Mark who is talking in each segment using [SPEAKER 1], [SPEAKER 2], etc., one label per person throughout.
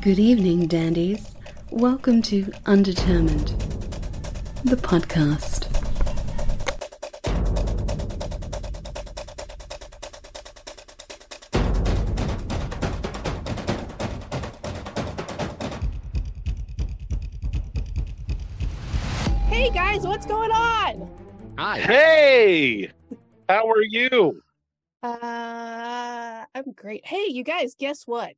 [SPEAKER 1] Good evening, dandies. Welcome to Undetermined, the podcast.
[SPEAKER 2] Hey guys, what's going on?
[SPEAKER 3] Hi.
[SPEAKER 4] Hey, how are you?
[SPEAKER 2] Uh, I'm great. Hey, you guys, guess what?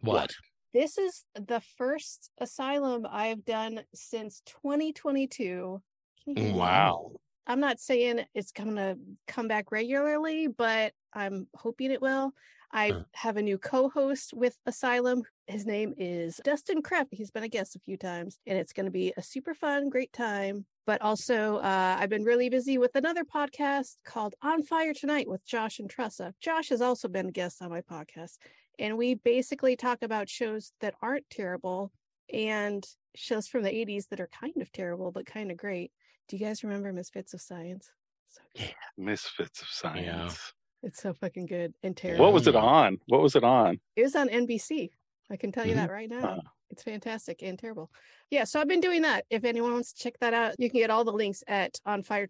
[SPEAKER 3] What?
[SPEAKER 2] This is the first asylum I've done since 2022. Can you believe
[SPEAKER 4] Wow.
[SPEAKER 2] that? I'm not saying it's going to come back regularly, but I'm hoping it will. I
[SPEAKER 3] Uh.
[SPEAKER 2] have a new co-host with Asylum. His name is Dustin Krepp. He's been a guest a few times, and it's going to be a super fun, great time. But also, uh, I've been really busy with another podcast called On Fire Tonight with Josh and Tressa. Josh has also been a guest on my podcast, and we basically talk about shows that aren't terrible and shows from the '80s that are kind of terrible but kind of great. Do you guys remember Misfits of Science? So good.
[SPEAKER 4] Misfits of Science.
[SPEAKER 2] It's so fucking good and terrible.
[SPEAKER 4] What was it on? What was it on?
[SPEAKER 2] It was on NBC. I can tell you
[SPEAKER 3] Mhm.
[SPEAKER 2] that right now.
[SPEAKER 4] Huh.
[SPEAKER 2] It's fantastic and terrible. Yeah, so I've been doing that. If anyone wants to check that out, you can get all the links at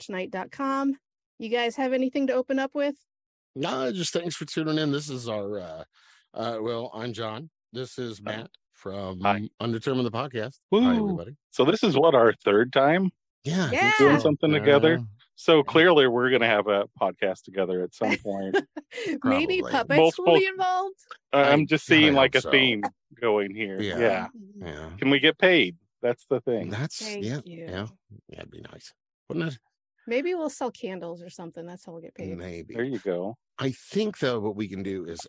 [SPEAKER 2] onfiretonight.com. You guys have anything to open up with?
[SPEAKER 3] No, just thanks for tuning in. This is our uh uh well, I'm John. This is Matt from
[SPEAKER 4] Hi.
[SPEAKER 3] Undetermined the Podcast. Hi
[SPEAKER 4] Woo.
[SPEAKER 3] everybody.
[SPEAKER 4] So this is what our third time.
[SPEAKER 3] Yeah. I think
[SPEAKER 2] Yeah.
[SPEAKER 4] Doing
[SPEAKER 3] so.
[SPEAKER 4] something
[SPEAKER 3] Uh,
[SPEAKER 4] together? So clearly, we're going to have a podcast together at some point.
[SPEAKER 2] Maybe
[SPEAKER 3] Probably.
[SPEAKER 2] puppets will
[SPEAKER 4] Multiple-
[SPEAKER 2] be involved.
[SPEAKER 4] I- I'm just
[SPEAKER 3] I- I
[SPEAKER 4] seeing like
[SPEAKER 3] hope
[SPEAKER 4] a
[SPEAKER 3] so.
[SPEAKER 4] theme going here.
[SPEAKER 3] Yeah.
[SPEAKER 4] Yeah.
[SPEAKER 2] Mhm.
[SPEAKER 3] Yeah.
[SPEAKER 4] Can we get paid? That's the thing.
[SPEAKER 3] That's
[SPEAKER 2] Thank
[SPEAKER 3] yeah,
[SPEAKER 2] you.
[SPEAKER 3] yeah. That'd be nice. Wouldn't it?
[SPEAKER 2] Maybe we'll sell candles or something. That's how we'll get paid.
[SPEAKER 3] Maybe.
[SPEAKER 4] There you go.
[SPEAKER 3] I think though what we can do is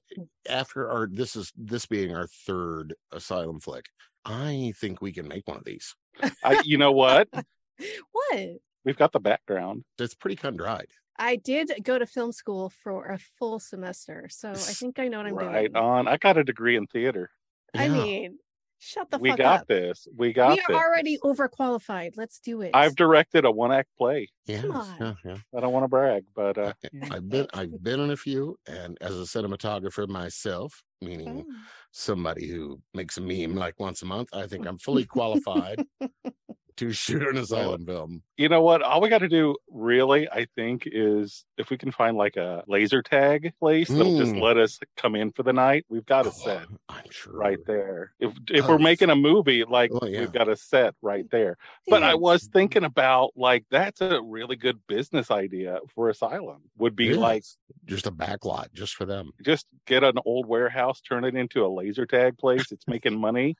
[SPEAKER 3] after our this is this being our third asylum flick, I think we can make one of these.
[SPEAKER 4] I, you know what?
[SPEAKER 3] Mm.
[SPEAKER 2] What?
[SPEAKER 4] We've got the background.
[SPEAKER 3] It's pretty kind dried.
[SPEAKER 2] I did go to film school for a full semester, so I
[SPEAKER 3] S-
[SPEAKER 2] think I know what I'm
[SPEAKER 4] Right
[SPEAKER 2] doing.
[SPEAKER 4] on. I got a degree in theater.
[SPEAKER 2] I
[SPEAKER 3] Yeah.
[SPEAKER 2] mean, shut the
[SPEAKER 4] we
[SPEAKER 2] fuck
[SPEAKER 4] got
[SPEAKER 2] up.
[SPEAKER 4] this. We
[SPEAKER 2] We
[SPEAKER 4] got
[SPEAKER 2] are
[SPEAKER 4] this.
[SPEAKER 2] already overqualified. Let's do it.
[SPEAKER 4] I've directed a one act play.
[SPEAKER 3] yeah,
[SPEAKER 2] on.
[SPEAKER 3] yeah, yeah.
[SPEAKER 4] I don't want to brag, but uh,
[SPEAKER 3] I- I've been I've been in a few, and as a cinematographer myself, meaning
[SPEAKER 2] Oh.
[SPEAKER 3] somebody who makes a meme like once a month, I think I'm fully qualified to shoot an asylum film.
[SPEAKER 4] you know what? All we got to do, really, I think, is if we can find like a laser tag place that'll just
[SPEAKER 3] Mm.
[SPEAKER 4] let us come in for the night, we've got a
[SPEAKER 3] Oh,
[SPEAKER 4] set
[SPEAKER 3] I'm sure.
[SPEAKER 4] right there. If if
[SPEAKER 3] Oh,
[SPEAKER 4] we're making a movie, like
[SPEAKER 3] Well, Oh, yeah.
[SPEAKER 4] we've got a set right there. But I
[SPEAKER 2] Dude,
[SPEAKER 4] was thinking about like that's a really good business idea for Asylum. Would be
[SPEAKER 3] Really?
[SPEAKER 4] like
[SPEAKER 3] just a back lot just for them.
[SPEAKER 4] just get an old warehouse, turn it into a laser tag place. It's making money,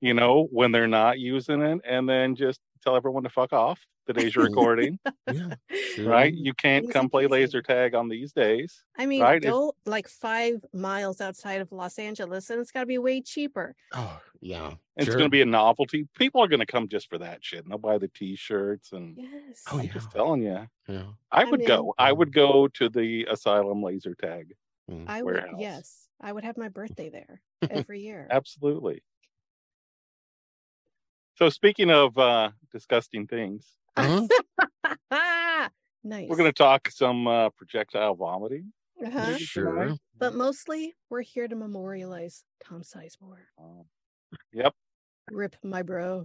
[SPEAKER 4] you know, when they're not using it, and then just tell everyone to fuck off. Today's your recording,
[SPEAKER 3] Yeah, sure.
[SPEAKER 4] right? You can't
[SPEAKER 2] Easy
[SPEAKER 4] come play
[SPEAKER 2] peasy.
[SPEAKER 4] laser tag on these days.
[SPEAKER 2] I mean,
[SPEAKER 4] right, if-
[SPEAKER 2] go like five miles outside of Los Angeles, and it's got to be way cheaper.
[SPEAKER 3] Oh yeah,
[SPEAKER 4] It's
[SPEAKER 3] sure.
[SPEAKER 4] going to be a novelty. People are going to come just for that shit, and they'll buy the T-shirts. And
[SPEAKER 2] Yes.
[SPEAKER 3] Oh
[SPEAKER 4] I'm
[SPEAKER 3] yeah,
[SPEAKER 4] just telling you,
[SPEAKER 3] yeah.
[SPEAKER 4] I
[SPEAKER 2] I'm
[SPEAKER 4] would go.
[SPEAKER 3] in.
[SPEAKER 4] I would go to the asylum laser tag.
[SPEAKER 3] Mm.
[SPEAKER 2] I would.
[SPEAKER 4] warehouse.
[SPEAKER 2] Yes, I would have my birthday there every year.
[SPEAKER 4] Absolutely. So speaking of uh, disgusting things,
[SPEAKER 3] Uh-huh.
[SPEAKER 2] Ah, nice.
[SPEAKER 4] we're going to talk some uh, projectile vomiting.
[SPEAKER 2] to. Uh-huh.
[SPEAKER 4] Maybe
[SPEAKER 3] Sure.
[SPEAKER 4] tonight.
[SPEAKER 2] But mostly, we're here to memorialize Tom Sizemore.
[SPEAKER 4] Um,
[SPEAKER 2] Rip my bro.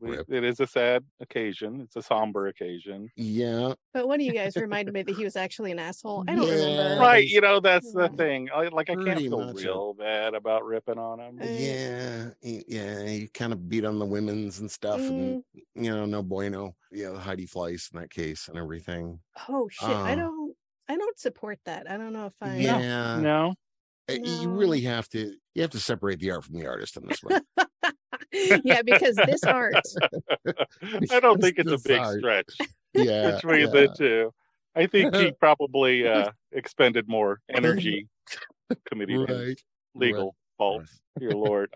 [SPEAKER 4] we-
[SPEAKER 3] Rip.
[SPEAKER 4] it is a sad occasion. It's a somber occasion.
[SPEAKER 3] Yeah,
[SPEAKER 2] But one of you guys reminded me that he was actually an asshole. I don't
[SPEAKER 3] Yeah.
[SPEAKER 2] remember.
[SPEAKER 4] Right, you know that's the
[SPEAKER 2] Yeah.
[SPEAKER 4] thing. I, like I can't
[SPEAKER 3] Pretty
[SPEAKER 4] feel
[SPEAKER 3] much it.
[SPEAKER 4] real bad about ripping on him.
[SPEAKER 2] Uh,
[SPEAKER 3] yeah, y- yeah. You kind of beat on the women's and stuff,
[SPEAKER 4] Mm.
[SPEAKER 3] and you know, no bueno. Yeah, the Heidi Fleiss in that case and everything.
[SPEAKER 2] Oh shit! I
[SPEAKER 3] Uh,
[SPEAKER 2] don't. I don't support that. I don't know if I.
[SPEAKER 3] yeah,
[SPEAKER 4] No,
[SPEAKER 3] Uh, You
[SPEAKER 2] No.
[SPEAKER 3] really have to you have to separate the art from the artist in this one.
[SPEAKER 2] yeah, because this art.
[SPEAKER 4] I
[SPEAKER 3] Because
[SPEAKER 4] don't think it's a
[SPEAKER 3] the
[SPEAKER 4] big
[SPEAKER 3] size.
[SPEAKER 4] stretch
[SPEAKER 3] yeah.
[SPEAKER 4] between
[SPEAKER 3] yeah.
[SPEAKER 4] the two. I think he probably uh, expended more energy committing his
[SPEAKER 3] Right.
[SPEAKER 4] legal faults. Dear Lord,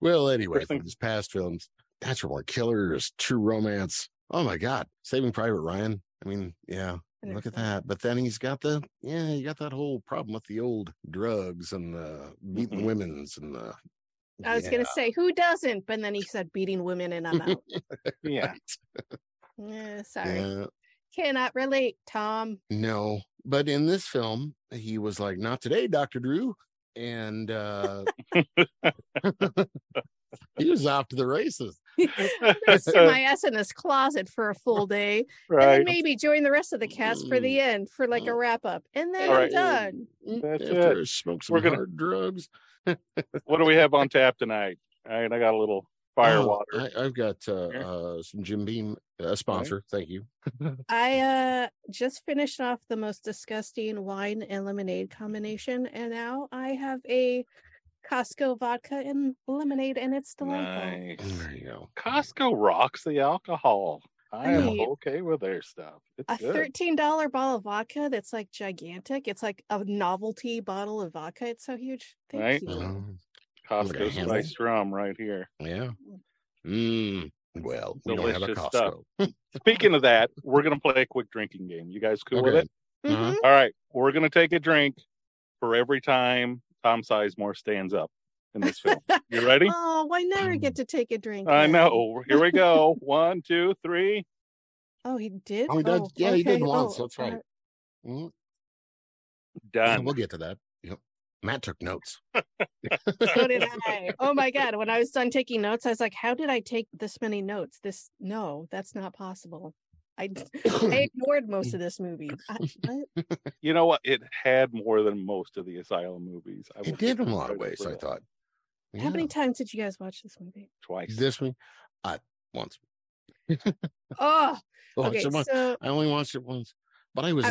[SPEAKER 3] Well, anyway,
[SPEAKER 4] Person-
[SPEAKER 3] from his past films, Natural Born Killers, True Romance. Oh my God, Saving Private Ryan. I mean, yeah,
[SPEAKER 2] and
[SPEAKER 3] look
[SPEAKER 2] everything.
[SPEAKER 3] at that. But then he's got the yeah, you got that whole problem with the old drugs and the beating
[SPEAKER 4] Mhm.
[SPEAKER 3] women's and the.
[SPEAKER 2] Mm-hmm. I was gonna say who doesn't, but then he said beating women, and I'm out.
[SPEAKER 4] yeah,
[SPEAKER 2] yeah, sorry,
[SPEAKER 3] Yeah,
[SPEAKER 2] cannot relate, Tom.
[SPEAKER 3] No, but in this film, he was like, "Not today, Doctor Drew," and uh he was off to the races.
[SPEAKER 2] I'm gonna sit my ass in this closet for a full day, and then
[SPEAKER 4] right.
[SPEAKER 2] maybe join the rest of the cast for
[SPEAKER 3] Mm.
[SPEAKER 2] the end for like a wrap up, and then
[SPEAKER 4] All
[SPEAKER 2] I'm
[SPEAKER 4] right.
[SPEAKER 2] done.
[SPEAKER 4] That's
[SPEAKER 3] After I smoke some
[SPEAKER 4] We're gonna-
[SPEAKER 3] hard drugs.
[SPEAKER 4] What do we have on tap tonight? All right, I got a little fire
[SPEAKER 3] Oh,
[SPEAKER 4] water. Mm-hmm.
[SPEAKER 3] I, I've got uh,
[SPEAKER 4] Here.
[SPEAKER 3] uh, some Jim Beam, a sponsor. Thank you.
[SPEAKER 2] I uh just finished off the most disgusting wine and lemonade combination, and now I have a Costco vodka and lemonade, and it's delightful.
[SPEAKER 4] Nice.
[SPEAKER 3] There you go.
[SPEAKER 4] Costco rocks the alcohol. I am
[SPEAKER 2] Right.
[SPEAKER 4] okay with their stuff. It's
[SPEAKER 2] A
[SPEAKER 4] good.
[SPEAKER 2] thirteen dollar bottle of vodka that's like gigantic. It's like a novelty bottle of vodka. It's so huge. Thank
[SPEAKER 4] Right.
[SPEAKER 2] you.
[SPEAKER 3] Um, gonna
[SPEAKER 4] Costco's
[SPEAKER 3] have
[SPEAKER 4] nice drum right here.
[SPEAKER 3] yeah. Mm. Well, we don't have a
[SPEAKER 4] Delicious
[SPEAKER 3] Costco.
[SPEAKER 4] stuff. Speaking of that, we're gonna play a quick drinking game. You guys cool with
[SPEAKER 3] Okay.
[SPEAKER 4] it?
[SPEAKER 3] Uh-huh.
[SPEAKER 2] Mhm.
[SPEAKER 4] All right, we're gonna take a drink for every time Tom Sizemore stands up in this film. You ready?
[SPEAKER 2] Oh, I never get
[SPEAKER 3] Mm-hmm.
[SPEAKER 2] to take a drink.
[SPEAKER 4] I
[SPEAKER 2] then.
[SPEAKER 4] know. Here we go. One, two, three.
[SPEAKER 2] Oh, he did.
[SPEAKER 3] Oh, he did- yeah, he did once, that's
[SPEAKER 2] all
[SPEAKER 3] right. Mm. Yeah,
[SPEAKER 4] Done.
[SPEAKER 3] we'll get to that. Yep. Matt took notes.
[SPEAKER 2] So did I. Oh my god! When I was done taking notes, I was like, "How did I take this many notes? This no, that's not possible." I, I ignored most of this movie. I, what?
[SPEAKER 4] You know what? It had more than most of the Asylum movies. I
[SPEAKER 3] It
[SPEAKER 4] will
[SPEAKER 3] did
[SPEAKER 4] give
[SPEAKER 3] in a lot
[SPEAKER 4] credit
[SPEAKER 3] of ways,
[SPEAKER 4] for
[SPEAKER 3] I
[SPEAKER 4] that.
[SPEAKER 3] thought.
[SPEAKER 2] How
[SPEAKER 3] Yeah.
[SPEAKER 2] many times did you guys watch this movie?
[SPEAKER 4] Twice.
[SPEAKER 3] This one, I once.
[SPEAKER 2] Oh,
[SPEAKER 3] Oh,
[SPEAKER 2] okay.
[SPEAKER 3] so much-
[SPEAKER 2] So Uh,
[SPEAKER 3] I only watched it once, but I was
[SPEAKER 2] I-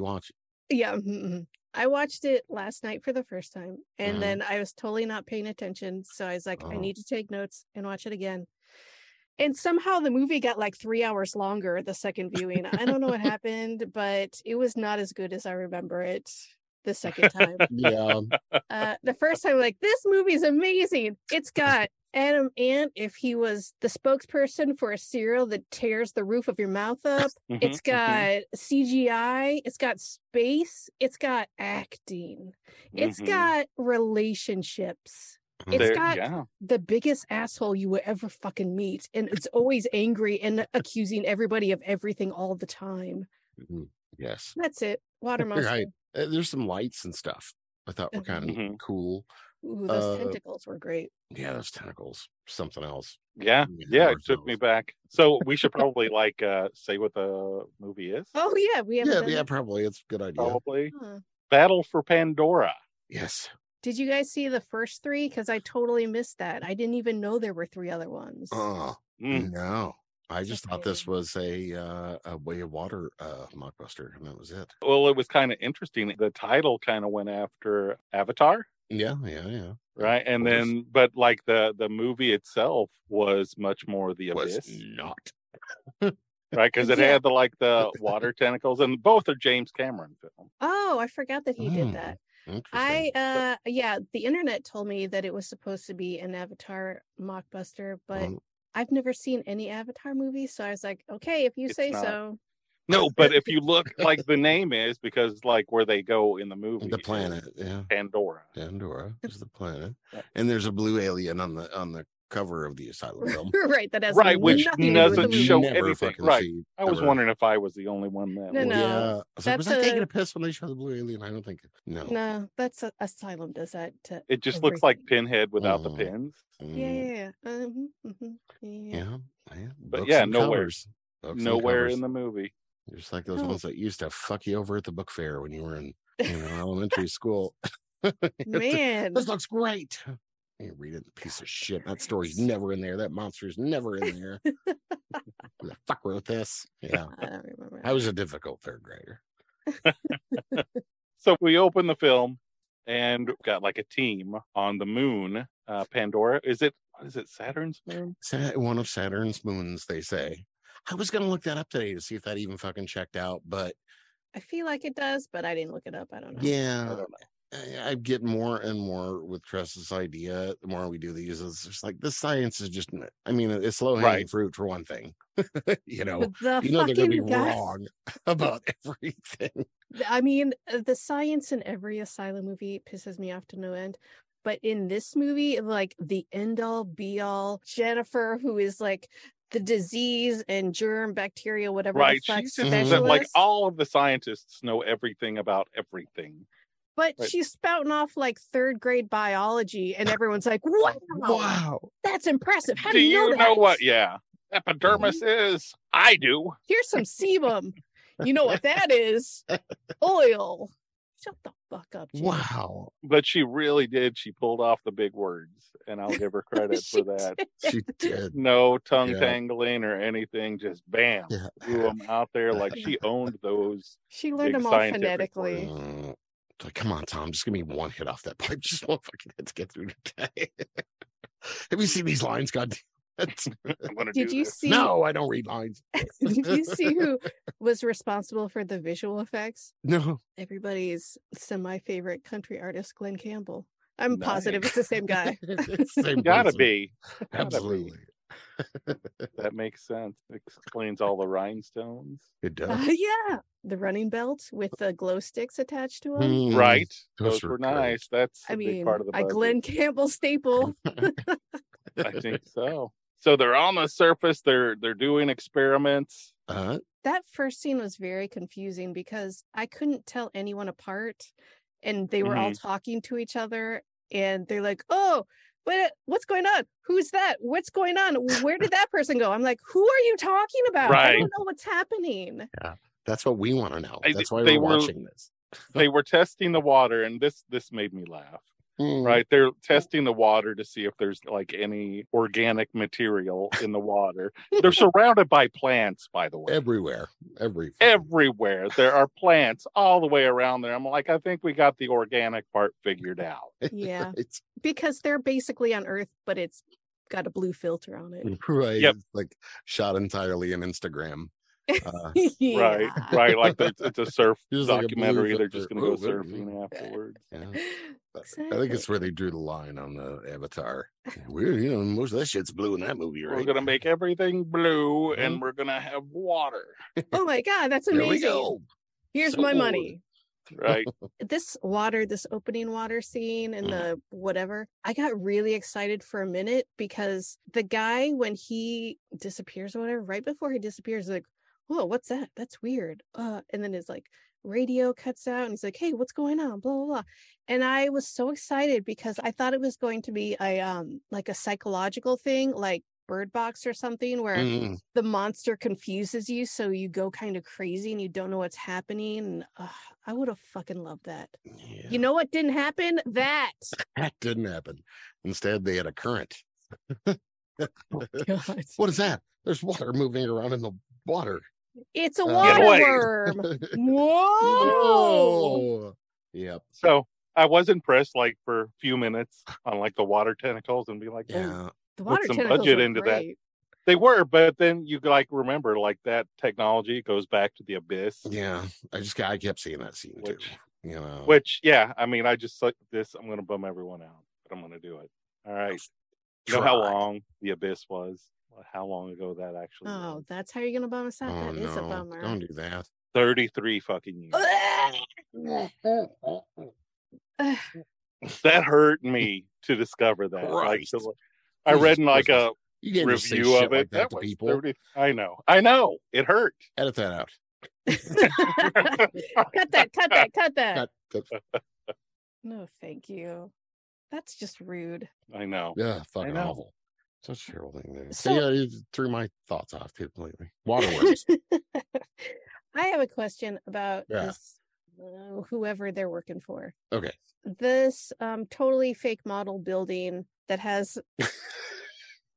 [SPEAKER 3] watching.
[SPEAKER 2] yeah, mhm, mhm. I watched it last night for the first time, and
[SPEAKER 3] Mhm.
[SPEAKER 2] then I was totally not paying attention. So I was like, I
[SPEAKER 3] Oh.
[SPEAKER 2] need to take notes and watch it again. And somehow the movie got like three hours longer the second viewing. I don't know what happened, but it was not as good as I remember it the second time.
[SPEAKER 3] Yeah. um,
[SPEAKER 2] uh, the first time, like this movie's amazing. It's got Adam Ant if he was the spokesperson for a cereal that tears the roof of your mouth up.
[SPEAKER 3] Mm-hmm,
[SPEAKER 4] Mhm,
[SPEAKER 2] It's
[SPEAKER 4] mhm.
[SPEAKER 2] got CGI. It's got space. It's got acting. It's
[SPEAKER 3] Mm-hmm.
[SPEAKER 4] Mhm.
[SPEAKER 2] got relationships. It's
[SPEAKER 4] There-
[SPEAKER 2] got
[SPEAKER 4] yeah.
[SPEAKER 2] the biggest asshole you would ever fucking meet. And it's always angry and accusing everybody of everything all the time.
[SPEAKER 3] Mhm. yes.
[SPEAKER 2] That's it. Water monster.
[SPEAKER 3] Right. Uh, There's some lights and stuff. I thought were
[SPEAKER 2] Mm-hmm.
[SPEAKER 3] kind of
[SPEAKER 4] Mhm.
[SPEAKER 3] cool.
[SPEAKER 2] Ooh, those
[SPEAKER 3] Uh,
[SPEAKER 2] tentacles were great.
[SPEAKER 3] Yeah, those tentacles. Something else.
[SPEAKER 4] Yeah.
[SPEAKER 3] Yeah,
[SPEAKER 4] Yeah.
[SPEAKER 3] there
[SPEAKER 4] It took me
[SPEAKER 3] was-
[SPEAKER 4] back. So we should probably like uh say what the movie is.
[SPEAKER 2] Oh yeah, we haven't
[SPEAKER 3] Yeah,
[SPEAKER 2] done
[SPEAKER 3] yeah,
[SPEAKER 2] that.
[SPEAKER 3] probably. It's a good idea.
[SPEAKER 4] Probably.
[SPEAKER 2] Huh.
[SPEAKER 4] Battle for Pandora.
[SPEAKER 3] Yes.
[SPEAKER 2] Did you guys see the first three? Because I totally missed that. I didn't even know there were three other ones.
[SPEAKER 3] Oh
[SPEAKER 4] Mm.
[SPEAKER 3] no. I
[SPEAKER 2] It's
[SPEAKER 3] just thought this
[SPEAKER 2] okay.
[SPEAKER 3] was a uh, a way of water uh, mockbuster, and that was it.
[SPEAKER 4] Well, it was kind of interesting. The title kind of went after Avatar,
[SPEAKER 3] Yeah, yeah, yeah.
[SPEAKER 4] right? And
[SPEAKER 3] Was-
[SPEAKER 4] then, but like the the movie itself was much more the
[SPEAKER 3] was
[SPEAKER 4] abyss,
[SPEAKER 3] not
[SPEAKER 4] right? Because it
[SPEAKER 2] Yeah.
[SPEAKER 4] had the like the water tentacles, and both are James Cameron film.
[SPEAKER 2] Oh, I forgot that he
[SPEAKER 3] Mm,
[SPEAKER 2] did that. I
[SPEAKER 3] interesting.
[SPEAKER 2] uh yeah, the internet told me that it was supposed to be an Avatar mockbuster, but
[SPEAKER 3] Mhm.
[SPEAKER 2] I've never seen any Avatar movie, so I was like, okay, if you
[SPEAKER 4] It's
[SPEAKER 2] say
[SPEAKER 4] not.
[SPEAKER 2] so.
[SPEAKER 4] No, but if you look like the name is because like where they go in the movie,
[SPEAKER 3] the
[SPEAKER 4] is
[SPEAKER 3] planet, yeah.
[SPEAKER 4] Pandora.
[SPEAKER 3] Pandora is the planet,
[SPEAKER 4] Yep.
[SPEAKER 3] and there's a blue alien on the on the cover of the asylum film,
[SPEAKER 2] right, that has
[SPEAKER 4] Right, which
[SPEAKER 2] nothing to do with the
[SPEAKER 4] doesn't
[SPEAKER 2] movie.
[SPEAKER 4] show
[SPEAKER 3] Never
[SPEAKER 4] anything,
[SPEAKER 3] fucking
[SPEAKER 4] right.
[SPEAKER 3] see
[SPEAKER 4] I was
[SPEAKER 3] ever.
[SPEAKER 4] wondering if I was the only one that.
[SPEAKER 2] No,
[SPEAKER 4] was.
[SPEAKER 2] no.
[SPEAKER 3] Yeah, I was like, was I
[SPEAKER 2] that's
[SPEAKER 3] taking
[SPEAKER 2] a-
[SPEAKER 3] a piss when they showed the blue alien? I don't think no.
[SPEAKER 2] No, that's a, Asylum does that to
[SPEAKER 4] It just looks like
[SPEAKER 2] Everything.
[SPEAKER 4] Pinhead without the
[SPEAKER 3] Mm.
[SPEAKER 4] pins.
[SPEAKER 3] Mm,
[SPEAKER 2] Yeah, yeah, yeah. Um, mhm, yeah.
[SPEAKER 3] yeah, yeah.
[SPEAKER 4] But
[SPEAKER 3] Books
[SPEAKER 4] yeah,
[SPEAKER 3] and
[SPEAKER 4] nowhere-
[SPEAKER 3] covers. Books and
[SPEAKER 4] Nowhere
[SPEAKER 3] covers.
[SPEAKER 4] in the movie.
[SPEAKER 3] Just like those
[SPEAKER 2] No.
[SPEAKER 3] ones that used to fuck you over at the book fair when you were in you know elementary school.
[SPEAKER 2] Man.
[SPEAKER 3] this looks great. You read it, piece of shit. That story's
[SPEAKER 2] Christ.
[SPEAKER 3] never in there. That monster's never in there. Who the fuck wrote this? Yeah.
[SPEAKER 2] I don't remember.
[SPEAKER 3] I was a difficult third grader.
[SPEAKER 4] So we open the film and got like a team on the moon. Uh, Pandora is it? what Is it Saturn's moon?
[SPEAKER 3] Sa- one of Saturn's moons, they say. I was gonna look that up today to see if that even fucking checked out, but
[SPEAKER 2] I feel like it does, but I didn't look it up. I don't know.
[SPEAKER 4] I
[SPEAKER 3] yeah,
[SPEAKER 4] don't know.
[SPEAKER 3] I, I get more and more with Tress's idea. The more we do these, it's just like this science is just. n- I mean, it's low hanging
[SPEAKER 4] Right.
[SPEAKER 3] fruit for one thing. you know,
[SPEAKER 2] But the
[SPEAKER 3] you know they're gonna be
[SPEAKER 2] fucking guy.
[SPEAKER 3] wrong about everything.
[SPEAKER 2] th- I mean, uh, the science in every asylum movie pisses me off to no end. But in this movie, like the end all be all, Jennifer, who is like the disease and germ, bacteria, whatever.
[SPEAKER 4] Right?
[SPEAKER 2] The fuck
[SPEAKER 4] Mm-hmm. She's just that, like
[SPEAKER 2] specialist.
[SPEAKER 4] all of the scientists know everything about everything.
[SPEAKER 2] But
[SPEAKER 4] Right.
[SPEAKER 2] she's spouting off like third grade biology, and everyone's like, wow,
[SPEAKER 5] Wow.
[SPEAKER 2] that's impressive. How do,
[SPEAKER 4] do you
[SPEAKER 2] know,
[SPEAKER 4] know
[SPEAKER 2] that?
[SPEAKER 4] what? Yeah, epidermis is. I do.
[SPEAKER 2] Here's some sebum. you know what that is? Oil. Shut the fuck up. Jim.
[SPEAKER 3] Wow.
[SPEAKER 4] But she really did. She pulled off the big words, and I'll give her credit
[SPEAKER 2] She
[SPEAKER 4] for that.
[SPEAKER 2] did.
[SPEAKER 3] She did.
[SPEAKER 4] No tongue
[SPEAKER 3] Yeah.
[SPEAKER 4] tangling or anything. Just bam,
[SPEAKER 3] Yeah.
[SPEAKER 4] threw them out there like she owned those.
[SPEAKER 2] She learned
[SPEAKER 4] Big
[SPEAKER 2] them all
[SPEAKER 4] scientific
[SPEAKER 2] phonetically.
[SPEAKER 3] Mm. It's Like, come on, Tom, just give me one hit off that pipe. Just one fucking hit to get through today. Have you seen these lines? God damn it.
[SPEAKER 4] I'm gonna
[SPEAKER 2] Did
[SPEAKER 4] do
[SPEAKER 2] you
[SPEAKER 4] this.
[SPEAKER 2] see?
[SPEAKER 3] No, I don't read lines.
[SPEAKER 2] did you see who was responsible for the visual effects?
[SPEAKER 3] No.
[SPEAKER 2] Everybody's semi-favorite country artist, Glenn Campbell. I'm positive it's the same guy.
[SPEAKER 3] Same
[SPEAKER 4] Gotta
[SPEAKER 3] person.
[SPEAKER 4] be.
[SPEAKER 3] Absolutely.
[SPEAKER 4] That makes sense. Explains all the rhinestones.
[SPEAKER 3] It does.
[SPEAKER 2] Uh, yeah, the running belt with the glow sticks attached to him.
[SPEAKER 3] Mm.
[SPEAKER 4] Right.
[SPEAKER 3] Those
[SPEAKER 4] Those,
[SPEAKER 3] were
[SPEAKER 4] were nice. That's a
[SPEAKER 2] I
[SPEAKER 4] big
[SPEAKER 2] mean,
[SPEAKER 4] part of the
[SPEAKER 2] a
[SPEAKER 4] budget.
[SPEAKER 2] Glenn Campbell staple.
[SPEAKER 4] I think so. So they're on the surface. They're they're doing experiments.
[SPEAKER 3] Uh,
[SPEAKER 2] That first scene was very confusing because I couldn't tell anyone apart, and they were
[SPEAKER 4] Mm-hmm.
[SPEAKER 2] all talking to each other, and they're like, "Oh." What, what's going on? Who's that? What's going on? Where did that person go? I'm like, who are you talking about? I
[SPEAKER 4] Right.
[SPEAKER 2] don't know what's happening.
[SPEAKER 3] that's what we want to know.
[SPEAKER 4] I-
[SPEAKER 3] That's why
[SPEAKER 4] they
[SPEAKER 3] we're
[SPEAKER 4] were-
[SPEAKER 3] watching this.
[SPEAKER 4] They were testing the water, and this this made me laugh.
[SPEAKER 3] Mm.
[SPEAKER 4] Right? They're testing the water to see if there's like any organic material in the water. They're surrounded by plants, by the way.
[SPEAKER 3] Everywhere. Every.
[SPEAKER 4] Everywhere there are plants all the way around there. I'm like, I think we got the organic part figured out.
[SPEAKER 2] Yeah.
[SPEAKER 3] It's
[SPEAKER 2] Because they're basically on Earth, but it's got a blue filter on it.
[SPEAKER 3] right.
[SPEAKER 4] Yep.
[SPEAKER 3] It's Like shot entirely in Instagram. Uh,
[SPEAKER 4] Mm. Right,
[SPEAKER 2] Yeah.
[SPEAKER 4] right. Like it's, it's a surf
[SPEAKER 3] Just like a blue
[SPEAKER 4] documentary. They're just
[SPEAKER 3] filter.
[SPEAKER 4] going to go
[SPEAKER 3] Ooh, ooh,
[SPEAKER 4] surfing afterwards.
[SPEAKER 3] yeah. I think it's where they drew the line on the Avatar. We're, you know, most of that shit's blue in that movie, right?
[SPEAKER 4] We're gonna make everything blue,
[SPEAKER 3] Mhm.
[SPEAKER 4] and we're gonna have water.
[SPEAKER 2] Oh my God, that's
[SPEAKER 3] Here
[SPEAKER 2] amazing.
[SPEAKER 3] we go.
[SPEAKER 2] Here's
[SPEAKER 3] So
[SPEAKER 2] my
[SPEAKER 3] old.
[SPEAKER 2] money.
[SPEAKER 4] Right?
[SPEAKER 2] This water, this opening water scene and
[SPEAKER 3] Mm.
[SPEAKER 2] the whatever, I got really excited for a minute because the guy, when he disappears or whatever, right before he disappears, like, whoa, what's that? That's weird. Uh, and then it's like, radio cuts out and he's like, hey, what's going on? Blah, blah, blah. And I was so excited because I thought it was going to be a, um, like a psychological thing, like Bird Box or something where
[SPEAKER 3] Mm.
[SPEAKER 2] the monster confuses you so you go kind of crazy and you don't know what's happening and ugh, i would have fucking loved that
[SPEAKER 3] Yeah.
[SPEAKER 2] you know what didn't happen that
[SPEAKER 3] that didn't happen. Instead, they had a current.
[SPEAKER 2] God.
[SPEAKER 3] what is that? There's water moving around in the water.
[SPEAKER 2] it's a
[SPEAKER 3] Get
[SPEAKER 2] water
[SPEAKER 4] away.
[SPEAKER 2] worm whoa
[SPEAKER 3] Oh. Yep.
[SPEAKER 4] So I was impressed, like for a few minutes, on like the water tentacles, and be like, "Oh."
[SPEAKER 3] Yeah.
[SPEAKER 2] the
[SPEAKER 4] Put
[SPEAKER 2] water
[SPEAKER 4] some
[SPEAKER 2] tentacles
[SPEAKER 4] budget
[SPEAKER 2] are
[SPEAKER 4] into that.
[SPEAKER 2] great.
[SPEAKER 4] they were. But then you like remember, like that technology goes back to the abyss.
[SPEAKER 3] Yeah. I just I kept seeing that scene too.
[SPEAKER 4] Which-
[SPEAKER 3] You know.
[SPEAKER 4] Which, yeah, I mean, I just like this. I'm gonna bum everyone out, but I'm gonna do it. All right. You know how
[SPEAKER 3] Try.
[SPEAKER 4] long the abyss was? How long ago that actually?
[SPEAKER 2] oh
[SPEAKER 4] was?
[SPEAKER 2] that's how you're gonna bum us out
[SPEAKER 3] Oh,
[SPEAKER 2] That is a
[SPEAKER 3] no.
[SPEAKER 2] bummer
[SPEAKER 3] Don't do that.
[SPEAKER 4] Thirty-three fucking years.
[SPEAKER 2] Ugh.
[SPEAKER 4] that hurt me to discover that. Like,
[SPEAKER 3] Christ.
[SPEAKER 4] so- I
[SPEAKER 3] Jesus
[SPEAKER 4] read in like
[SPEAKER 3] Christ.
[SPEAKER 4] a
[SPEAKER 3] You can't just say
[SPEAKER 4] review
[SPEAKER 3] shit
[SPEAKER 4] of it.
[SPEAKER 3] like that,
[SPEAKER 4] that
[SPEAKER 3] to
[SPEAKER 4] was
[SPEAKER 3] people.
[SPEAKER 4] 30 I know. I know. It hurt.
[SPEAKER 3] Edit that out.
[SPEAKER 2] cut that cut that cut that
[SPEAKER 3] That, that,
[SPEAKER 2] no thank you that's just rude
[SPEAKER 4] I know.
[SPEAKER 3] yeah, fucking
[SPEAKER 4] know.
[SPEAKER 3] awful. Such a terrible thing. There. So,
[SPEAKER 2] So-
[SPEAKER 3] yeah, it threw my thoughts off completely. Waterworms.
[SPEAKER 2] I have a question about
[SPEAKER 3] Yeah.
[SPEAKER 2] this, uh, whoever they're working for.
[SPEAKER 3] Okay.
[SPEAKER 2] This um, totally fake model building that has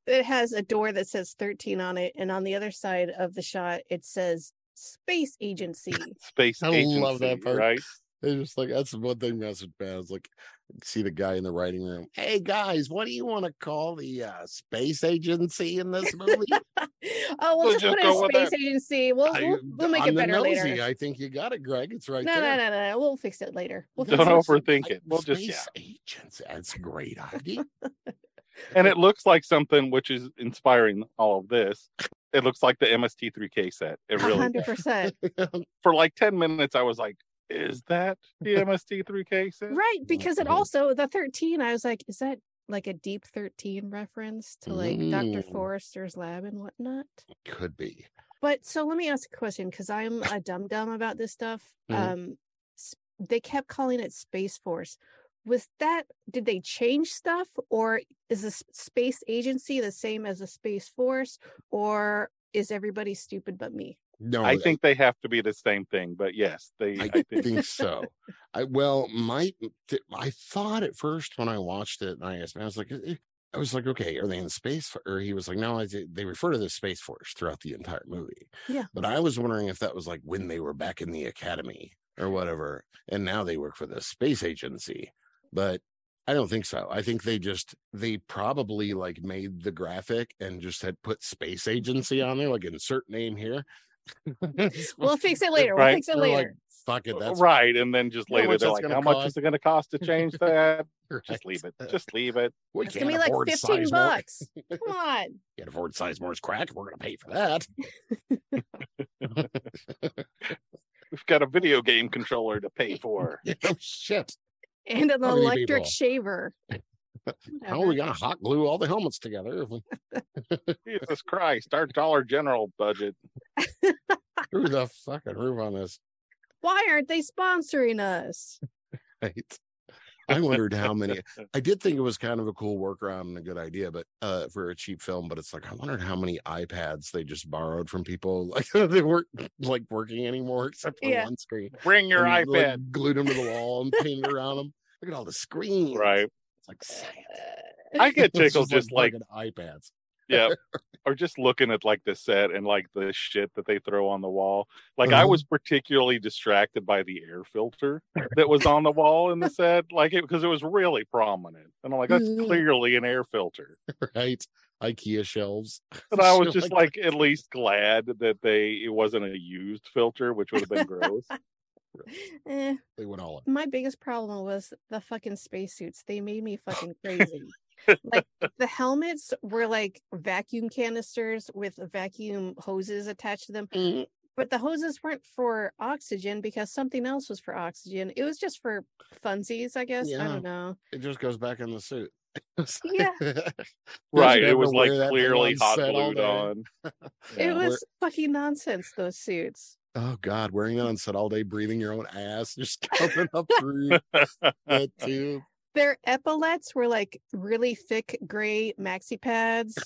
[SPEAKER 2] it has a door that says 13 on it, and on the other side of the shot it says space agency.
[SPEAKER 4] Space
[SPEAKER 3] I
[SPEAKER 4] agency,
[SPEAKER 3] love that part.
[SPEAKER 4] right?
[SPEAKER 3] They're just like that's the one thing message man. I was like, see the guy in the writing room. Hey guys, what do you want to call the uh, space agency in this movie?
[SPEAKER 2] oh, we'll
[SPEAKER 4] We'll
[SPEAKER 2] just,
[SPEAKER 4] just
[SPEAKER 2] put
[SPEAKER 4] go
[SPEAKER 2] in
[SPEAKER 4] with
[SPEAKER 2] space
[SPEAKER 4] that.
[SPEAKER 2] agency. We'll
[SPEAKER 3] I-
[SPEAKER 2] we'll, we'll make
[SPEAKER 3] on
[SPEAKER 2] it
[SPEAKER 3] the
[SPEAKER 2] better
[SPEAKER 3] nosy,
[SPEAKER 2] later.
[SPEAKER 3] I think you got it, Greg. It's right
[SPEAKER 2] no,
[SPEAKER 3] there.
[SPEAKER 2] no, no, no, no. We'll fix it later. We'll
[SPEAKER 4] Don't
[SPEAKER 2] fix it.
[SPEAKER 4] over- overthink it. We'll
[SPEAKER 3] Well,
[SPEAKER 4] just-
[SPEAKER 3] space agents. That's a great idea.
[SPEAKER 4] And it looks like something which is inspiring all of this. It looks like the MST3K set. It
[SPEAKER 2] Uh-huh.
[SPEAKER 4] really,
[SPEAKER 2] 100%.
[SPEAKER 4] for like 10 minutes, I was like, is that the MST3K set?
[SPEAKER 2] Right, because it
[SPEAKER 3] Mhm.
[SPEAKER 2] also the 13, I was like, is that like a deep 13 reference to like Dr.
[SPEAKER 3] Mm.
[SPEAKER 2] Forrester's lab and whatnot?
[SPEAKER 3] Could be.
[SPEAKER 2] But so let me ask a question because I'm a dum dum about this stuff.
[SPEAKER 3] Mhm.
[SPEAKER 2] Um, s- they kept calling it Space Force. Was that did they change stuff or is a space agency the same as a space force or is everybody stupid but me?
[SPEAKER 3] No,
[SPEAKER 4] I think they have to be the same thing, but yes, they.
[SPEAKER 3] Oh, I
[SPEAKER 4] I think
[SPEAKER 3] think so. I well, my th- I thought at first when I watched it, and I asked, him, I was like, "Eh," I was like, okay, are they in space? Fo-" Or he was like, no, I, thi- they refer to the space force throughout the entire movie.
[SPEAKER 2] Yeah.
[SPEAKER 3] but I was wondering if that was like when they were back in the academy or whatever, and now they work for the space agency. But I don't think so. I think they just they probably like made the graphic and just had put space agency on there, like insert name here.
[SPEAKER 2] We'll fix it later. We'll
[SPEAKER 4] Right.
[SPEAKER 2] fix it
[SPEAKER 3] They're
[SPEAKER 2] later.
[SPEAKER 3] like, Fuck it, that's
[SPEAKER 4] right, and then just
[SPEAKER 3] You know how
[SPEAKER 4] later
[SPEAKER 3] much
[SPEAKER 4] they're
[SPEAKER 3] that's
[SPEAKER 4] like,
[SPEAKER 3] gonna
[SPEAKER 4] "How much
[SPEAKER 3] cost?" uh,
[SPEAKER 4] is it going to cost to change that?" Just
[SPEAKER 3] Right.
[SPEAKER 4] leave it. Just leave it.
[SPEAKER 3] we
[SPEAKER 2] it's
[SPEAKER 3] can't
[SPEAKER 2] gonna be like
[SPEAKER 3] afford
[SPEAKER 2] 15
[SPEAKER 3] Sizemore.
[SPEAKER 2] bucks. Come on.
[SPEAKER 3] Can't afford Sizemore's crack. We're gonna pay for that.
[SPEAKER 4] We've got a video game controller to pay for.
[SPEAKER 3] oh shit!
[SPEAKER 2] And an
[SPEAKER 3] How many
[SPEAKER 2] electric
[SPEAKER 3] people?
[SPEAKER 2] shaver.
[SPEAKER 3] How are we gonna hot glue all the helmets together? If we
[SPEAKER 4] Jesus Christ, our Dollar General budget.
[SPEAKER 3] threw the fucking roof on us,
[SPEAKER 2] Why aren't they sponsoring us?
[SPEAKER 3] right? I wondered how many. I did think it was kind of a cool workaround and a good idea, but uh for a cheap film. But it's like I wondered how many iPads they just borrowed from people. Like they weren't like working anymore except for
[SPEAKER 2] Yeah.
[SPEAKER 3] one screen.
[SPEAKER 4] Bring your
[SPEAKER 3] And, like,
[SPEAKER 4] iPad.
[SPEAKER 3] glued them to the wall and painted around them. Look at all the screens.
[SPEAKER 4] Right.
[SPEAKER 3] It's like sad.
[SPEAKER 4] I get
[SPEAKER 3] It's
[SPEAKER 4] tickled just like
[SPEAKER 3] fucking iPads.
[SPEAKER 4] yeah or just looking at like the set and like the shit that they throw on the wall like i
[SPEAKER 3] Uh-huh.
[SPEAKER 4] was particularly distracted by the air filter that was on the wall in the set like it because it was really prominent and i'm like that's
[SPEAKER 3] Mm-hmm.
[SPEAKER 2] Mhm.
[SPEAKER 4] clearly an air filter
[SPEAKER 3] right? IKEA shelves.
[SPEAKER 4] and i was
[SPEAKER 3] Shit
[SPEAKER 4] just like at least glad that they it wasn't a used filter which would have been gross
[SPEAKER 2] Eh,
[SPEAKER 3] that. they went all in.
[SPEAKER 2] my biggest problem was the fucking spacesuits. They made me fucking crazy. like the helmets were like vacuum canisters with vacuum hoses attached to them, but the hoses weren't for oxygen because something else was for oxygen. It was just for funsies, I guess. I
[SPEAKER 3] Yeah.
[SPEAKER 2] don't know.
[SPEAKER 3] It just goes back in the suit. It's like-
[SPEAKER 2] Yeah.
[SPEAKER 3] You should
[SPEAKER 4] right it
[SPEAKER 3] have
[SPEAKER 4] was
[SPEAKER 3] to
[SPEAKER 4] like
[SPEAKER 3] wear that thing
[SPEAKER 4] clearly
[SPEAKER 3] on
[SPEAKER 4] hot
[SPEAKER 3] set all
[SPEAKER 4] glued
[SPEAKER 3] day.
[SPEAKER 4] on
[SPEAKER 3] Yeah.
[SPEAKER 2] It
[SPEAKER 3] Wear-
[SPEAKER 2] was fucking nonsense. Those suits.
[SPEAKER 3] Oh God, wearing that on set all day, breathing your own ass, just coming up through that tube.
[SPEAKER 2] Their epaulets were like really thick gray maxi pads.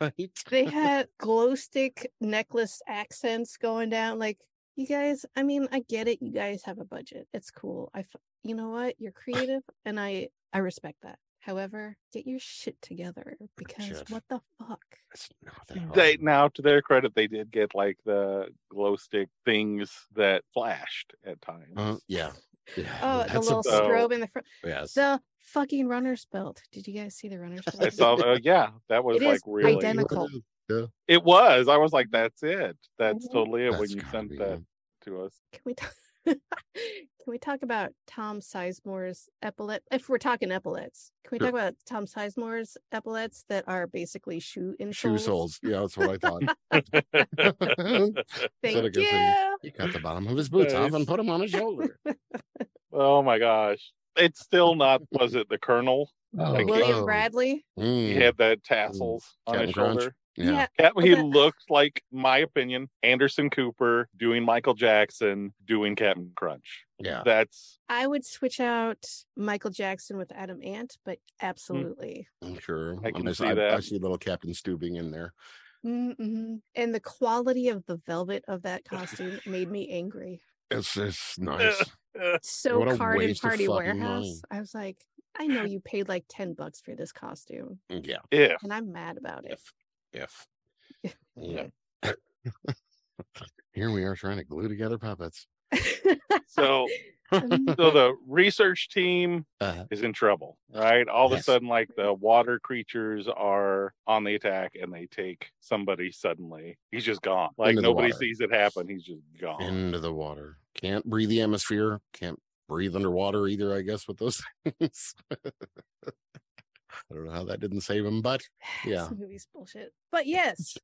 [SPEAKER 3] Right.
[SPEAKER 2] they had glow stick necklace accents going down like you guys i mean i get it you guys have a budget it's cool i f- you know what you're creative and i i respect that however get your shit together because
[SPEAKER 3] shit.
[SPEAKER 2] what the fuck
[SPEAKER 3] It's not that hard.
[SPEAKER 4] they now to their credit they did get like the glow stick things that flashed at times
[SPEAKER 3] Uh, yeah. Yeah.
[SPEAKER 2] oh the
[SPEAKER 3] That's
[SPEAKER 2] little
[SPEAKER 3] about-
[SPEAKER 4] stroke.
[SPEAKER 2] strobe in the front
[SPEAKER 3] Yes.
[SPEAKER 2] the fucking runner's belt did you guys see the runner's belt
[SPEAKER 4] I saw. Uh, yeah, that was
[SPEAKER 2] It
[SPEAKER 4] like
[SPEAKER 2] is
[SPEAKER 4] really.
[SPEAKER 2] identical.
[SPEAKER 4] It was. I was like, "That's it. That's
[SPEAKER 2] Mhm.
[SPEAKER 4] totally it." when
[SPEAKER 3] Mm-hmm. That's
[SPEAKER 4] you
[SPEAKER 3] gotta
[SPEAKER 4] sent
[SPEAKER 3] be
[SPEAKER 4] that
[SPEAKER 3] it.
[SPEAKER 4] to us,
[SPEAKER 2] can we talk can we talk about Tom Sizemore's epaulette? If we're talking epaulets, can we
[SPEAKER 3] Sure.
[SPEAKER 2] talk about Tom Sizemore's epaulets that are basically shoe insoles?
[SPEAKER 3] Shoe soles. Yeah, that's what I thought. Is that a
[SPEAKER 2] Thank
[SPEAKER 3] good
[SPEAKER 2] you.
[SPEAKER 3] thing? he cut the bottom of his boots off and
[SPEAKER 4] Nice.
[SPEAKER 3] put them on his shoulder.
[SPEAKER 4] oh my gosh, it's still not. Was it the Colonel?
[SPEAKER 3] Oh,
[SPEAKER 2] William
[SPEAKER 3] oh,
[SPEAKER 2] Bradley.
[SPEAKER 4] He
[SPEAKER 3] mm,
[SPEAKER 4] had the tassels on
[SPEAKER 3] Captain
[SPEAKER 4] his
[SPEAKER 3] Crunch.
[SPEAKER 4] shoulder.
[SPEAKER 3] yeah.
[SPEAKER 4] Cap- He
[SPEAKER 2] Well,
[SPEAKER 4] looked like, my opinion, Anderson Cooper doing Michael Jackson doing Captain Crunch.
[SPEAKER 3] Yeah.
[SPEAKER 4] That's
[SPEAKER 2] I would switch out Michael Jackson with Adam Ant, but
[SPEAKER 3] Mm.
[SPEAKER 2] absolutely.
[SPEAKER 3] I'm sure.
[SPEAKER 4] I can
[SPEAKER 3] just-
[SPEAKER 4] see
[SPEAKER 3] I, I
[SPEAKER 4] that.
[SPEAKER 3] see little Captain Stubing in there.
[SPEAKER 2] Mm-mm. And the quality of the velvet of that costume made me angry.
[SPEAKER 3] It's it's nice.
[SPEAKER 2] So
[SPEAKER 3] What a
[SPEAKER 2] card and
[SPEAKER 3] waste of
[SPEAKER 2] party
[SPEAKER 3] fucking
[SPEAKER 2] warehouse.
[SPEAKER 3] money.
[SPEAKER 2] I was like, I know you paid like 10 bucks for this costume,
[SPEAKER 3] yeah.
[SPEAKER 4] if
[SPEAKER 2] and I'm mad about it.
[SPEAKER 3] If if yeah. Here we are trying to glue together puppets.
[SPEAKER 4] so.
[SPEAKER 2] Um,
[SPEAKER 4] So the research team
[SPEAKER 3] Uh,
[SPEAKER 4] is in trouble, right? All of a
[SPEAKER 3] Yes.
[SPEAKER 4] sudden, like the water creatures are on the attack and they take somebody suddenly. He's just gone. Like
[SPEAKER 3] Into the
[SPEAKER 4] nobody
[SPEAKER 3] water.
[SPEAKER 4] sees it happen. He's just gone.
[SPEAKER 3] into the water. Can't breathe the atmosphere. Can't breathe underwater either. I guess with those things. I don't know how that didn't save him, but Yeah.
[SPEAKER 2] This movie's bullshit. But yes,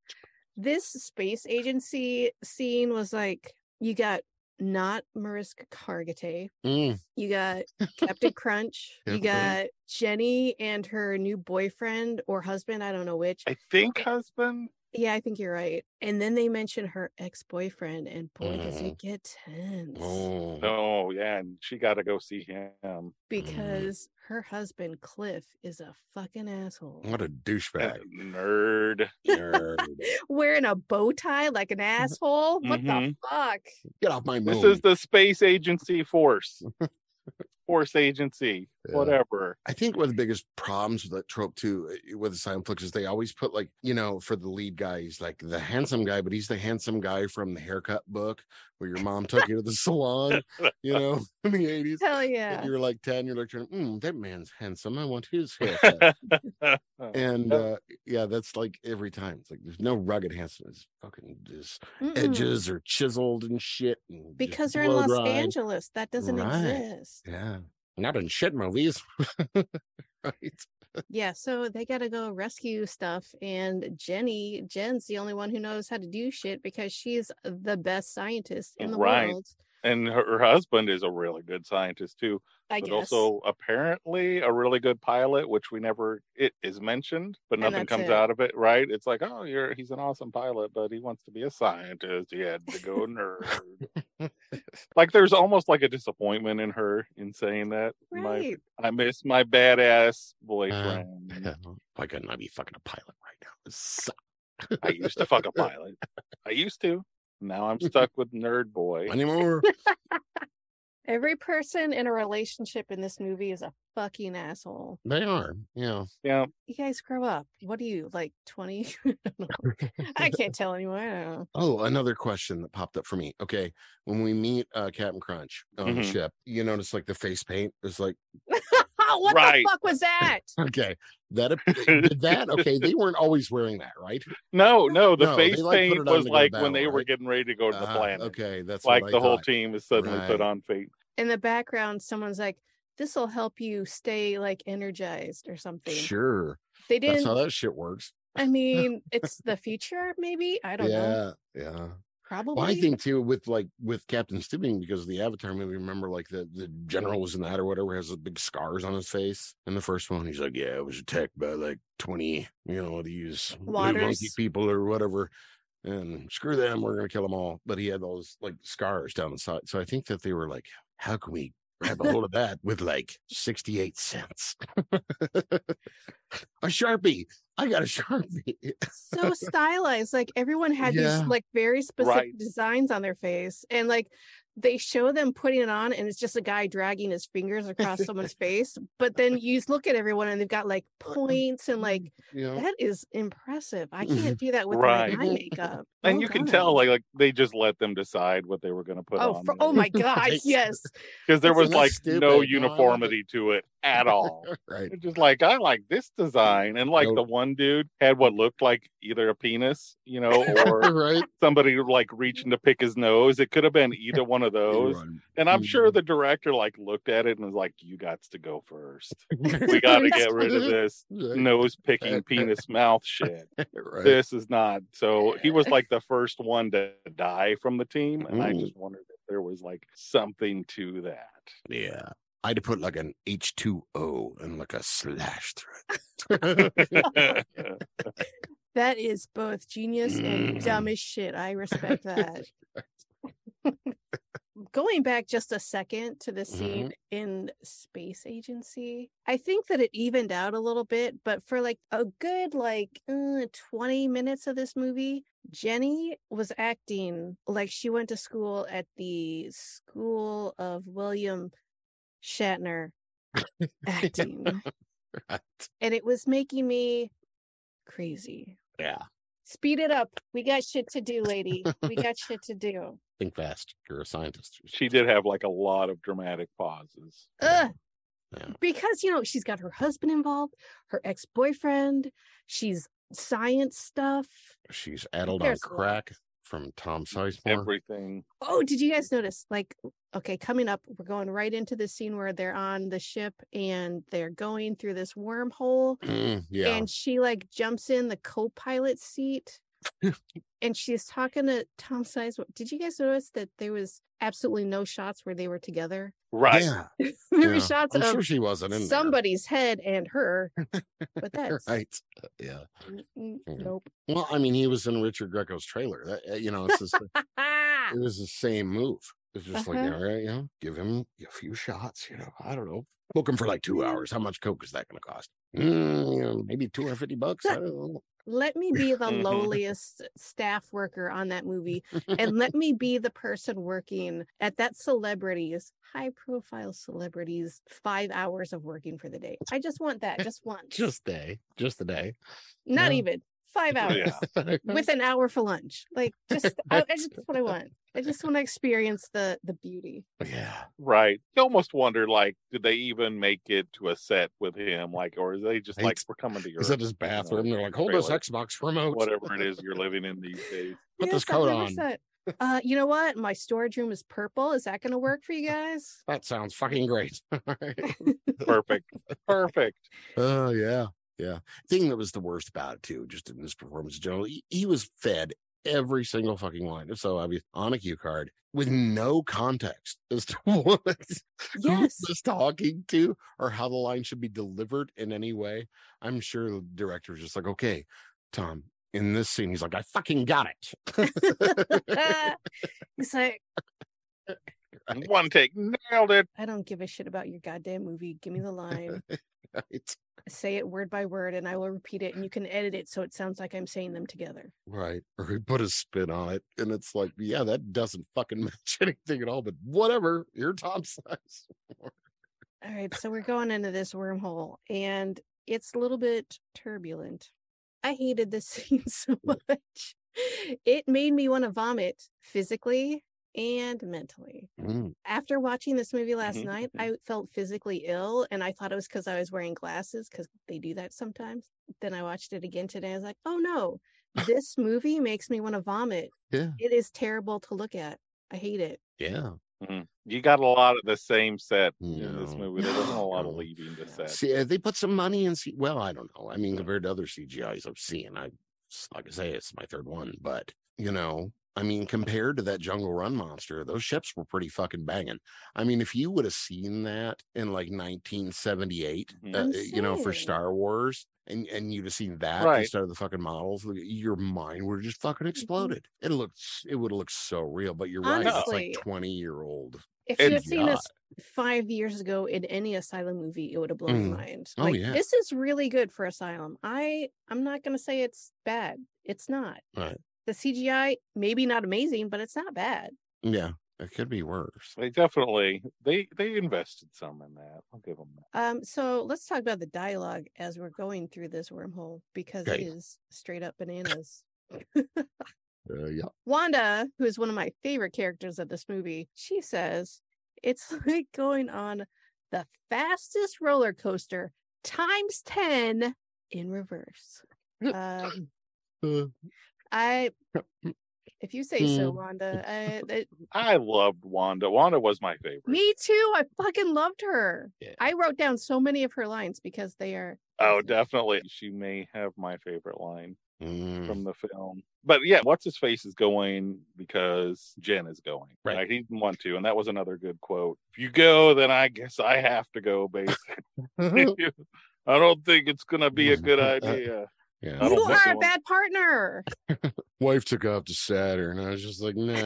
[SPEAKER 2] this space agency scene was like you got not Mariska Hargitay,
[SPEAKER 3] mm,
[SPEAKER 2] you got Captain Crunch, you
[SPEAKER 3] Captain
[SPEAKER 2] got
[SPEAKER 3] Crunch.
[SPEAKER 2] Jenny and her new boyfriend or husband, I don't know which.
[SPEAKER 4] I think husband.
[SPEAKER 2] Yeah, I think you're right. And then they mention her ex boyfriend, and boy, does
[SPEAKER 3] Mhm.
[SPEAKER 2] it get tense
[SPEAKER 3] Oh,
[SPEAKER 4] Oh yeah, and she got to go see him.
[SPEAKER 2] because her husband, Cliff, is a fucking asshole.
[SPEAKER 3] what a douchebag.
[SPEAKER 4] Nerd.
[SPEAKER 3] Nerd.
[SPEAKER 2] Wearing a bow tie like an
[SPEAKER 3] Mm-hmm.
[SPEAKER 2] asshole. What the
[SPEAKER 4] Mhm.
[SPEAKER 2] fuck?
[SPEAKER 3] Get off my moon.
[SPEAKER 4] This is the space agency force. force agency.
[SPEAKER 3] Yeah.
[SPEAKER 4] Whatever.
[SPEAKER 3] I think one of the biggest problems with that trope too, uh, with Silent Flicks, is they always put like, you know, for the lead guy, he's like the handsome guy, but he's the handsome guy from the haircut book where your mom took you to the salon, you know, in the eighties.
[SPEAKER 2] Hell
[SPEAKER 3] When
[SPEAKER 2] yeah.
[SPEAKER 3] you were like ten, you're like, mm, that man's handsome. I want his haircut. and
[SPEAKER 4] Yeah.
[SPEAKER 3] uh, yeah, that's like every time. It's like there's no rugged handsomeness. Fucking just
[SPEAKER 2] Mm-mm.
[SPEAKER 3] edges are chiseled and shit. And just
[SPEAKER 2] Mm-hmm. Because they're in
[SPEAKER 3] blow
[SPEAKER 2] Los
[SPEAKER 3] dry.
[SPEAKER 2] Angeles. That doesn't
[SPEAKER 3] Right.
[SPEAKER 2] exist.
[SPEAKER 3] Yeah, not in shit movies. right.
[SPEAKER 2] Yeah, so they got to go rescue stuff. And Jenny, Jen's the only one who knows how to do shit because she's the best scientist in the
[SPEAKER 4] Right.
[SPEAKER 2] world.
[SPEAKER 4] and her, her husband is a really good scientist too,
[SPEAKER 2] I
[SPEAKER 4] but
[SPEAKER 2] guess.
[SPEAKER 4] also apparently a really good pilot, which we never it is mentioned, but
[SPEAKER 2] And
[SPEAKER 4] nothing
[SPEAKER 2] that's
[SPEAKER 4] comes
[SPEAKER 2] it.
[SPEAKER 4] out of it. Right? It's like, oh, you're he's an awesome pilot, but he wants to be a scientist. He had to go nerd. like, there's almost like a disappointment in her in saying that. My
[SPEAKER 2] right.
[SPEAKER 4] I miss my badass boyfriend.
[SPEAKER 3] Why couldn't I be fucking a pilot right now? This sucks.
[SPEAKER 4] I used to fuck a pilot. I used to. Now I'm stuck with nerd boy.
[SPEAKER 3] anymore.
[SPEAKER 2] Every person in a relationship in this movie is a fucking asshole.
[SPEAKER 3] They are, yeah.
[SPEAKER 4] Yeah,
[SPEAKER 2] You guys grow up. What are you, like 20? I don't know. I can't tell anymore. I don't know.
[SPEAKER 3] Oh, another question that popped up for me. Okay, when we meet uh, Captain Crunch on the
[SPEAKER 4] Mhm.
[SPEAKER 3] ship, you notice like the face paint is like
[SPEAKER 2] what
[SPEAKER 4] Right.
[SPEAKER 2] the fuck was that?
[SPEAKER 3] okay that ap- did that okay. They weren't always wearing that, right?
[SPEAKER 4] No, no, the
[SPEAKER 3] No, they,
[SPEAKER 4] face
[SPEAKER 3] like, put
[SPEAKER 4] paint
[SPEAKER 3] it on
[SPEAKER 4] was
[SPEAKER 3] to go to
[SPEAKER 4] like
[SPEAKER 3] battle,
[SPEAKER 4] when they were
[SPEAKER 3] right?
[SPEAKER 4] getting ready to go to the
[SPEAKER 3] Ah,
[SPEAKER 4] planet.
[SPEAKER 3] okay, that's
[SPEAKER 4] Like
[SPEAKER 3] what I
[SPEAKER 4] the whole
[SPEAKER 3] thought.
[SPEAKER 4] team is suddenly
[SPEAKER 3] Right.
[SPEAKER 4] put on fate.
[SPEAKER 2] In the background, someone's like, this will help you stay like energized or something.
[SPEAKER 3] Sure,
[SPEAKER 2] They
[SPEAKER 3] that's
[SPEAKER 2] didn't
[SPEAKER 3] how that shit works.
[SPEAKER 2] I mean, it's the future, maybe. I don't know.
[SPEAKER 3] Yeah, yeah.
[SPEAKER 2] Probably.
[SPEAKER 3] Well, I think too with like with Captain Stebbing because of the Avatar movie, remember like the the general was in that or whatever has the big scars on his face in the first one. He's like, yeah, I was attacked by like twenty, you know, these blue monkey
[SPEAKER 2] Waters.
[SPEAKER 3] people or whatever, and screw them, we're gonna kill them all. But he had those like scars down the side, so I think that they were like, how can we grab a hold of that with like sixty eight cents, a sharpie? I got a sharpie.
[SPEAKER 2] so stylized. Like everyone had
[SPEAKER 3] Yeah.
[SPEAKER 2] these like very specific
[SPEAKER 4] Right.
[SPEAKER 2] designs on their face. And like they show them putting it on and it's just a guy dragging his fingers across someone's face. But then you s- look at everyone and they've got like
[SPEAKER 3] Mm-hmm.
[SPEAKER 2] points and like
[SPEAKER 3] You know,
[SPEAKER 2] that is impressive. I
[SPEAKER 3] Mm-hmm.
[SPEAKER 2] can't do that with
[SPEAKER 4] Right.
[SPEAKER 2] my eye makeup. Oh
[SPEAKER 4] And
[SPEAKER 3] Oh,
[SPEAKER 2] Well
[SPEAKER 4] you can
[SPEAKER 2] done.
[SPEAKER 4] tell like, like they just let them decide what they were going to put
[SPEAKER 2] Oh,
[SPEAKER 4] on.
[SPEAKER 2] for, oh my god,
[SPEAKER 3] Right.
[SPEAKER 2] yes.
[SPEAKER 4] Because there
[SPEAKER 2] This
[SPEAKER 4] was
[SPEAKER 2] is
[SPEAKER 4] like
[SPEAKER 3] stupid. No, I
[SPEAKER 4] no
[SPEAKER 3] love it.
[SPEAKER 4] uniformity to it at all.
[SPEAKER 3] right?
[SPEAKER 4] They're just like I like this design, and like
[SPEAKER 3] Nope.
[SPEAKER 4] the one dude had what looked like either a penis, you know, or
[SPEAKER 3] Right.
[SPEAKER 4] somebody like reaching to pick his nose. It could have been either one of those. And I'm sure
[SPEAKER 3] Mhm.
[SPEAKER 4] the director like looked at it and was like, "You got to go first. We got to get rid of this nose picking penis mouth shit.
[SPEAKER 3] Right.
[SPEAKER 4] This is not." So he was like the first one to die from the team, and I
[SPEAKER 3] Mm.
[SPEAKER 4] just wondered if there was like something to that.
[SPEAKER 3] Yeah. I'd put like an H2O and like a slash through it.
[SPEAKER 2] That is both genius
[SPEAKER 4] Mm.
[SPEAKER 2] and dumb as shit. I respect that. Going back just a second to the scene in Space Agency, I think that it evened out a little bit, but for like a good like uh, 20 minutes of this movie, Jenny was acting like she went to school at the school of William Shatner acting,
[SPEAKER 3] Right.
[SPEAKER 2] and it was making me crazy
[SPEAKER 3] yeah.
[SPEAKER 2] speed it up. We got shit to do, lady. We got shit to do.
[SPEAKER 3] Think fast. You're a scientist.
[SPEAKER 4] she did have like a lot of dramatic pauses.
[SPEAKER 2] Ugh.
[SPEAKER 3] Yeah.
[SPEAKER 2] Because, you know, she's got her husband involved, her ex boyfriend, she's science stuff.
[SPEAKER 3] She's addled on
[SPEAKER 2] There's a lot.
[SPEAKER 3] crack from Tom Sizemore.
[SPEAKER 4] Everything.
[SPEAKER 2] Oh, did you guys notice? Like, okay, coming up, we're going right into the scene where they're on the ship and they're going through this wormhole.
[SPEAKER 3] Mm, yeah.
[SPEAKER 2] And she like jumps in the co pilot seat. and she's talking to Tom Sizemore. Did you guys notice that there was absolutely no shots where they were together?
[SPEAKER 4] Right.
[SPEAKER 3] Yeah,
[SPEAKER 2] there were
[SPEAKER 3] Yeah.
[SPEAKER 2] shots
[SPEAKER 3] I'm
[SPEAKER 2] of
[SPEAKER 3] sure she wasn't in there.
[SPEAKER 2] somebody's head and her, but that's
[SPEAKER 3] right. Yeah.
[SPEAKER 2] n- n-
[SPEAKER 3] Mm-hmm.
[SPEAKER 2] nope.
[SPEAKER 3] Well, I mean, he was in Richard Greco's trailer. That, uh, you know, it's just,
[SPEAKER 2] Ah!
[SPEAKER 3] it was the same move. It's just like,
[SPEAKER 2] Uh-huh.
[SPEAKER 3] all right, you know, give him a few shots. You know, I don't know. Book him for like two
[SPEAKER 2] Yeah.
[SPEAKER 3] hours. How much coke is that going to cost? Mm, you know, maybe two hundred fifty bucks. I don't know.
[SPEAKER 2] Let me be the
[SPEAKER 4] Mhm.
[SPEAKER 2] lowliest staff worker on that movie, and let me be the person working at that celebrity's high profile celebrities five hours of working for the day. I just want that, just once,
[SPEAKER 3] Just day, just a day.
[SPEAKER 2] not
[SPEAKER 3] yeah.
[SPEAKER 2] even five hours.
[SPEAKER 4] Yeah.
[SPEAKER 2] with an hour for lunch. Like just I, I
[SPEAKER 3] That's-
[SPEAKER 2] just what I want. I just want to experience the the beauty.
[SPEAKER 3] yeah.
[SPEAKER 4] Right. You almost wonder, like, did they even make it to a set with him? Like, or is they just
[SPEAKER 3] Right.
[SPEAKER 4] like, we're coming to your
[SPEAKER 3] He's at his
[SPEAKER 4] you know,
[SPEAKER 3] bathroom. They're like, hold this
[SPEAKER 4] trailer,
[SPEAKER 3] Xbox remote.
[SPEAKER 4] whatever it is you're living in these days.
[SPEAKER 3] Put this coat on.
[SPEAKER 2] 100%. Uh, you know what? My storage room is purple. Is that going to work for you guys?
[SPEAKER 3] That sounds fucking great. All right.
[SPEAKER 4] Perfect. Perfect.
[SPEAKER 3] Oh yeah, yeah. Thing that was the worst about it too, just in this performance in general, he, he was fed every single fucking line. It's so obvious on a cue card with no context as to what
[SPEAKER 2] Yes.
[SPEAKER 3] was talking to or how the line should be delivered in any way. I'm sure the director was just like, okay, Tom. In this scene, he's like, "I fucking got it."
[SPEAKER 2] He's like,
[SPEAKER 3] Right.
[SPEAKER 4] One take, nailed it.
[SPEAKER 2] I don't give a shit about your goddamn movie. Give me the line.
[SPEAKER 3] right,
[SPEAKER 2] Say it word by word, and I will repeat it. And you can edit it so it sounds like I'm saying them together.
[SPEAKER 3] right. Or he put a spin on it, and it's like, yeah, that doesn't fucking match anything at all. But whatever, you're Tom size.
[SPEAKER 2] All right, so we're going into this wormhole, and it's a little bit turbulent. I hated this scene so much. It made me want to vomit physically and mentally. After watching this movie last
[SPEAKER 4] Mhm,
[SPEAKER 3] Mm-hmm,
[SPEAKER 2] night,
[SPEAKER 4] mhm.
[SPEAKER 2] I felt physically ill, and I thought it was because I was wearing glasses because they do that sometimes. Then I watched it again today. I was like, oh no, this movie makes me want to vomit.
[SPEAKER 3] Yeah.
[SPEAKER 2] It is terrible to look at. I hate it.
[SPEAKER 3] Yeah.
[SPEAKER 4] You got a lot of the same set in this
[SPEAKER 3] No.
[SPEAKER 4] movie. There wasn't a lot of
[SPEAKER 3] No.
[SPEAKER 4] leaving the
[SPEAKER 2] No.
[SPEAKER 4] set.
[SPEAKER 3] See, uh, they put some money in. C- well, I don't know. I mean, compared to other CGIs I've seen, I like I say, it's my third one, but you know, I mean, compared to that Jungle Run monster, those ships were pretty fucking banging. I mean, if you would have seen that in like 1978,
[SPEAKER 4] Mhm.
[SPEAKER 3] uh,
[SPEAKER 2] I'm
[SPEAKER 3] you know, for
[SPEAKER 2] saying.
[SPEAKER 3] Star Wars. And, and you'd have seen that
[SPEAKER 4] Right.
[SPEAKER 3] instead of the fucking models, your mind would have just fucking
[SPEAKER 2] Mm-hmm.
[SPEAKER 3] exploded. It looked, s- it would have looked so real. But you're right, it's
[SPEAKER 2] Honestly.
[SPEAKER 3] like twenty year old.
[SPEAKER 2] If you
[SPEAKER 4] And
[SPEAKER 2] had seen
[SPEAKER 3] yeah.
[SPEAKER 2] this five years ago in any asylum movie, it would have blown
[SPEAKER 3] Mm.
[SPEAKER 2] your mind.
[SPEAKER 3] Oh,
[SPEAKER 2] Like
[SPEAKER 3] yeah.
[SPEAKER 2] this is really good for asylum. I I'm not gonna say it's bad. It's not.
[SPEAKER 3] Right.
[SPEAKER 2] The CGI maybe not amazing, but it's not bad.
[SPEAKER 3] Yeah, it could be worse.
[SPEAKER 4] They definitely they they invested some in that. I'll give them that.
[SPEAKER 2] Um, so let's talk about the dialogue as we're going through this wormhole because
[SPEAKER 3] Okay.
[SPEAKER 2] it is straight up bananas.
[SPEAKER 3] Uh, yeah.
[SPEAKER 2] Wanda, who is one of my favorite characters of this movie, she says it's like going on the fastest roller coaster times 10 in reverse. Um,
[SPEAKER 3] Uh,
[SPEAKER 2] I, if you say so,
[SPEAKER 3] Hmm.
[SPEAKER 2] Wanda, I, it-
[SPEAKER 4] I loved Wanda. Wanda was my favorite.
[SPEAKER 2] me too. I fucking loved her.
[SPEAKER 3] Yeah.
[SPEAKER 2] I wrote down so many of her lines because they are.
[SPEAKER 4] Oh,
[SPEAKER 2] awesome.
[SPEAKER 4] definitely. She may have my favorite line
[SPEAKER 3] Mm.
[SPEAKER 4] from the film. But yeah, what's his face is going because Jen is going.
[SPEAKER 3] Right.
[SPEAKER 4] Like, he didn't want to, and that was another good quote. If you go, then I guess I have to go. Basically,
[SPEAKER 2] Mm-hmm.
[SPEAKER 4] I don't think it's gonna be a good idea. I
[SPEAKER 3] yeah.
[SPEAKER 4] don't
[SPEAKER 2] You
[SPEAKER 4] think
[SPEAKER 2] are a
[SPEAKER 4] so.
[SPEAKER 2] bad partner.
[SPEAKER 3] Wife took off to Saturn. I was just like, nah,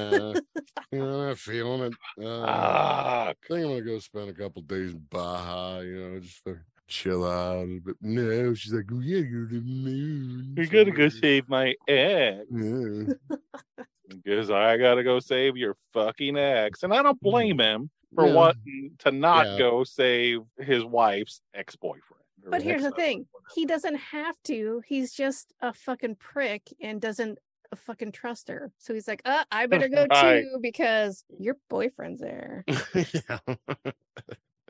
[SPEAKER 3] you know, I'm not feeling it. Uh,
[SPEAKER 4] Ah,
[SPEAKER 3] I think I'm gonna go spend a couple days in Baja, you know, just for chill out. But no, she's like, we gotta go to the moon.
[SPEAKER 4] you gotta go save my ex
[SPEAKER 3] Yeah.
[SPEAKER 4] because I gotta go save your fucking ex, and I don't blame him for
[SPEAKER 3] Mm-hmm. Yeah.
[SPEAKER 4] wanting to not
[SPEAKER 3] Yeah.
[SPEAKER 4] go save his wife's ex boyfriend.
[SPEAKER 2] But here's the thing he doesn't have to. He's just a fucking prick and doesn't uh, fucking trust her. So he's like, uh, I better go
[SPEAKER 4] Right.
[SPEAKER 2] too because your boyfriend's there.
[SPEAKER 3] yeah.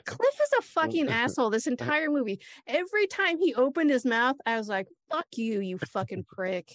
[SPEAKER 2] Cliff is a fucking asshole this entire movie. Every time he opened his mouth, I was like, fuck you, you fucking prick.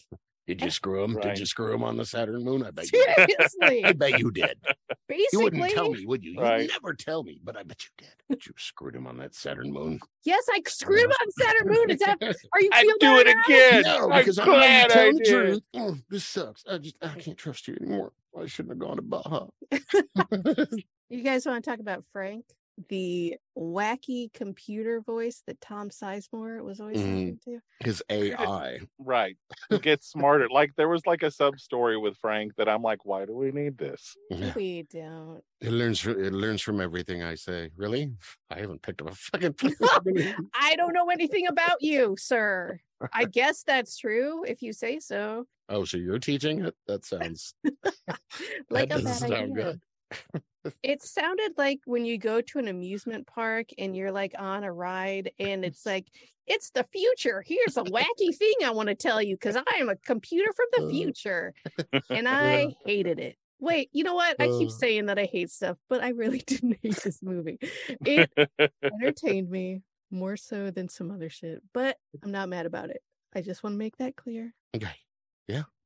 [SPEAKER 3] Did you screw him? Did you
[SPEAKER 4] Right.
[SPEAKER 3] screw him on the Saturn moon? I bet you did.
[SPEAKER 2] Seriously.
[SPEAKER 3] I bet you did. You wouldn't tell
[SPEAKER 2] Basically.
[SPEAKER 3] me, would you? You
[SPEAKER 4] Right.
[SPEAKER 3] would never tell me, but I bet you did. But you screwed him on that Saturn moon.
[SPEAKER 2] Yes, I screwed him on Saturn Moon. Is that are you
[SPEAKER 4] I
[SPEAKER 2] feeling
[SPEAKER 4] do it
[SPEAKER 2] better now?
[SPEAKER 4] again.
[SPEAKER 3] no,
[SPEAKER 4] I'm
[SPEAKER 3] because I'm
[SPEAKER 4] glad
[SPEAKER 3] not
[SPEAKER 4] I
[SPEAKER 3] telling
[SPEAKER 4] did.
[SPEAKER 3] the truth. Oh, this sucks. I just I can't trust you anymore. I shouldn't have gone to Baja.
[SPEAKER 2] You guys want to talk about Frank? The wacky computer voice that Tom Sizemore was always
[SPEAKER 3] Mhm.
[SPEAKER 2] listening to.
[SPEAKER 3] His AI.
[SPEAKER 4] Right. Get smarter. Like there was like a sub story with Frank that I'm like, why do we need this?
[SPEAKER 3] Yeah.
[SPEAKER 2] We don't.
[SPEAKER 3] It learns. fr- It learns from everything I say. Really? I haven't picked up a fucking. thing.
[SPEAKER 2] I don't know anything about you, sir. I guess that's true if you say so.
[SPEAKER 3] oh, so you're teaching it? That sounds.
[SPEAKER 2] Like
[SPEAKER 3] that
[SPEAKER 2] a bad
[SPEAKER 3] doesn't sound
[SPEAKER 2] idea.
[SPEAKER 3] good.
[SPEAKER 2] It sounded like when you go to an amusement park and you're like on a ride and it's like, it's the future. Here's a wacky thing I want to tell you because I am a computer from the
[SPEAKER 3] Uh.
[SPEAKER 2] future. And I hated it. Wait, you know what? I keep
[SPEAKER 3] Uh.
[SPEAKER 2] saying that I hate stuff, but I really didn't hate this movie. It entertained me more so than some other shit, but I'm not mad about it. I just want to make that clear.
[SPEAKER 3] Okay.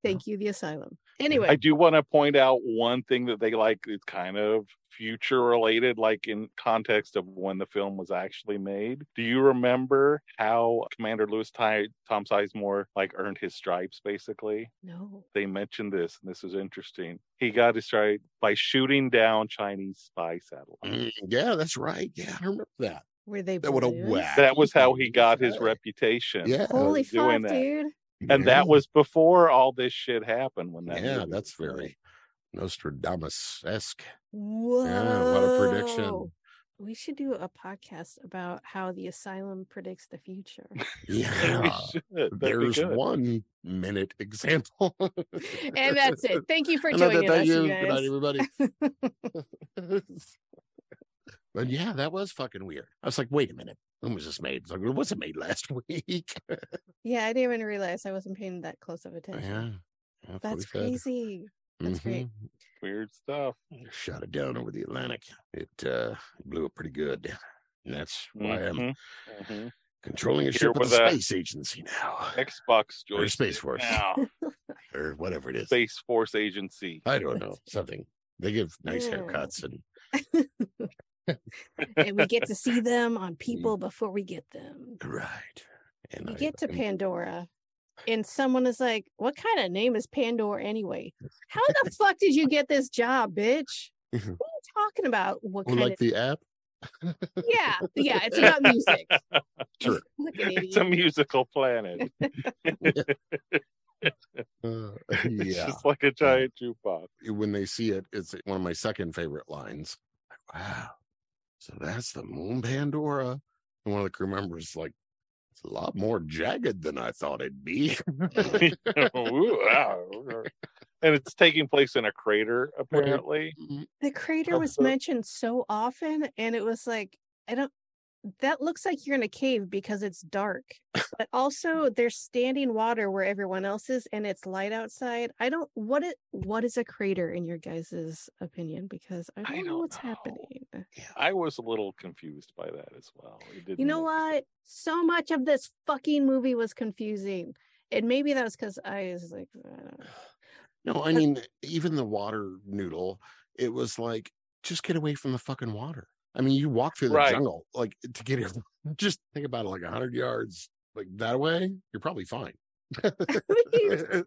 [SPEAKER 2] Thank you, the asylum. Anyway,
[SPEAKER 4] Uh-huh. I do want to point out one thing that they like it's kind of future related, like in context of when the film was actually made. Do you remember how Commander Lewis Ty- Tom Sizemore like earned his stripes basically?
[SPEAKER 2] no.
[SPEAKER 4] They mentioned this, and this was interesting. He got his stripe by shooting down Chinese spy satellites.
[SPEAKER 3] Mm, Yeah, that's right. Yeah, I remember that.
[SPEAKER 2] Were they
[SPEAKER 3] That would have
[SPEAKER 2] balloons?
[SPEAKER 3] whacked.
[SPEAKER 4] That was how he got his
[SPEAKER 3] Yeah.
[SPEAKER 4] reputation.
[SPEAKER 3] Yeah.
[SPEAKER 2] Holy fuck,
[SPEAKER 4] doing that.
[SPEAKER 2] dude.
[SPEAKER 4] And that was before all this shit happened. When that
[SPEAKER 3] yeah,
[SPEAKER 4] movie
[SPEAKER 3] that's
[SPEAKER 4] was made.
[SPEAKER 3] very Nostradamus esque.
[SPEAKER 2] Whoa.
[SPEAKER 3] lot of prediction.
[SPEAKER 2] Oh. We should do a podcast about how the asylum predicts the future.
[SPEAKER 4] We
[SPEAKER 3] Yeah.
[SPEAKER 4] should. That'd be
[SPEAKER 3] There's
[SPEAKER 4] good.
[SPEAKER 3] one minute example.
[SPEAKER 2] and that's it. Thank you for
[SPEAKER 3] And I
[SPEAKER 2] joining
[SPEAKER 3] thank
[SPEAKER 2] us,
[SPEAKER 3] you.
[SPEAKER 2] you
[SPEAKER 3] Good night,
[SPEAKER 2] guys.
[SPEAKER 3] everybody. but yeah, that was fucking weird. I was like, wait a minute. When was this made? It's like, it wasn't made last week.
[SPEAKER 2] Yeah, I didn't even realize I wasn't paying that close of attention.
[SPEAKER 3] yeah. yeah,
[SPEAKER 2] That's
[SPEAKER 3] 45.
[SPEAKER 2] crazy. That's great.
[SPEAKER 4] Weird stuff.
[SPEAKER 3] Mhm. Mm-hmm. Shot it down over the Atlantic. It uh, blew up pretty good. And that's why um, I'm
[SPEAKER 4] Mhm. Mhm.
[SPEAKER 3] controlling a
[SPEAKER 4] Here
[SPEAKER 3] ship with
[SPEAKER 4] with
[SPEAKER 3] the
[SPEAKER 4] a-
[SPEAKER 3] space agency now,
[SPEAKER 4] Xbox
[SPEAKER 3] Or
[SPEAKER 4] joystick.
[SPEAKER 3] Space Force.
[SPEAKER 4] Now.
[SPEAKER 3] or whatever it is.
[SPEAKER 4] Space Force Agency.
[SPEAKER 3] I don't know. Something. They give nice
[SPEAKER 2] Yeah.
[SPEAKER 3] haircuts and
[SPEAKER 2] and we get to see them on people before we get them.
[SPEAKER 3] right. And
[SPEAKER 2] We
[SPEAKER 3] I
[SPEAKER 2] get to
[SPEAKER 3] am-
[SPEAKER 2] Pandora, and someone is like, What kind of name is Pandora anyway? How the fuck did you get this job, bitch? What are you talking about? What
[SPEAKER 3] Oh,
[SPEAKER 2] kind
[SPEAKER 3] like the app.
[SPEAKER 2] of yeah, yeah, it's about music.
[SPEAKER 3] Sure.
[SPEAKER 2] Fucking
[SPEAKER 4] It's a
[SPEAKER 2] idiot.
[SPEAKER 4] musical planet.
[SPEAKER 3] Uh,
[SPEAKER 4] It's
[SPEAKER 3] yeah.
[SPEAKER 4] just like a giant jukebox.
[SPEAKER 3] when they see it, it's one of my second favorite lines. Like, wow. So that's the moon Pandora. And one of the crew members is like, it's a lot more jagged than I thought it'd be.
[SPEAKER 4] Ooh, wow. And it's taking place in a crater, apparently.
[SPEAKER 3] Mm,
[SPEAKER 2] the crater was
[SPEAKER 4] Uh-huh.
[SPEAKER 2] mentioned so often, and it was like, I don't. That looks like you're in a cave because it's dark, but also there's standing water where everyone else is, and it's light outside. I don't. What it? What is a crater in your guys' opinion? Because I don't, know
[SPEAKER 4] don't
[SPEAKER 2] what's
[SPEAKER 4] know.
[SPEAKER 2] happening.
[SPEAKER 4] I was a little confused by that as well. It
[SPEAKER 2] You
[SPEAKER 4] didn't
[SPEAKER 2] know
[SPEAKER 4] make sense.
[SPEAKER 2] what? So much of this fucking movie was confusing, and maybe that was because I was like, I don't know.
[SPEAKER 3] No, I mean, even the water noodle, it was like, just get away from the fucking water. I mean, you walk through the
[SPEAKER 4] Right.
[SPEAKER 3] jungle, like to get it. Just think about it like 100 yards, like that way, you're probably fine.
[SPEAKER 4] There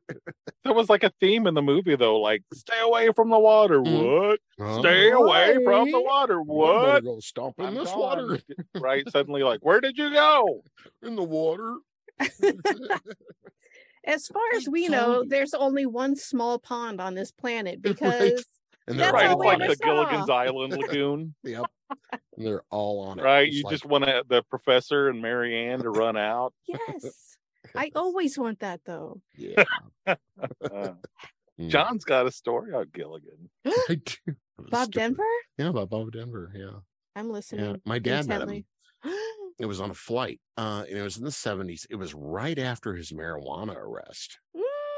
[SPEAKER 4] was like a theme in the movie, though, like stay away from the water.
[SPEAKER 2] Mm.
[SPEAKER 3] Mhm.
[SPEAKER 4] What? Stay away from the
[SPEAKER 3] Right?
[SPEAKER 4] water.
[SPEAKER 3] I'm gonna
[SPEAKER 4] What?
[SPEAKER 3] Go stomp in
[SPEAKER 4] I'm
[SPEAKER 3] this
[SPEAKER 4] gone.
[SPEAKER 3] water,
[SPEAKER 4] right? Suddenly, like, where did you go?
[SPEAKER 3] in the water.
[SPEAKER 2] As far as
[SPEAKER 3] Like,
[SPEAKER 2] we know,
[SPEAKER 3] totally.
[SPEAKER 2] there's only one small pond on this planet
[SPEAKER 3] Right.
[SPEAKER 2] because That's
[SPEAKER 3] And they're
[SPEAKER 4] right,
[SPEAKER 2] all
[SPEAKER 3] all
[SPEAKER 4] it's
[SPEAKER 2] we
[SPEAKER 4] like
[SPEAKER 3] on
[SPEAKER 2] ever
[SPEAKER 4] the
[SPEAKER 3] it.
[SPEAKER 2] saw.
[SPEAKER 4] Gilligan's Island Lagoon,
[SPEAKER 3] Yep. And they're all on it.
[SPEAKER 4] right?
[SPEAKER 3] It's
[SPEAKER 4] you
[SPEAKER 3] like,
[SPEAKER 4] just want to, the professor and Marianne to run out.
[SPEAKER 2] yes, I always want that though.
[SPEAKER 3] yeah.
[SPEAKER 4] Uh,
[SPEAKER 3] Mm.
[SPEAKER 4] John's got a story on Gilligan.
[SPEAKER 3] I do. It was
[SPEAKER 2] Bob
[SPEAKER 3] stupid.
[SPEAKER 2] Denver,
[SPEAKER 3] Yeah, about Bob Denver. Yeah.
[SPEAKER 2] I'm
[SPEAKER 3] Yeah.
[SPEAKER 2] listening.
[SPEAKER 3] My dad met him.
[SPEAKER 2] intently.
[SPEAKER 3] It was on a flight. Uh, and it was in the 70s. It was right after his marijuana arrest,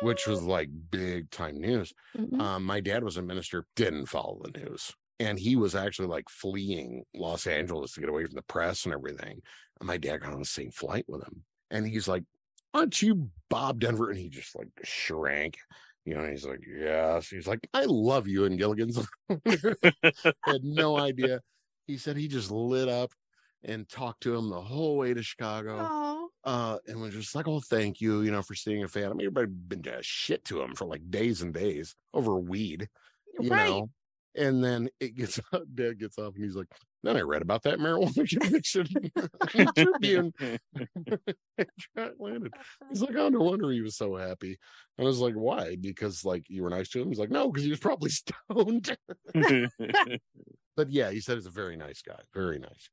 [SPEAKER 3] which was like big time news.
[SPEAKER 2] Mhm.
[SPEAKER 3] Um, my dad was a minister, didn't follow the news. And he was actually like fleeing Los Angeles to get away from the press and everything. And my dad got on the same flight with him. And he's like, aren't you Bob Denver? And he just like shrank. You know, and he's like, yes. He's like, I love you. And Gilligan's had no idea. He said he just lit up and talked to him the whole way to Chicago
[SPEAKER 2] Oh,
[SPEAKER 3] uh, and was just like, "Oh, thank you, you know, for seeing a fan." I mean, everybody been doing shit to him for like days and days over weed, you
[SPEAKER 2] right.
[SPEAKER 3] know. And then it gets up, Dad gets up, and he's like, "Then I read about that marijuana conviction in the Tribune." landed. He's like, "Oh, no wonder he was so happy." I was like, "Why?" Because like you were nice to him. He's like, "No, because he was probably stoned." But yeah, he said he's a very nice guy, very nice.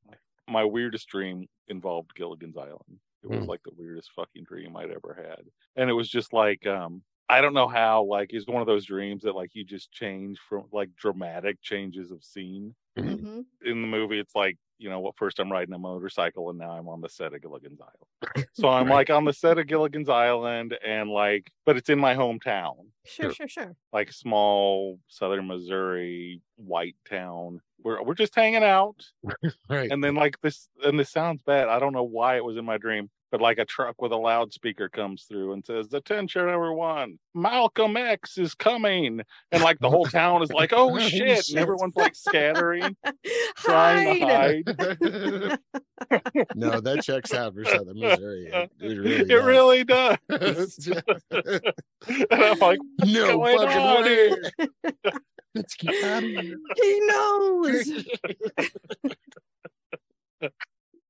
[SPEAKER 4] my weirdest dream involved Gilligan's Island. It was
[SPEAKER 3] Mm.
[SPEAKER 4] like the weirdest fucking dream I'd ever had. And it was just like um I don't know how like it's one of those dreams that like you just change from like dramatic changes of scene.
[SPEAKER 2] hmm
[SPEAKER 4] In the movie it's like, you know, what first I'm riding a motorcycle and now I'm on the set of Gilligan's Island. So I'm
[SPEAKER 3] Right.
[SPEAKER 4] like on the set of Gilligan's Island and like but it's in my hometown
[SPEAKER 2] Sure, sure,
[SPEAKER 3] Sure.
[SPEAKER 2] sure.
[SPEAKER 4] like small southern Missouri white town. We're we're just hanging out,
[SPEAKER 3] Right?
[SPEAKER 4] and then like this, and this sounds bad. I don't know why it was in my dream, but like a truck with a loudspeaker comes through and says, "Attention, everyone! Malcolm X is coming!" And like the whole town is like, "Oh
[SPEAKER 3] Oh,
[SPEAKER 4] shit!"
[SPEAKER 3] shit.
[SPEAKER 4] And everyone's like scattering, trying to
[SPEAKER 2] Hide.
[SPEAKER 4] hide.
[SPEAKER 3] no, that checks out for Southern Missouri. It, it really,
[SPEAKER 4] it
[SPEAKER 3] does.
[SPEAKER 4] really does.
[SPEAKER 3] It's just-
[SPEAKER 4] and I'm like,
[SPEAKER 3] no
[SPEAKER 4] going on
[SPEAKER 3] fucking way. Let's get out of here.
[SPEAKER 2] He knows.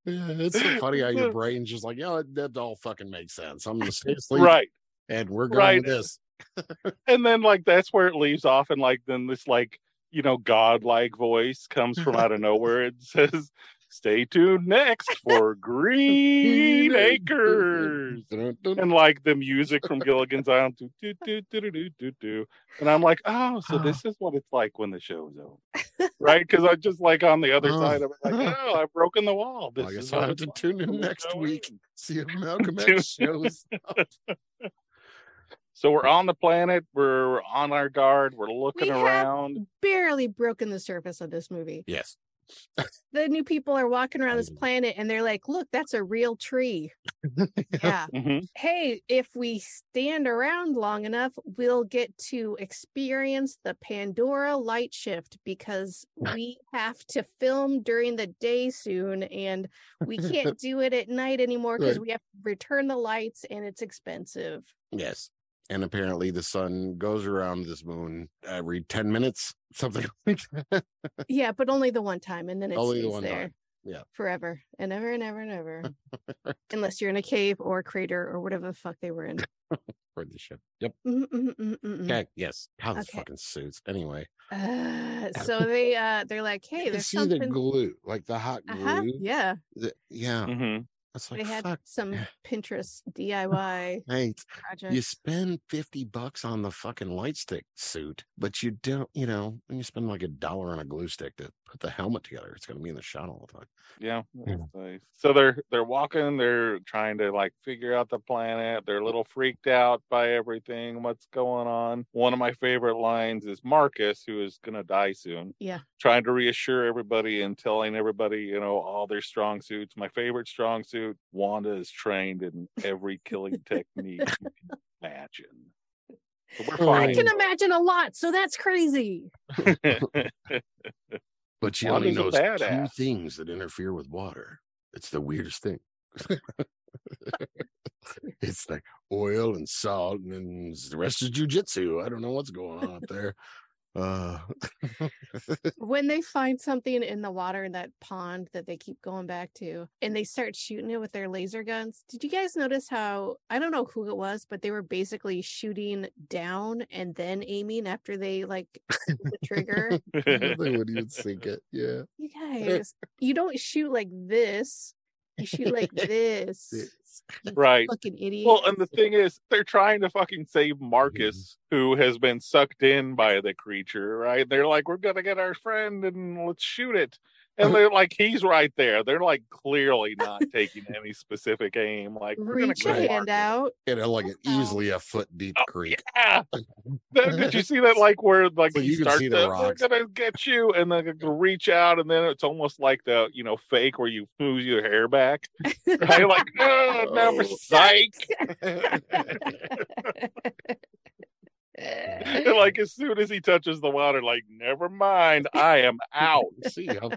[SPEAKER 3] Yeah, it's so funny how your brain's just like, yeah, that, that all fucking makes sense. I'm gonna stay asleep
[SPEAKER 4] right.
[SPEAKER 3] and we're going
[SPEAKER 4] Right.
[SPEAKER 3] to this.
[SPEAKER 4] and then like that's where it leaves off and like then this like you know godlike voice comes from out of nowhere and says stay tuned next for green acres
[SPEAKER 3] Dun, dun, dun.
[SPEAKER 4] and like the music from gilligan's island do, do, do, do, do, do, do, do. and i'm like oh so this is what it's like when the show's over right because i'm just like on the other
[SPEAKER 3] Oh.
[SPEAKER 4] side of it like oh i've broken the wall this
[SPEAKER 3] I
[SPEAKER 4] is
[SPEAKER 3] guess
[SPEAKER 4] what
[SPEAKER 3] I'll have
[SPEAKER 4] it's
[SPEAKER 3] to
[SPEAKER 4] like
[SPEAKER 3] tune
[SPEAKER 4] when
[SPEAKER 3] in
[SPEAKER 4] the
[SPEAKER 3] next
[SPEAKER 4] show
[SPEAKER 3] week.
[SPEAKER 4] ends.
[SPEAKER 3] See if Malcolm
[SPEAKER 4] Tune-
[SPEAKER 3] X shows. up.
[SPEAKER 4] so we're on the planet we're on our guard we're looking
[SPEAKER 2] have-
[SPEAKER 4] around
[SPEAKER 2] Barely broken the surface of this movie.
[SPEAKER 3] Yes.
[SPEAKER 2] The new people are walking around this
[SPEAKER 3] Mhm.
[SPEAKER 2] planet and they're like, look, that's a real tree. yeah.
[SPEAKER 4] Mhm.
[SPEAKER 2] Hey, if we stand around long enough, we'll get to experience the Pandora light shift because we have to film during the day soon and we can't do it at night anymore because
[SPEAKER 3] Right.
[SPEAKER 2] we have to return the lights and it's expensive.
[SPEAKER 3] Yes. And apparently the sun goes around this moon every 10 minutes, something like that.
[SPEAKER 2] Yeah, but only the one time, and then it
[SPEAKER 3] Only the
[SPEAKER 2] stays
[SPEAKER 3] one
[SPEAKER 2] there.
[SPEAKER 3] time. Yeah.
[SPEAKER 2] forever and ever and ever and ever, unless you're in a cave or a crater or whatever the fuck they were in.
[SPEAKER 3] For the ship. Yep.
[SPEAKER 2] Mm, mm, mm, mm, mm.
[SPEAKER 3] Okay. Yes. How this
[SPEAKER 2] Okay.
[SPEAKER 3] fucking suits. Anyway.
[SPEAKER 2] Uh, so they uh they're like, hey,
[SPEAKER 3] you can
[SPEAKER 2] there's
[SPEAKER 3] see
[SPEAKER 2] something.
[SPEAKER 3] the glue, like the hot glue.
[SPEAKER 2] uh-huh. Yeah,
[SPEAKER 3] The- yeah.
[SPEAKER 4] Mhm.
[SPEAKER 3] That's
[SPEAKER 2] they
[SPEAKER 3] like,
[SPEAKER 2] had
[SPEAKER 3] fuck,
[SPEAKER 2] some
[SPEAKER 3] yeah.
[SPEAKER 2] Pinterest DIY
[SPEAKER 3] mate.
[SPEAKER 2] project.
[SPEAKER 3] You spend 50 bucks on the fucking light stick suit, but you don't, you know, when you spend like a dollar on a glue stick to put the helmet together, it's going to be in the shot all the time.
[SPEAKER 4] Yeah.
[SPEAKER 3] Yeah.
[SPEAKER 4] that's nice. So they're they're walking, they're trying to like figure out the planet. They're a little freaked out by everything, what's going on. One of my favorite lines is Marcus, who is gonna die soon.
[SPEAKER 2] Yeah.
[SPEAKER 4] Trying to reassure everybody and telling everybody, you know, all their strong suits. My favorite strong suit, Wanda is trained in every killing technique you can imagine. So we're
[SPEAKER 3] Well, I
[SPEAKER 2] I
[SPEAKER 4] fine.
[SPEAKER 2] can imagine a lot, so that's crazy.
[SPEAKER 3] But she
[SPEAKER 4] Water's
[SPEAKER 3] only
[SPEAKER 4] a
[SPEAKER 3] knows two
[SPEAKER 4] badass.
[SPEAKER 3] things that interfere with water. It's the weirdest thing. it's like oil and salt, and then the rest is jujitsu. I don't know what's going on up there. Uh,
[SPEAKER 2] when they find something in the water in that pond that they keep going back to and they start shooting it with their laser guns did you guys notice how i don't know who it was but they were basically shooting down and then aiming after they like pulled the trigger
[SPEAKER 3] they wouldn't even sink it. Yeah.
[SPEAKER 2] you guys you don't shoot like this you shoot like this
[SPEAKER 4] right.
[SPEAKER 2] fucking idiot
[SPEAKER 4] Well, and the thing is, they're trying to fucking save Marcus,
[SPEAKER 3] Mhm.
[SPEAKER 4] who has been sucked in by the creature, right? They're like, we're going to get our friend and let's shoot it.
[SPEAKER 3] Uh-huh.
[SPEAKER 4] And they're like, he's right there. They're like clearly not taking any specific aim. Like, we're gonna
[SPEAKER 2] Reach a
[SPEAKER 3] go
[SPEAKER 4] kill
[SPEAKER 2] hand out.
[SPEAKER 3] in a, uh, like an
[SPEAKER 2] Wow.
[SPEAKER 3] easily a foot deep
[SPEAKER 4] Oh,
[SPEAKER 3] creek.
[SPEAKER 4] Yeah. That- Did you see that? Like where like
[SPEAKER 3] So
[SPEAKER 4] he
[SPEAKER 3] you can
[SPEAKER 4] starts
[SPEAKER 3] see
[SPEAKER 4] to,
[SPEAKER 3] the
[SPEAKER 4] we're
[SPEAKER 3] rocks.
[SPEAKER 4] gonna get you, and then it can reach out, and then it's almost like the you know fake where you move your hair back. Right? like oh, no, for
[SPEAKER 3] Oh.
[SPEAKER 4] psych. And,
[SPEAKER 2] Uh,
[SPEAKER 4] like as soon as he touches the water, like never mind, I am out.
[SPEAKER 3] See how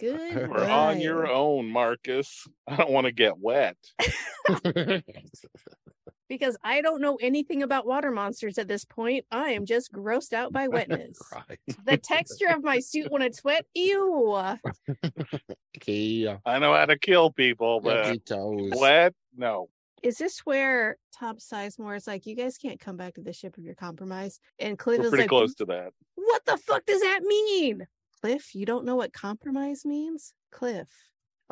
[SPEAKER 2] Good.
[SPEAKER 4] We're on your
[SPEAKER 2] night.
[SPEAKER 4] own, Marcus. I don't want to get wet.
[SPEAKER 2] Because I don't know anything about water monsters at this point. I am just grossed out by wetness.
[SPEAKER 3] right.
[SPEAKER 2] the texture of my suit when it's wet. Ew.
[SPEAKER 3] Okay,
[SPEAKER 4] I know how to kill people, but
[SPEAKER 3] yucky toes.
[SPEAKER 4] wet, no.
[SPEAKER 2] Is this where Tom Sizemore is like, you guys can't come back to the ship if you're compromised? And Cliff
[SPEAKER 4] We're
[SPEAKER 2] is
[SPEAKER 4] pretty
[SPEAKER 2] like,
[SPEAKER 4] close to that.
[SPEAKER 2] what the fuck does that mean? Cliff, you don't know what compromise means? Cliff.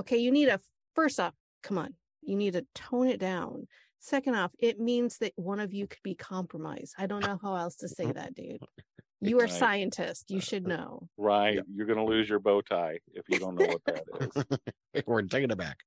[SPEAKER 2] Okay, you need a first off, come on. You need to tone it down. Second off, it means that one of you could be compromised. I don't know how else to say that, dude. You are
[SPEAKER 4] Right.
[SPEAKER 2] scientist. You should know.
[SPEAKER 4] Right.
[SPEAKER 3] Yep.
[SPEAKER 4] You're gonna lose your bow tie if you don't know what that is.
[SPEAKER 3] We're taking it back.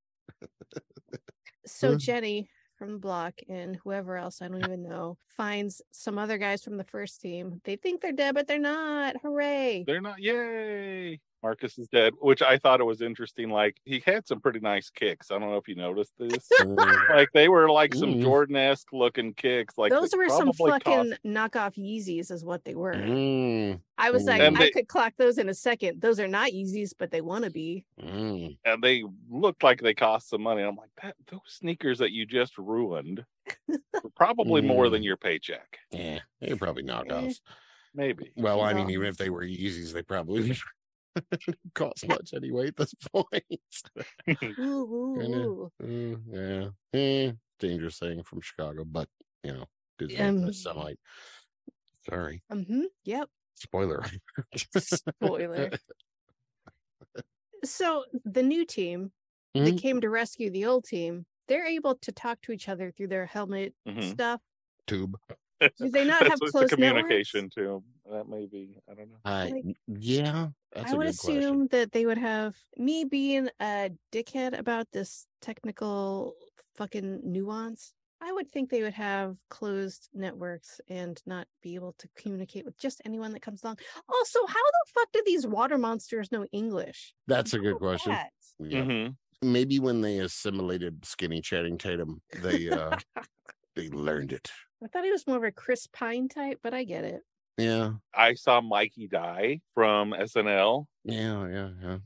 [SPEAKER 2] So
[SPEAKER 3] Mhm.
[SPEAKER 2] Jenny from the block and whoever else I don't even know finds some other guys from the first team. They think they're dead, but they're not. Hooray!
[SPEAKER 4] They're not yay. Marcus is dead, which I thought it was interesting. Like he had some pretty nice kicks. I don't know if you noticed this.
[SPEAKER 3] Mm.
[SPEAKER 4] like they were like some
[SPEAKER 3] Ooh.
[SPEAKER 4] Jordan-esque looking kicks. Like
[SPEAKER 2] Those
[SPEAKER 4] they
[SPEAKER 2] were some
[SPEAKER 4] probably
[SPEAKER 2] fucking
[SPEAKER 4] cost-
[SPEAKER 2] knockoff Yeezys, is what they were.
[SPEAKER 3] Mm,
[SPEAKER 2] I was like,
[SPEAKER 4] And
[SPEAKER 2] I
[SPEAKER 4] they-
[SPEAKER 2] could clock those in a second. Those are not Yeezys, but they want to be.
[SPEAKER 3] mm.
[SPEAKER 4] and they looked like they cost some money. I'm like, that those sneakers that you just ruined were probably more than your paycheck.
[SPEAKER 3] Yeah, they're probably
[SPEAKER 2] Eh,
[SPEAKER 3] knockoffs.
[SPEAKER 4] Maybe.
[SPEAKER 3] Well, I mean,
[SPEAKER 2] Well-
[SPEAKER 3] even if they were Yeezys, they probably didn't cost much anyway at this point.
[SPEAKER 4] Mm.
[SPEAKER 2] Ooh, ooh,
[SPEAKER 3] Kinda.
[SPEAKER 2] ooh.
[SPEAKER 3] Mm, yeah, Eh, dangerous thing from Chicago, but you know, dude's
[SPEAKER 2] Um,
[SPEAKER 3] sunlight. Sorry,
[SPEAKER 2] Mhm. Yep.
[SPEAKER 3] spoiler.
[SPEAKER 2] Spoiler. so the new team that
[SPEAKER 4] Mm-hmm.
[SPEAKER 3] Mhm.
[SPEAKER 2] came to rescue the old team, they're able to talk to each other through their helmet
[SPEAKER 4] Mhm.
[SPEAKER 2] stuff.
[SPEAKER 3] Tube.
[SPEAKER 2] Do they not have
[SPEAKER 4] That's what's the
[SPEAKER 2] close
[SPEAKER 4] communication too. That may be. I don't know.
[SPEAKER 3] I
[SPEAKER 2] Like,
[SPEAKER 3] yeah, that's
[SPEAKER 2] I
[SPEAKER 3] a
[SPEAKER 2] would
[SPEAKER 3] good
[SPEAKER 2] assume
[SPEAKER 3] question.
[SPEAKER 2] that they would have me being a dickhead about this technical fucking nuance. I would think they would have closed networks and not be able to communicate with just anyone that comes along. Also, how the fuck do these water monsters know English?
[SPEAKER 3] That's a good
[SPEAKER 2] How
[SPEAKER 3] question.
[SPEAKER 2] that?
[SPEAKER 3] Yeah.
[SPEAKER 4] Mhm.
[SPEAKER 3] Maybe when they assimilated skinny Channing Tatum, they uh they learned it.
[SPEAKER 2] I thought he was more of a Chris Pine type, but I get it.
[SPEAKER 3] Yeah,
[SPEAKER 4] I saw Mikey die from SNL.
[SPEAKER 3] yeah, yeah, yeah.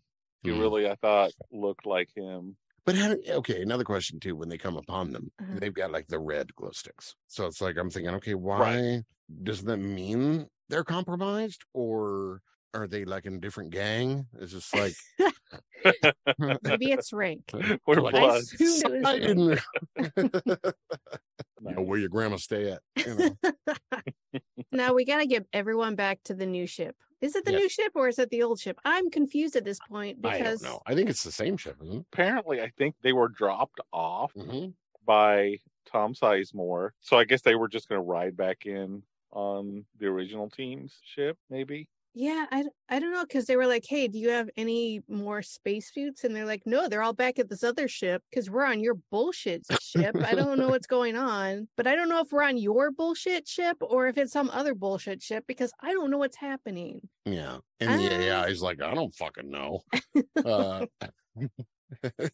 [SPEAKER 4] He
[SPEAKER 3] Mhm.
[SPEAKER 4] really, I thought, looked like him.
[SPEAKER 3] But how, do- okay, another question too. When they come upon them,
[SPEAKER 2] Uh-huh.
[SPEAKER 3] they've got like the red glow sticks. So it's like I'm thinking, okay, why
[SPEAKER 4] Right.
[SPEAKER 3] does that mean they're compromised, or are they like in a different gang? It's just like
[SPEAKER 2] Maybe it's rank.
[SPEAKER 4] We're
[SPEAKER 3] like,
[SPEAKER 2] I
[SPEAKER 4] bloods.
[SPEAKER 2] assumed it was
[SPEAKER 3] I
[SPEAKER 2] rank.
[SPEAKER 3] didn't
[SPEAKER 4] Nice.
[SPEAKER 3] know where your grandma stay at. You know?
[SPEAKER 2] now we got to get everyone back to the new ship. Is it the
[SPEAKER 3] Yes.
[SPEAKER 2] new ship or is it the old ship? I'm confused at this point
[SPEAKER 3] I
[SPEAKER 2] because
[SPEAKER 3] don't know. I think it's the same ship, isn't
[SPEAKER 4] Apparently, I think they were dropped off
[SPEAKER 3] it? Mhm.
[SPEAKER 4] by Tom Sizemore. So I guess they were just going to ride back in on the original team's ship, maybe.
[SPEAKER 2] yeah, I d- I don't know because they were like, "Hey, do you have any more spacesuits?" And they're like, "No, they're all back at this other ship because we're on your bullshit ship. I don't know what's going on, but I don't know if we're on your bullshit ship or if it's some other bullshit ship because I don't know what's happening."
[SPEAKER 3] Yeah. And the
[SPEAKER 2] Uh.
[SPEAKER 3] AI is like, I don't fucking know. uh,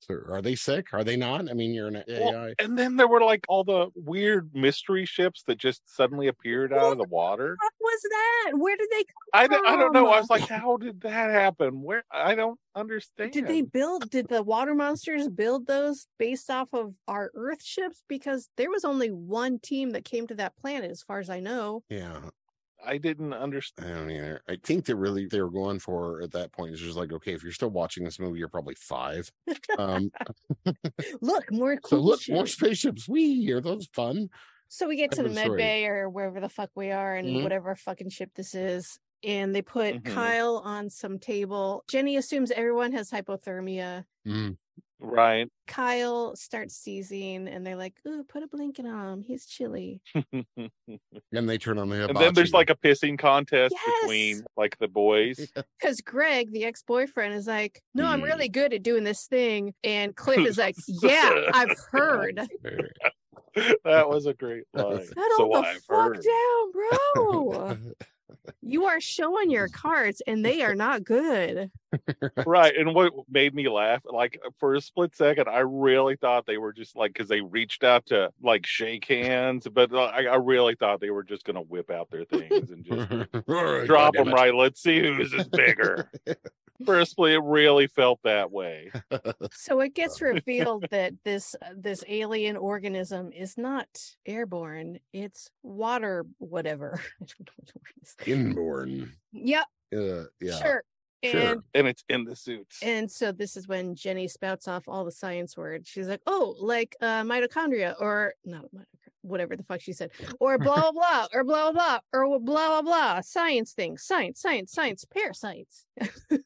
[SPEAKER 3] so are they sick? Are they not? I mean, you're an AI.
[SPEAKER 4] Well, and then there were like all the weird mystery ships that just suddenly appeared out of the water.
[SPEAKER 2] What was that? Where did they
[SPEAKER 4] I, don't- I don't know. I was like, how did that happen? Where I don't understand.
[SPEAKER 2] Did they build? Did the water monsters build those based off of our Earth ships? Because there was only one team that came to that planet, as far as I know.
[SPEAKER 3] yeah,
[SPEAKER 4] I didn't understand.
[SPEAKER 3] I don't either. I think they really they were going for at that point is just like, okay, if you're still watching this movie, you're probably five. Um,
[SPEAKER 2] Look, more
[SPEAKER 3] so
[SPEAKER 2] cool.
[SPEAKER 3] look, more
[SPEAKER 2] shit.
[SPEAKER 3] spaceships. We are those fun.
[SPEAKER 2] So we get to the
[SPEAKER 3] Cover
[SPEAKER 2] med
[SPEAKER 3] story.
[SPEAKER 2] bay or wherever the fuck we are, and
[SPEAKER 3] Mhm.
[SPEAKER 2] whatever fucking ship this is. And they put
[SPEAKER 4] Mhm.
[SPEAKER 2] Kyle on some table. Jenny assumes everyone has hypothermia.
[SPEAKER 3] Mm,
[SPEAKER 4] Right.
[SPEAKER 2] Kyle starts seizing and they're like, ooh, put a blanket on him. He's chilly.
[SPEAKER 3] And they turn on the
[SPEAKER 4] and then there's like a pissing contest
[SPEAKER 2] Yes!
[SPEAKER 4] between like the boys.
[SPEAKER 2] Because Greg, the ex boyfriend, is like, no, I'm
[SPEAKER 3] Hmm.
[SPEAKER 2] really good at doing this thing. And Cliff is like, yeah, I've heard.
[SPEAKER 4] that was a great line.
[SPEAKER 2] Shut all the fuck down, bro. you are showing your cards and they are not good.
[SPEAKER 4] Right. And what made me laugh, like for a split second, I really thought they were just like, because they reached out to like shake hands, but uh, I, I really thought they were just going to whip out their things and just drop them right. Let's see who's is bigger. Firstly, it really felt that way.
[SPEAKER 2] So it gets revealed that this uh, this alien organism is not airborne; it's water, whatever. I don't know what the word is.
[SPEAKER 3] Inborn.
[SPEAKER 2] Yep,
[SPEAKER 3] Uh, yeah.
[SPEAKER 2] sure. And
[SPEAKER 3] Sure.
[SPEAKER 4] And it's in the suits.
[SPEAKER 2] and so this is when Jenny spouts off all the science words. She's like, "Oh, like uh, mitochondria, or not mitochondria, whatever the fuck she said, or blah blah blah, or blah blah blah, or blah blah blah, science thing, science, science, science, parasites."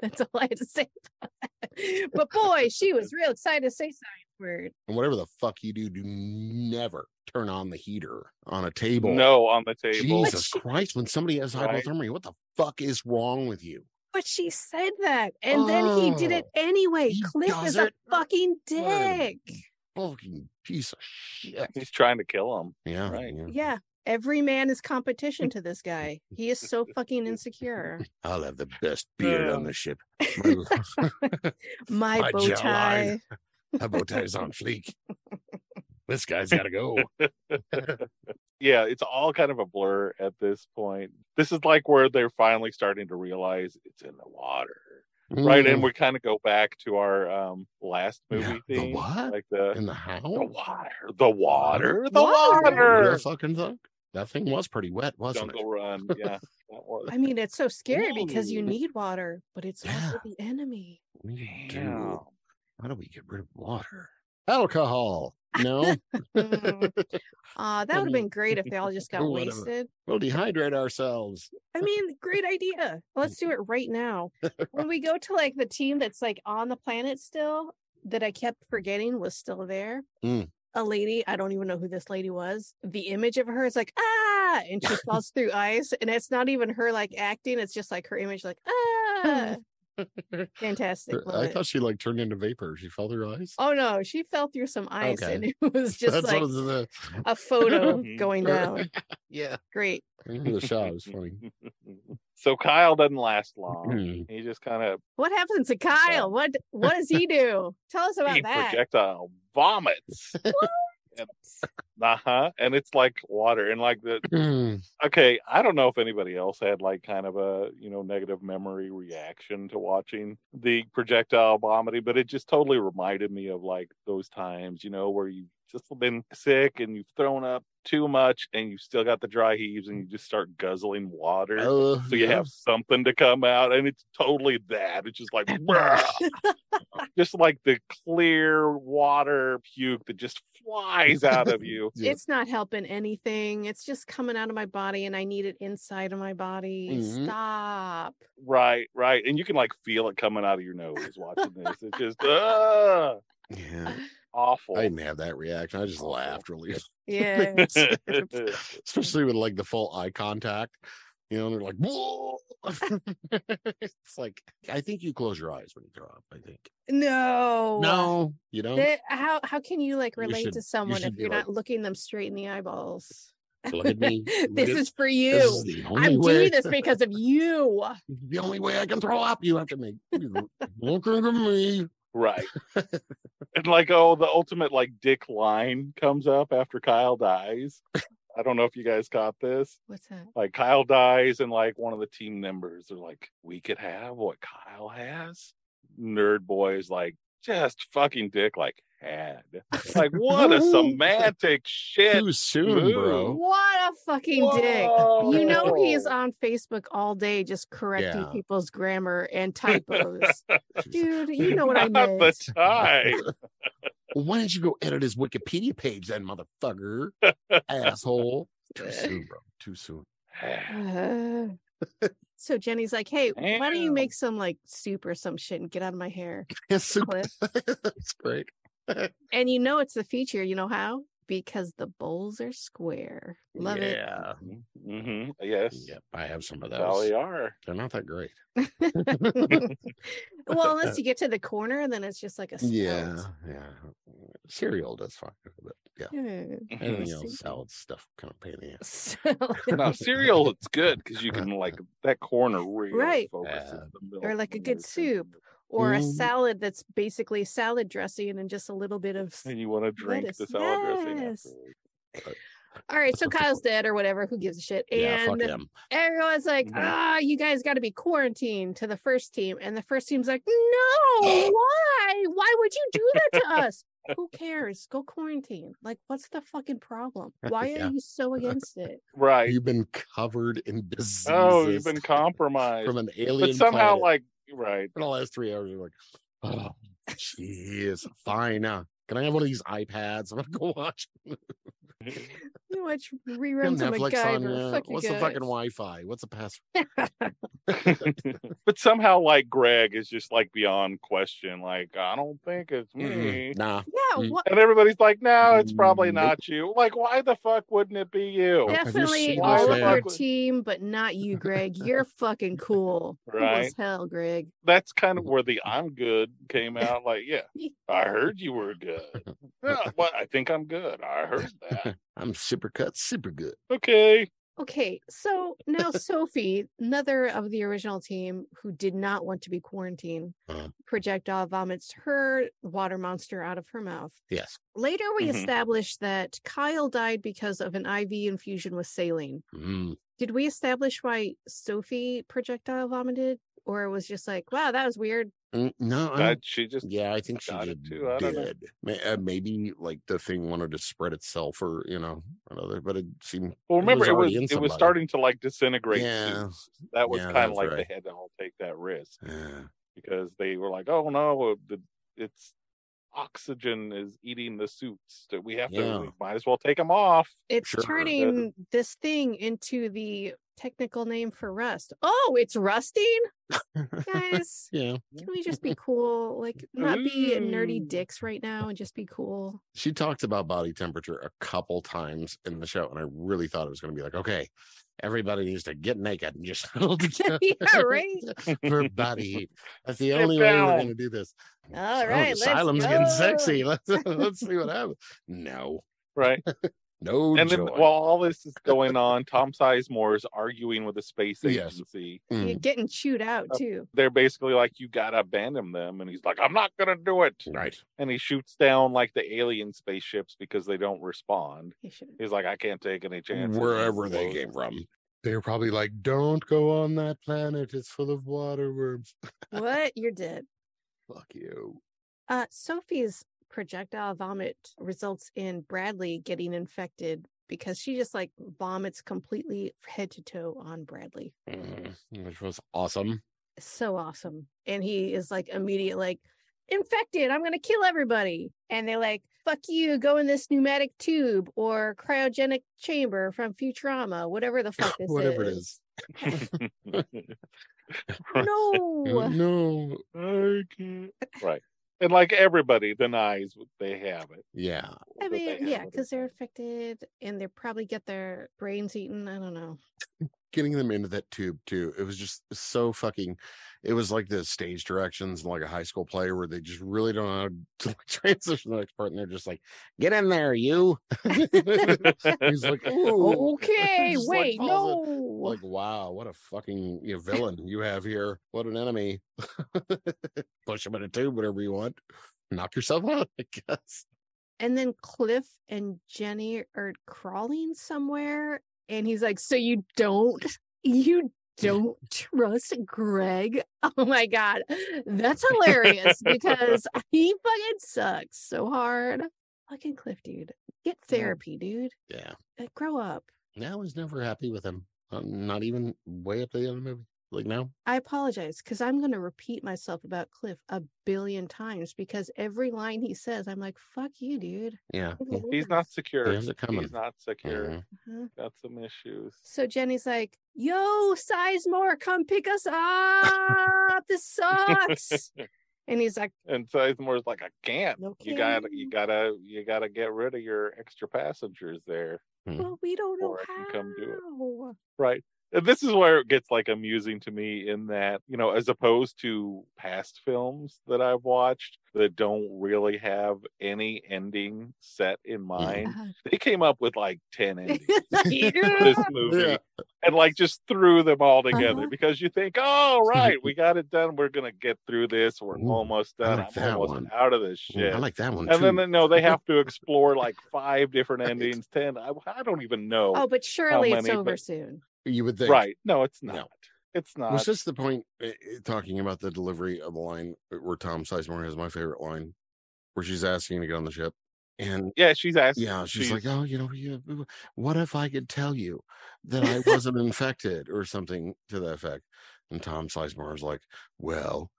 [SPEAKER 2] That's all I had to say. about that. but boy, she was real excited to say science word.
[SPEAKER 3] And whatever the fuck you do, do never turn on the heater on a table.
[SPEAKER 4] no, on the table.
[SPEAKER 3] Jesus Christ, when somebody has
[SPEAKER 4] Right.
[SPEAKER 3] hypothermia, what the fuck is wrong with you?
[SPEAKER 2] But she said that, and then he did it anyway.
[SPEAKER 3] Oh, he
[SPEAKER 2] Cliff is
[SPEAKER 3] does
[SPEAKER 2] a
[SPEAKER 3] it?
[SPEAKER 2] fucking
[SPEAKER 3] What a
[SPEAKER 2] dick.
[SPEAKER 3] Fucking piece of shit.
[SPEAKER 4] He's trying to kill him.
[SPEAKER 3] Yeah.
[SPEAKER 4] Right.
[SPEAKER 2] Yeah, every man is competition to this guy. He is so fucking insecure.
[SPEAKER 3] I'll have the best beard on
[SPEAKER 4] Yeah.
[SPEAKER 3] the ship. My,
[SPEAKER 2] My,
[SPEAKER 3] My
[SPEAKER 2] bow
[SPEAKER 3] jawline.
[SPEAKER 2] tie.
[SPEAKER 3] my bow tie's on fleek. This guy's got to go.
[SPEAKER 4] yeah, it's all kind of a blur at this point. This is like where they're finally starting to realize it's in the water, right?
[SPEAKER 3] Mm.
[SPEAKER 4] And we kind of go back to our um last
[SPEAKER 3] Mm-hmm. Yeah,
[SPEAKER 4] movie
[SPEAKER 3] the
[SPEAKER 4] thing,
[SPEAKER 3] what?
[SPEAKER 4] like the
[SPEAKER 3] in the house.
[SPEAKER 4] the water, the water, the
[SPEAKER 2] Water.
[SPEAKER 4] water.
[SPEAKER 3] The fucking thing. That thing was pretty wet, wasn't
[SPEAKER 4] Jungle Run, yeah. that was-
[SPEAKER 2] I mean, it's so scary because you
[SPEAKER 4] Ooh.
[SPEAKER 2] need water, but it's also
[SPEAKER 3] Yeah.
[SPEAKER 2] the enemy.
[SPEAKER 3] it? We do.
[SPEAKER 4] Damn.
[SPEAKER 3] How do we get rid of water? Alcohol. No,
[SPEAKER 2] Mm. Aw, that would have
[SPEAKER 3] mean-
[SPEAKER 2] been great if they all just got
[SPEAKER 3] Or whatever.
[SPEAKER 2] wasted.
[SPEAKER 3] we'll dehydrate ourselves.
[SPEAKER 2] I mean, great idea. Let's do it right now. When we go to like the team that's like on the planet still, that I kept forgetting was still there.
[SPEAKER 3] Mm.
[SPEAKER 2] A lady, I don't even know who this lady was. The image of her is like, ah, and she falls through ice. And it's not even her like acting, it's just like her image, like, ah. Fantastic.
[SPEAKER 3] Her-
[SPEAKER 2] love
[SPEAKER 3] I
[SPEAKER 2] it.
[SPEAKER 3] thought she like turned into vapor. She fell through ice.
[SPEAKER 2] Oh no, she fell through some ice
[SPEAKER 3] Okay.
[SPEAKER 2] and it was just
[SPEAKER 3] That's
[SPEAKER 2] like
[SPEAKER 3] what uh, the,
[SPEAKER 2] a photo
[SPEAKER 4] Mhm.
[SPEAKER 2] going down.
[SPEAKER 3] yeah.
[SPEAKER 2] Great.
[SPEAKER 3] I remember mm, the shot. It was funny.
[SPEAKER 4] so Kyle doesn't last long.
[SPEAKER 3] Mm-hmm.
[SPEAKER 4] he just kind of
[SPEAKER 2] What happens to Kyle? What what does he do? Tell us about
[SPEAKER 4] he
[SPEAKER 2] that.
[SPEAKER 4] projectile vomits. uh huh. And it's like water, and like the
[SPEAKER 3] Mm.
[SPEAKER 4] okay i don't know if anybody else had like kind of a you know negative memory reaction to watching the projectile vomiting but it just totally reminded me of like those times you know where you've just been sick and you've thrown up too much and you've still got the dry heaves and you just start guzzling water
[SPEAKER 3] Oh,
[SPEAKER 4] so you
[SPEAKER 3] yeah.
[SPEAKER 4] have something to come out and it's totally that it's just like "Bruh." just like the clear water puke that just flies out of you
[SPEAKER 3] Yeah.
[SPEAKER 2] It's not helping anything. It's just coming out of my body and I need it inside of my body.
[SPEAKER 3] Mhm.
[SPEAKER 2] Stop.
[SPEAKER 4] Right, right. And you can like feel it coming out of your nose watching this. It's just uh,
[SPEAKER 3] Yeah.
[SPEAKER 4] awful.
[SPEAKER 3] I didn't have that reaction. I just laughed really,
[SPEAKER 2] Yeah.
[SPEAKER 3] especially with like the full eye contact. You know, and they're like, whoa. it's like, I think you close your eyes when you throw up. I think.
[SPEAKER 2] no.
[SPEAKER 3] No, you don't.
[SPEAKER 2] That- how how can you like
[SPEAKER 3] You
[SPEAKER 2] relate
[SPEAKER 3] should-
[SPEAKER 2] to
[SPEAKER 3] you
[SPEAKER 2] someone
[SPEAKER 3] should
[SPEAKER 2] if
[SPEAKER 3] be
[SPEAKER 2] you're
[SPEAKER 3] like-
[SPEAKER 2] not looking them straight in the eyeballs?
[SPEAKER 3] Look at me.
[SPEAKER 2] this is for you.
[SPEAKER 3] this is the only
[SPEAKER 2] I'm
[SPEAKER 3] way.
[SPEAKER 2] doing this because of you.
[SPEAKER 3] The only way I can throw up. You have to make. you Look at me.
[SPEAKER 4] right. and like oh the ultimate like dick line comes up after Kyle dies. I don't know if you guys caught this.
[SPEAKER 2] What's that?
[SPEAKER 4] Like Kyle dies and like one of the team members are like, We could have what Kyle has. Nerd boy is like just fucking dick like had. Like what a semantic shit.
[SPEAKER 3] Too soon, bro.
[SPEAKER 2] What a fucking dick. You know he's
[SPEAKER 4] Whoa.
[SPEAKER 2] on Facebook all day just correcting
[SPEAKER 3] Yeah.
[SPEAKER 2] people's grammar and typos. Dude, you know what I
[SPEAKER 4] Not
[SPEAKER 2] meant.
[SPEAKER 4] the time.
[SPEAKER 3] Well, why didn't you go edit his Wikipedia page then, motherfucker? Asshole. Too soon, bro. Too soon.
[SPEAKER 2] Uh, So Jenny's like, hey, why don't you
[SPEAKER 4] Damn.
[SPEAKER 2] make some like soup or some shit and get out of my hair?
[SPEAKER 3] Yes, super-
[SPEAKER 2] Cliff?
[SPEAKER 3] that's great.
[SPEAKER 2] And you know it's the feature, you know how? Because the bowls are square. Love it.
[SPEAKER 3] yeah.
[SPEAKER 4] hmm Yes.
[SPEAKER 3] Yep, I have some of those.
[SPEAKER 4] Well, they are.
[SPEAKER 3] They're not that great.
[SPEAKER 2] well, unless you get to the corner and then it's just like a spout.
[SPEAKER 3] Yeah, yeah. Cereal does fine, but yeah,
[SPEAKER 2] Yeah.
[SPEAKER 3] anything
[SPEAKER 2] Mhm.
[SPEAKER 3] else, salad stuff, kind of pain in the ass.
[SPEAKER 2] So,
[SPEAKER 4] no, Mm-hmm. cereal, it's good because you can like that corner really
[SPEAKER 2] Right.
[SPEAKER 4] focuses
[SPEAKER 3] Yeah.
[SPEAKER 4] the milk
[SPEAKER 2] Or like a
[SPEAKER 4] when
[SPEAKER 2] good
[SPEAKER 4] you're drinking
[SPEAKER 2] soup. or a
[SPEAKER 3] Mm.
[SPEAKER 2] salad that's basically salad dressing and just a little bit of
[SPEAKER 4] it. And you want to drink the
[SPEAKER 2] Lettuce.
[SPEAKER 4] salad dressing.
[SPEAKER 2] Yes.
[SPEAKER 4] afterwards.
[SPEAKER 2] all right so kyle's dead or whatever who gives a shit
[SPEAKER 3] Yeah, fuck
[SPEAKER 2] and
[SPEAKER 3] him.
[SPEAKER 2] everyone's like
[SPEAKER 4] Mhm.
[SPEAKER 3] Mm-hmm.
[SPEAKER 2] ah you guys got to be quarantined to the first team and the first team's like no why why would you do that to us who cares go quarantine like what's the fucking problem why
[SPEAKER 3] Yeah.
[SPEAKER 2] are you so against it
[SPEAKER 4] Right.
[SPEAKER 3] You've been covered in diseases.
[SPEAKER 4] Oh, you've been compromised.
[SPEAKER 3] from an alien.
[SPEAKER 4] but somehow,
[SPEAKER 3] planet.
[SPEAKER 4] like, right.
[SPEAKER 3] for the last three hours, you're like, oh, jeez, fine. Uh, can I have one of these iPads? I'm gonna go watch
[SPEAKER 2] you watch reruns of
[SPEAKER 3] Netflix on.
[SPEAKER 2] MacGyver.
[SPEAKER 3] Uh,
[SPEAKER 2] Fuck you
[SPEAKER 3] what's the fucking
[SPEAKER 2] guys.
[SPEAKER 3] Wi-Fi? What's the password?
[SPEAKER 4] but somehow, like, Greg is just like beyond question. Like, I don't think it's me.
[SPEAKER 3] Mm-mm, Nah,
[SPEAKER 2] yeah
[SPEAKER 3] Mm.
[SPEAKER 2] what
[SPEAKER 4] And everybody's like, no, it's probably
[SPEAKER 3] Nope.
[SPEAKER 4] not you. Like, why the fuck wouldn't it be you?
[SPEAKER 3] Nope. Oh, have you
[SPEAKER 2] Definitely
[SPEAKER 3] seen
[SPEAKER 2] all
[SPEAKER 4] us
[SPEAKER 2] of your
[SPEAKER 4] there?
[SPEAKER 2] team, but not you, Greg. You're fucking cool. Cool
[SPEAKER 4] Right.
[SPEAKER 2] as hell, Greg.
[SPEAKER 4] That's kind of where the I'm good came out. Like, yeah, I heard you were good. Yeah, well, I think I'm good. I heard that.
[SPEAKER 3] I'm super cut, super good.
[SPEAKER 4] Okay.
[SPEAKER 2] Okay, so now Sophie, another of the original team who did not want to be quarantined,
[SPEAKER 3] Uh-huh.
[SPEAKER 2] projectile vomits her water monster out of her mouth.
[SPEAKER 3] Yes.
[SPEAKER 2] Later, we
[SPEAKER 3] Mm-hmm.
[SPEAKER 4] Mhm.
[SPEAKER 2] established that Kyle died because of an IV infusion with saline.
[SPEAKER 3] Mm.
[SPEAKER 2] Did we establish why Sophie projectile vomited, or it was just like, wow, that was weird?
[SPEAKER 3] Mm, No, I
[SPEAKER 4] That
[SPEAKER 3] don't-
[SPEAKER 4] she just
[SPEAKER 3] yeah, I think she
[SPEAKER 4] got it
[SPEAKER 3] just
[SPEAKER 4] too. I don't know.
[SPEAKER 3] did. May- uh, Maybe like the thing wanted to spread itself, or you know, another. But it seemed
[SPEAKER 4] Well, remember
[SPEAKER 3] was
[SPEAKER 4] it was
[SPEAKER 3] already in
[SPEAKER 4] it was,
[SPEAKER 3] somebody.
[SPEAKER 4] starting to like disintegrate.
[SPEAKER 3] Yeah.
[SPEAKER 4] suits. That was
[SPEAKER 3] Yeah,
[SPEAKER 4] kind of
[SPEAKER 3] that's
[SPEAKER 4] like
[SPEAKER 3] right.
[SPEAKER 4] they had to all take that risk
[SPEAKER 3] uh,
[SPEAKER 4] because they were like, oh no, the it's oxygen is eating the suits that we have
[SPEAKER 3] Yeah.
[SPEAKER 4] to. We might as well take them off.
[SPEAKER 2] It's
[SPEAKER 3] Sure, that-
[SPEAKER 2] turning this thing into the technical name for rust. Oh, it's rusting, guys.
[SPEAKER 3] yeah.
[SPEAKER 2] Can we just be cool? Like, not be nerdy
[SPEAKER 3] Mm.
[SPEAKER 4] Ooh.
[SPEAKER 2] dicks right now and just be cool.
[SPEAKER 3] she talked about body temperature a couple times in the show, and I really thought it was going to be like, okay, everybody needs to get naked and just hold together
[SPEAKER 2] yeah, right.
[SPEAKER 3] for body heat. That's the
[SPEAKER 4] Get
[SPEAKER 3] only way we're
[SPEAKER 4] down.
[SPEAKER 3] going to do this.
[SPEAKER 2] All right, let's
[SPEAKER 3] Oh, asylum's getting
[SPEAKER 2] go.
[SPEAKER 3] sexy. Let's let's see what happens. No,
[SPEAKER 4] Right.
[SPEAKER 3] no
[SPEAKER 4] and then
[SPEAKER 3] joy.
[SPEAKER 4] while all this is going on, Tom Sizemore is arguing with the space
[SPEAKER 3] Yes.
[SPEAKER 4] agency.
[SPEAKER 2] You're
[SPEAKER 3] Mm,
[SPEAKER 2] getting chewed out
[SPEAKER 4] Uh,
[SPEAKER 2] too.
[SPEAKER 4] They're basically like, "You gotta abandon them," and he's like, "I'm not gonna do it."
[SPEAKER 3] right.
[SPEAKER 4] And he shoots down like the alien spaceships because they don't respond.
[SPEAKER 2] You should-
[SPEAKER 4] He's like, "I can't take any chances."
[SPEAKER 3] Wherever they came from. They were probably like, don't go on that planet. It's full of water worms.
[SPEAKER 2] What? You're dead.
[SPEAKER 3] Fuck you.
[SPEAKER 2] Uh, Sophie's projectile vomit results in Bradley getting infected because she just like vomits completely head to toe on Bradley.
[SPEAKER 3] Mm, Which was awesome.
[SPEAKER 2] so awesome. And he is like immediate, like, infected, I'm gonna kill everybody. And they're like, fuck you, go in this pneumatic tube or cryogenic chamber from Futurama, whatever the fuck this
[SPEAKER 3] Whatever
[SPEAKER 2] is.
[SPEAKER 3] it is.
[SPEAKER 2] No.
[SPEAKER 3] No.
[SPEAKER 4] I can't. Right. And like everybody denies they have it.
[SPEAKER 3] Yeah.
[SPEAKER 2] I
[SPEAKER 4] that they
[SPEAKER 2] mean,
[SPEAKER 4] have
[SPEAKER 2] yeah,
[SPEAKER 4] it.
[SPEAKER 2] because they're infected and they probably get their brains eaten. I don't know.
[SPEAKER 3] getting them into that tube too it was just so fucking it was like the stage directions in like a high school play where they just really don't know how to like, transition to the next part and they're just like get in there you he's like "Ooh."
[SPEAKER 2] Okay,
[SPEAKER 3] Just, like,
[SPEAKER 2] wait,
[SPEAKER 3] falls
[SPEAKER 2] no.
[SPEAKER 3] like wow what a fucking you know, villain you have here what an enemy push him in a tube whatever you want knock yourself out i guess
[SPEAKER 2] And then Cliff and Jenny are crawling somewhere, and he's like, "So you don't, you don't trust Greg? Oh my god, that's hilarious because he fucking sucks so hard. Fucking Cliff, dude, get therapy, dude.
[SPEAKER 3] yeah
[SPEAKER 2] Like, grow up.
[SPEAKER 3] now i was never happy with him um, not even way up to the end of the movie Like now?
[SPEAKER 2] I apologize because I'm going to repeat myself about Cliff a billion times because every line he says, I'm like, fuck you, dude.
[SPEAKER 3] Yeah.
[SPEAKER 2] Good
[SPEAKER 4] He's
[SPEAKER 2] lord.
[SPEAKER 4] not secure.
[SPEAKER 3] He has it coming.
[SPEAKER 4] He's not secure.
[SPEAKER 3] Mhm.
[SPEAKER 2] Uh-huh.
[SPEAKER 4] Got some issues.
[SPEAKER 2] So Jenny's like, yo, Sizemore, come pick us up. This sucks. and he's like,
[SPEAKER 4] And Sizemore's like, I can't.
[SPEAKER 2] No
[SPEAKER 4] you got to
[SPEAKER 2] kidding.
[SPEAKER 4] you gotta you gotta get rid of your extra passengers there.
[SPEAKER 2] well, we don't know
[SPEAKER 4] Hmm. Or I
[SPEAKER 2] how.
[SPEAKER 4] can come do it. Right. And this is where it gets like amusing to me in that, you know, as opposed to past films that I've watched that don't really have any ending set in mind,
[SPEAKER 3] Uh-huh.
[SPEAKER 4] they came up with like 10 endings for this
[SPEAKER 2] Uh-huh.
[SPEAKER 4] movie
[SPEAKER 3] Yeah.
[SPEAKER 4] and like just threw them all together
[SPEAKER 2] Uh-huh.
[SPEAKER 4] because you think, oh, right, we got it done. We're going to get through this. We're
[SPEAKER 3] Ooh,
[SPEAKER 4] almost done.
[SPEAKER 3] like
[SPEAKER 4] I'm
[SPEAKER 3] that
[SPEAKER 4] almost
[SPEAKER 3] one.
[SPEAKER 4] out of this
[SPEAKER 3] Ooh,
[SPEAKER 4] shit.
[SPEAKER 3] I like that one
[SPEAKER 4] and
[SPEAKER 3] too.
[SPEAKER 4] then, they- no, they have to explore like five different endings, 10. I, I don't even know.
[SPEAKER 2] oh, but surely it's
[SPEAKER 4] many,
[SPEAKER 2] over
[SPEAKER 4] but-
[SPEAKER 2] soon.
[SPEAKER 3] you would think.
[SPEAKER 4] right. No, it's
[SPEAKER 3] No.
[SPEAKER 4] not. It's not.
[SPEAKER 3] Was this the point uh, uh, talking about the delivery of the line where Tom Sizemore has my favorite line, where she's asking to get on the ship, and
[SPEAKER 4] Yeah, she's asking.
[SPEAKER 3] yeah, she's, like, oh, you know, you, what if I could tell you that I wasn't infected or something to that effect? And Tom Sizemore's like, well,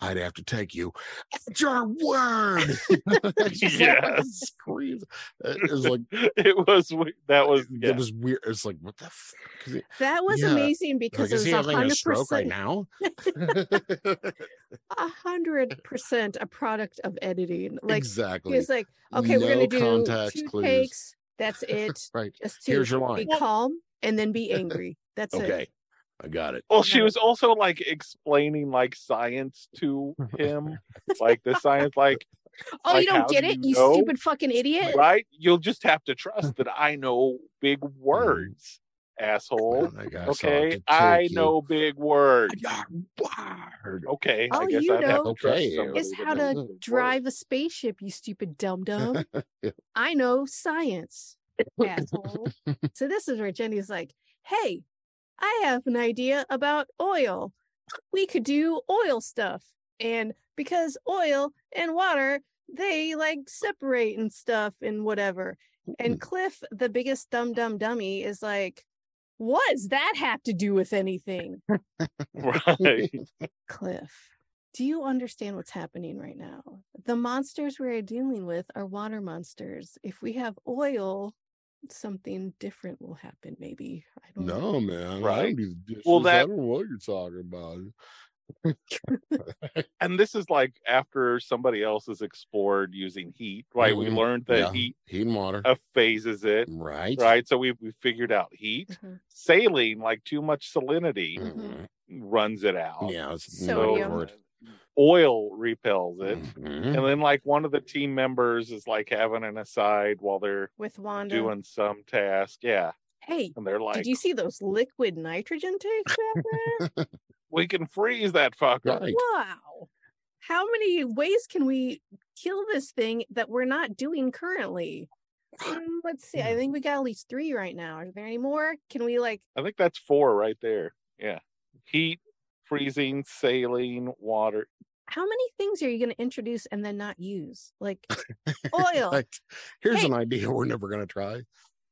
[SPEAKER 3] I'd have to take you at your word. She's like, like,
[SPEAKER 4] Yes.
[SPEAKER 3] screams. Uh, It was like
[SPEAKER 4] it was we- that was yeah.
[SPEAKER 3] it was weird. It's like what the fuck? Is he,
[SPEAKER 2] That was
[SPEAKER 3] Yeah.
[SPEAKER 2] amazing
[SPEAKER 3] like,
[SPEAKER 2] because
[SPEAKER 3] is he
[SPEAKER 2] it was
[SPEAKER 3] having a
[SPEAKER 2] hundred
[SPEAKER 3] stroke
[SPEAKER 2] percent,
[SPEAKER 3] right now?
[SPEAKER 2] a hundred percent a product of editing. Like
[SPEAKER 3] exactly.
[SPEAKER 2] he was like, okay, we're gonna
[SPEAKER 3] No
[SPEAKER 2] do
[SPEAKER 3] context
[SPEAKER 2] two
[SPEAKER 3] clues.
[SPEAKER 2] takes. That's it.
[SPEAKER 3] right.
[SPEAKER 2] Just to
[SPEAKER 3] Here's your
[SPEAKER 2] be
[SPEAKER 3] line.
[SPEAKER 2] calm and then be angry. That's
[SPEAKER 3] Okay.
[SPEAKER 2] it.
[SPEAKER 3] I got it.
[SPEAKER 4] well, she was also like explaining like science to him, like the science, like
[SPEAKER 2] Oh,
[SPEAKER 4] Like,
[SPEAKER 2] you
[SPEAKER 4] how
[SPEAKER 2] don't get
[SPEAKER 4] do
[SPEAKER 2] it,
[SPEAKER 4] you
[SPEAKER 2] you
[SPEAKER 4] know?
[SPEAKER 2] stupid fucking idiot.
[SPEAKER 4] right? You'll just have to trust that I know big
[SPEAKER 3] Mm-hmm.
[SPEAKER 4] words, asshole.
[SPEAKER 3] I guess I'll have
[SPEAKER 4] Oh, Okay,
[SPEAKER 3] to
[SPEAKER 4] I
[SPEAKER 3] take you
[SPEAKER 4] know big words.
[SPEAKER 3] at your word.
[SPEAKER 4] Okay, I
[SPEAKER 2] All Oh,
[SPEAKER 4] guess
[SPEAKER 2] you
[SPEAKER 4] I'd have
[SPEAKER 2] know
[SPEAKER 4] to trust
[SPEAKER 3] Okay.
[SPEAKER 4] somebody
[SPEAKER 2] Is
[SPEAKER 4] that
[SPEAKER 2] how
[SPEAKER 4] knows
[SPEAKER 2] to
[SPEAKER 4] big words.
[SPEAKER 2] Drive a spaceship, you stupid dum dum.
[SPEAKER 3] Yeah.
[SPEAKER 2] I know science, asshole. so this is where Jenny's like, "Hey, I have an idea about oil. We could do oil stuff, and because oil and water they like separate and stuff and whatever."
[SPEAKER 3] Hmm.
[SPEAKER 2] And Cliff, the biggest dum dum dummy, is like, "What does that have to do with anything?"
[SPEAKER 4] Right.
[SPEAKER 2] Cliff, do you understand what's happening right now? The monsters we're dealing with are water monsters. If we have oil, something different will happen, maybe. I don't know.
[SPEAKER 3] no, man. I
[SPEAKER 4] Right?
[SPEAKER 3] don't do the dishes.
[SPEAKER 4] Well,
[SPEAKER 3] I
[SPEAKER 4] that-
[SPEAKER 3] don't know what you're talking about.
[SPEAKER 4] and this is like after somebody else has explored using heat, right? We
[SPEAKER 3] Mhm.
[SPEAKER 4] learned that
[SPEAKER 3] Yeah.
[SPEAKER 4] heat
[SPEAKER 3] Heat and water.
[SPEAKER 4] phases it,
[SPEAKER 3] right.
[SPEAKER 4] right? So we we figured out heat,
[SPEAKER 2] Mhm.
[SPEAKER 4] saline, like too much salinity
[SPEAKER 3] Mhm.
[SPEAKER 2] Mm-hmm.
[SPEAKER 4] runs it out.
[SPEAKER 3] Yeah. It's
[SPEAKER 4] So
[SPEAKER 3] no
[SPEAKER 2] Sodium.
[SPEAKER 3] word.
[SPEAKER 4] oil repels it.
[SPEAKER 3] Mhm.
[SPEAKER 4] And then like one of the team members is like having an aside while they're
[SPEAKER 2] With Wanda.
[SPEAKER 4] doing some task. Yeah.
[SPEAKER 2] hey,
[SPEAKER 4] And they're like,
[SPEAKER 2] did you see those liquid nitrogen tanks back there?
[SPEAKER 4] we can freeze that fucker.
[SPEAKER 3] Right.
[SPEAKER 2] wow. How many ways can we kill this thing that we're not doing currently? Mm, let's see. I
[SPEAKER 3] Yeah.
[SPEAKER 2] think we got at least three right now. Are there any more? Can we like
[SPEAKER 4] I think that's four right there. Yeah. Heat, freezing, saline, water.
[SPEAKER 2] how many things are you going to introduce and then not use? Like oil.
[SPEAKER 3] Like, here's
[SPEAKER 2] Hey.
[SPEAKER 3] an idea we're never gonna try.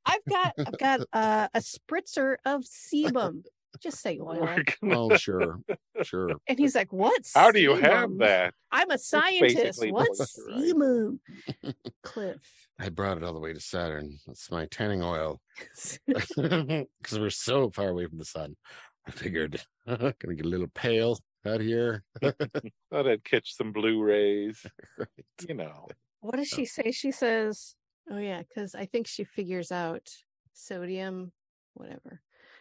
[SPEAKER 2] I've got I've got uh, a spritzer of sebum. Just say oil.
[SPEAKER 4] We're gonna-
[SPEAKER 3] Oh, sure, sure.
[SPEAKER 2] And he's like, "What?
[SPEAKER 4] How do you have
[SPEAKER 2] sebum?
[SPEAKER 4] that?
[SPEAKER 2] I'm a scientist.
[SPEAKER 4] basically
[SPEAKER 2] What's
[SPEAKER 4] what- right.
[SPEAKER 2] sebum?" Cliff.
[SPEAKER 3] I brought it all the way to Saturn. That's my tanning oil. because we're so far away from the sun. I figured gonna get a little pale out here.
[SPEAKER 4] Thought I'd catch some blue rays.
[SPEAKER 3] Right.
[SPEAKER 4] You know.
[SPEAKER 2] what does she say? She says, "Oh yeah, because I think she figures out sodium, whatever."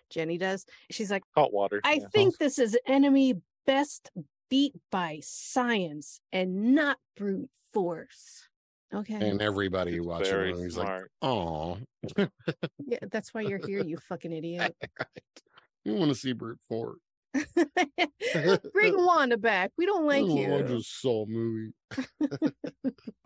[SPEAKER 2] Jenny does. She's like.
[SPEAKER 4] Hot water.
[SPEAKER 2] I
[SPEAKER 4] yeah.
[SPEAKER 2] think this is enemy best beat by science and not brute force. Okay.
[SPEAKER 3] And everybody who watched
[SPEAKER 4] Very
[SPEAKER 3] it was like,
[SPEAKER 4] smart.
[SPEAKER 3] "Oh,
[SPEAKER 2] yeah, that's why you're here, you fucking idiot.
[SPEAKER 3] you want to see brute force?
[SPEAKER 2] Bring Wanda back. We don't like
[SPEAKER 3] Oh, I
[SPEAKER 2] you.
[SPEAKER 3] just saw a movie.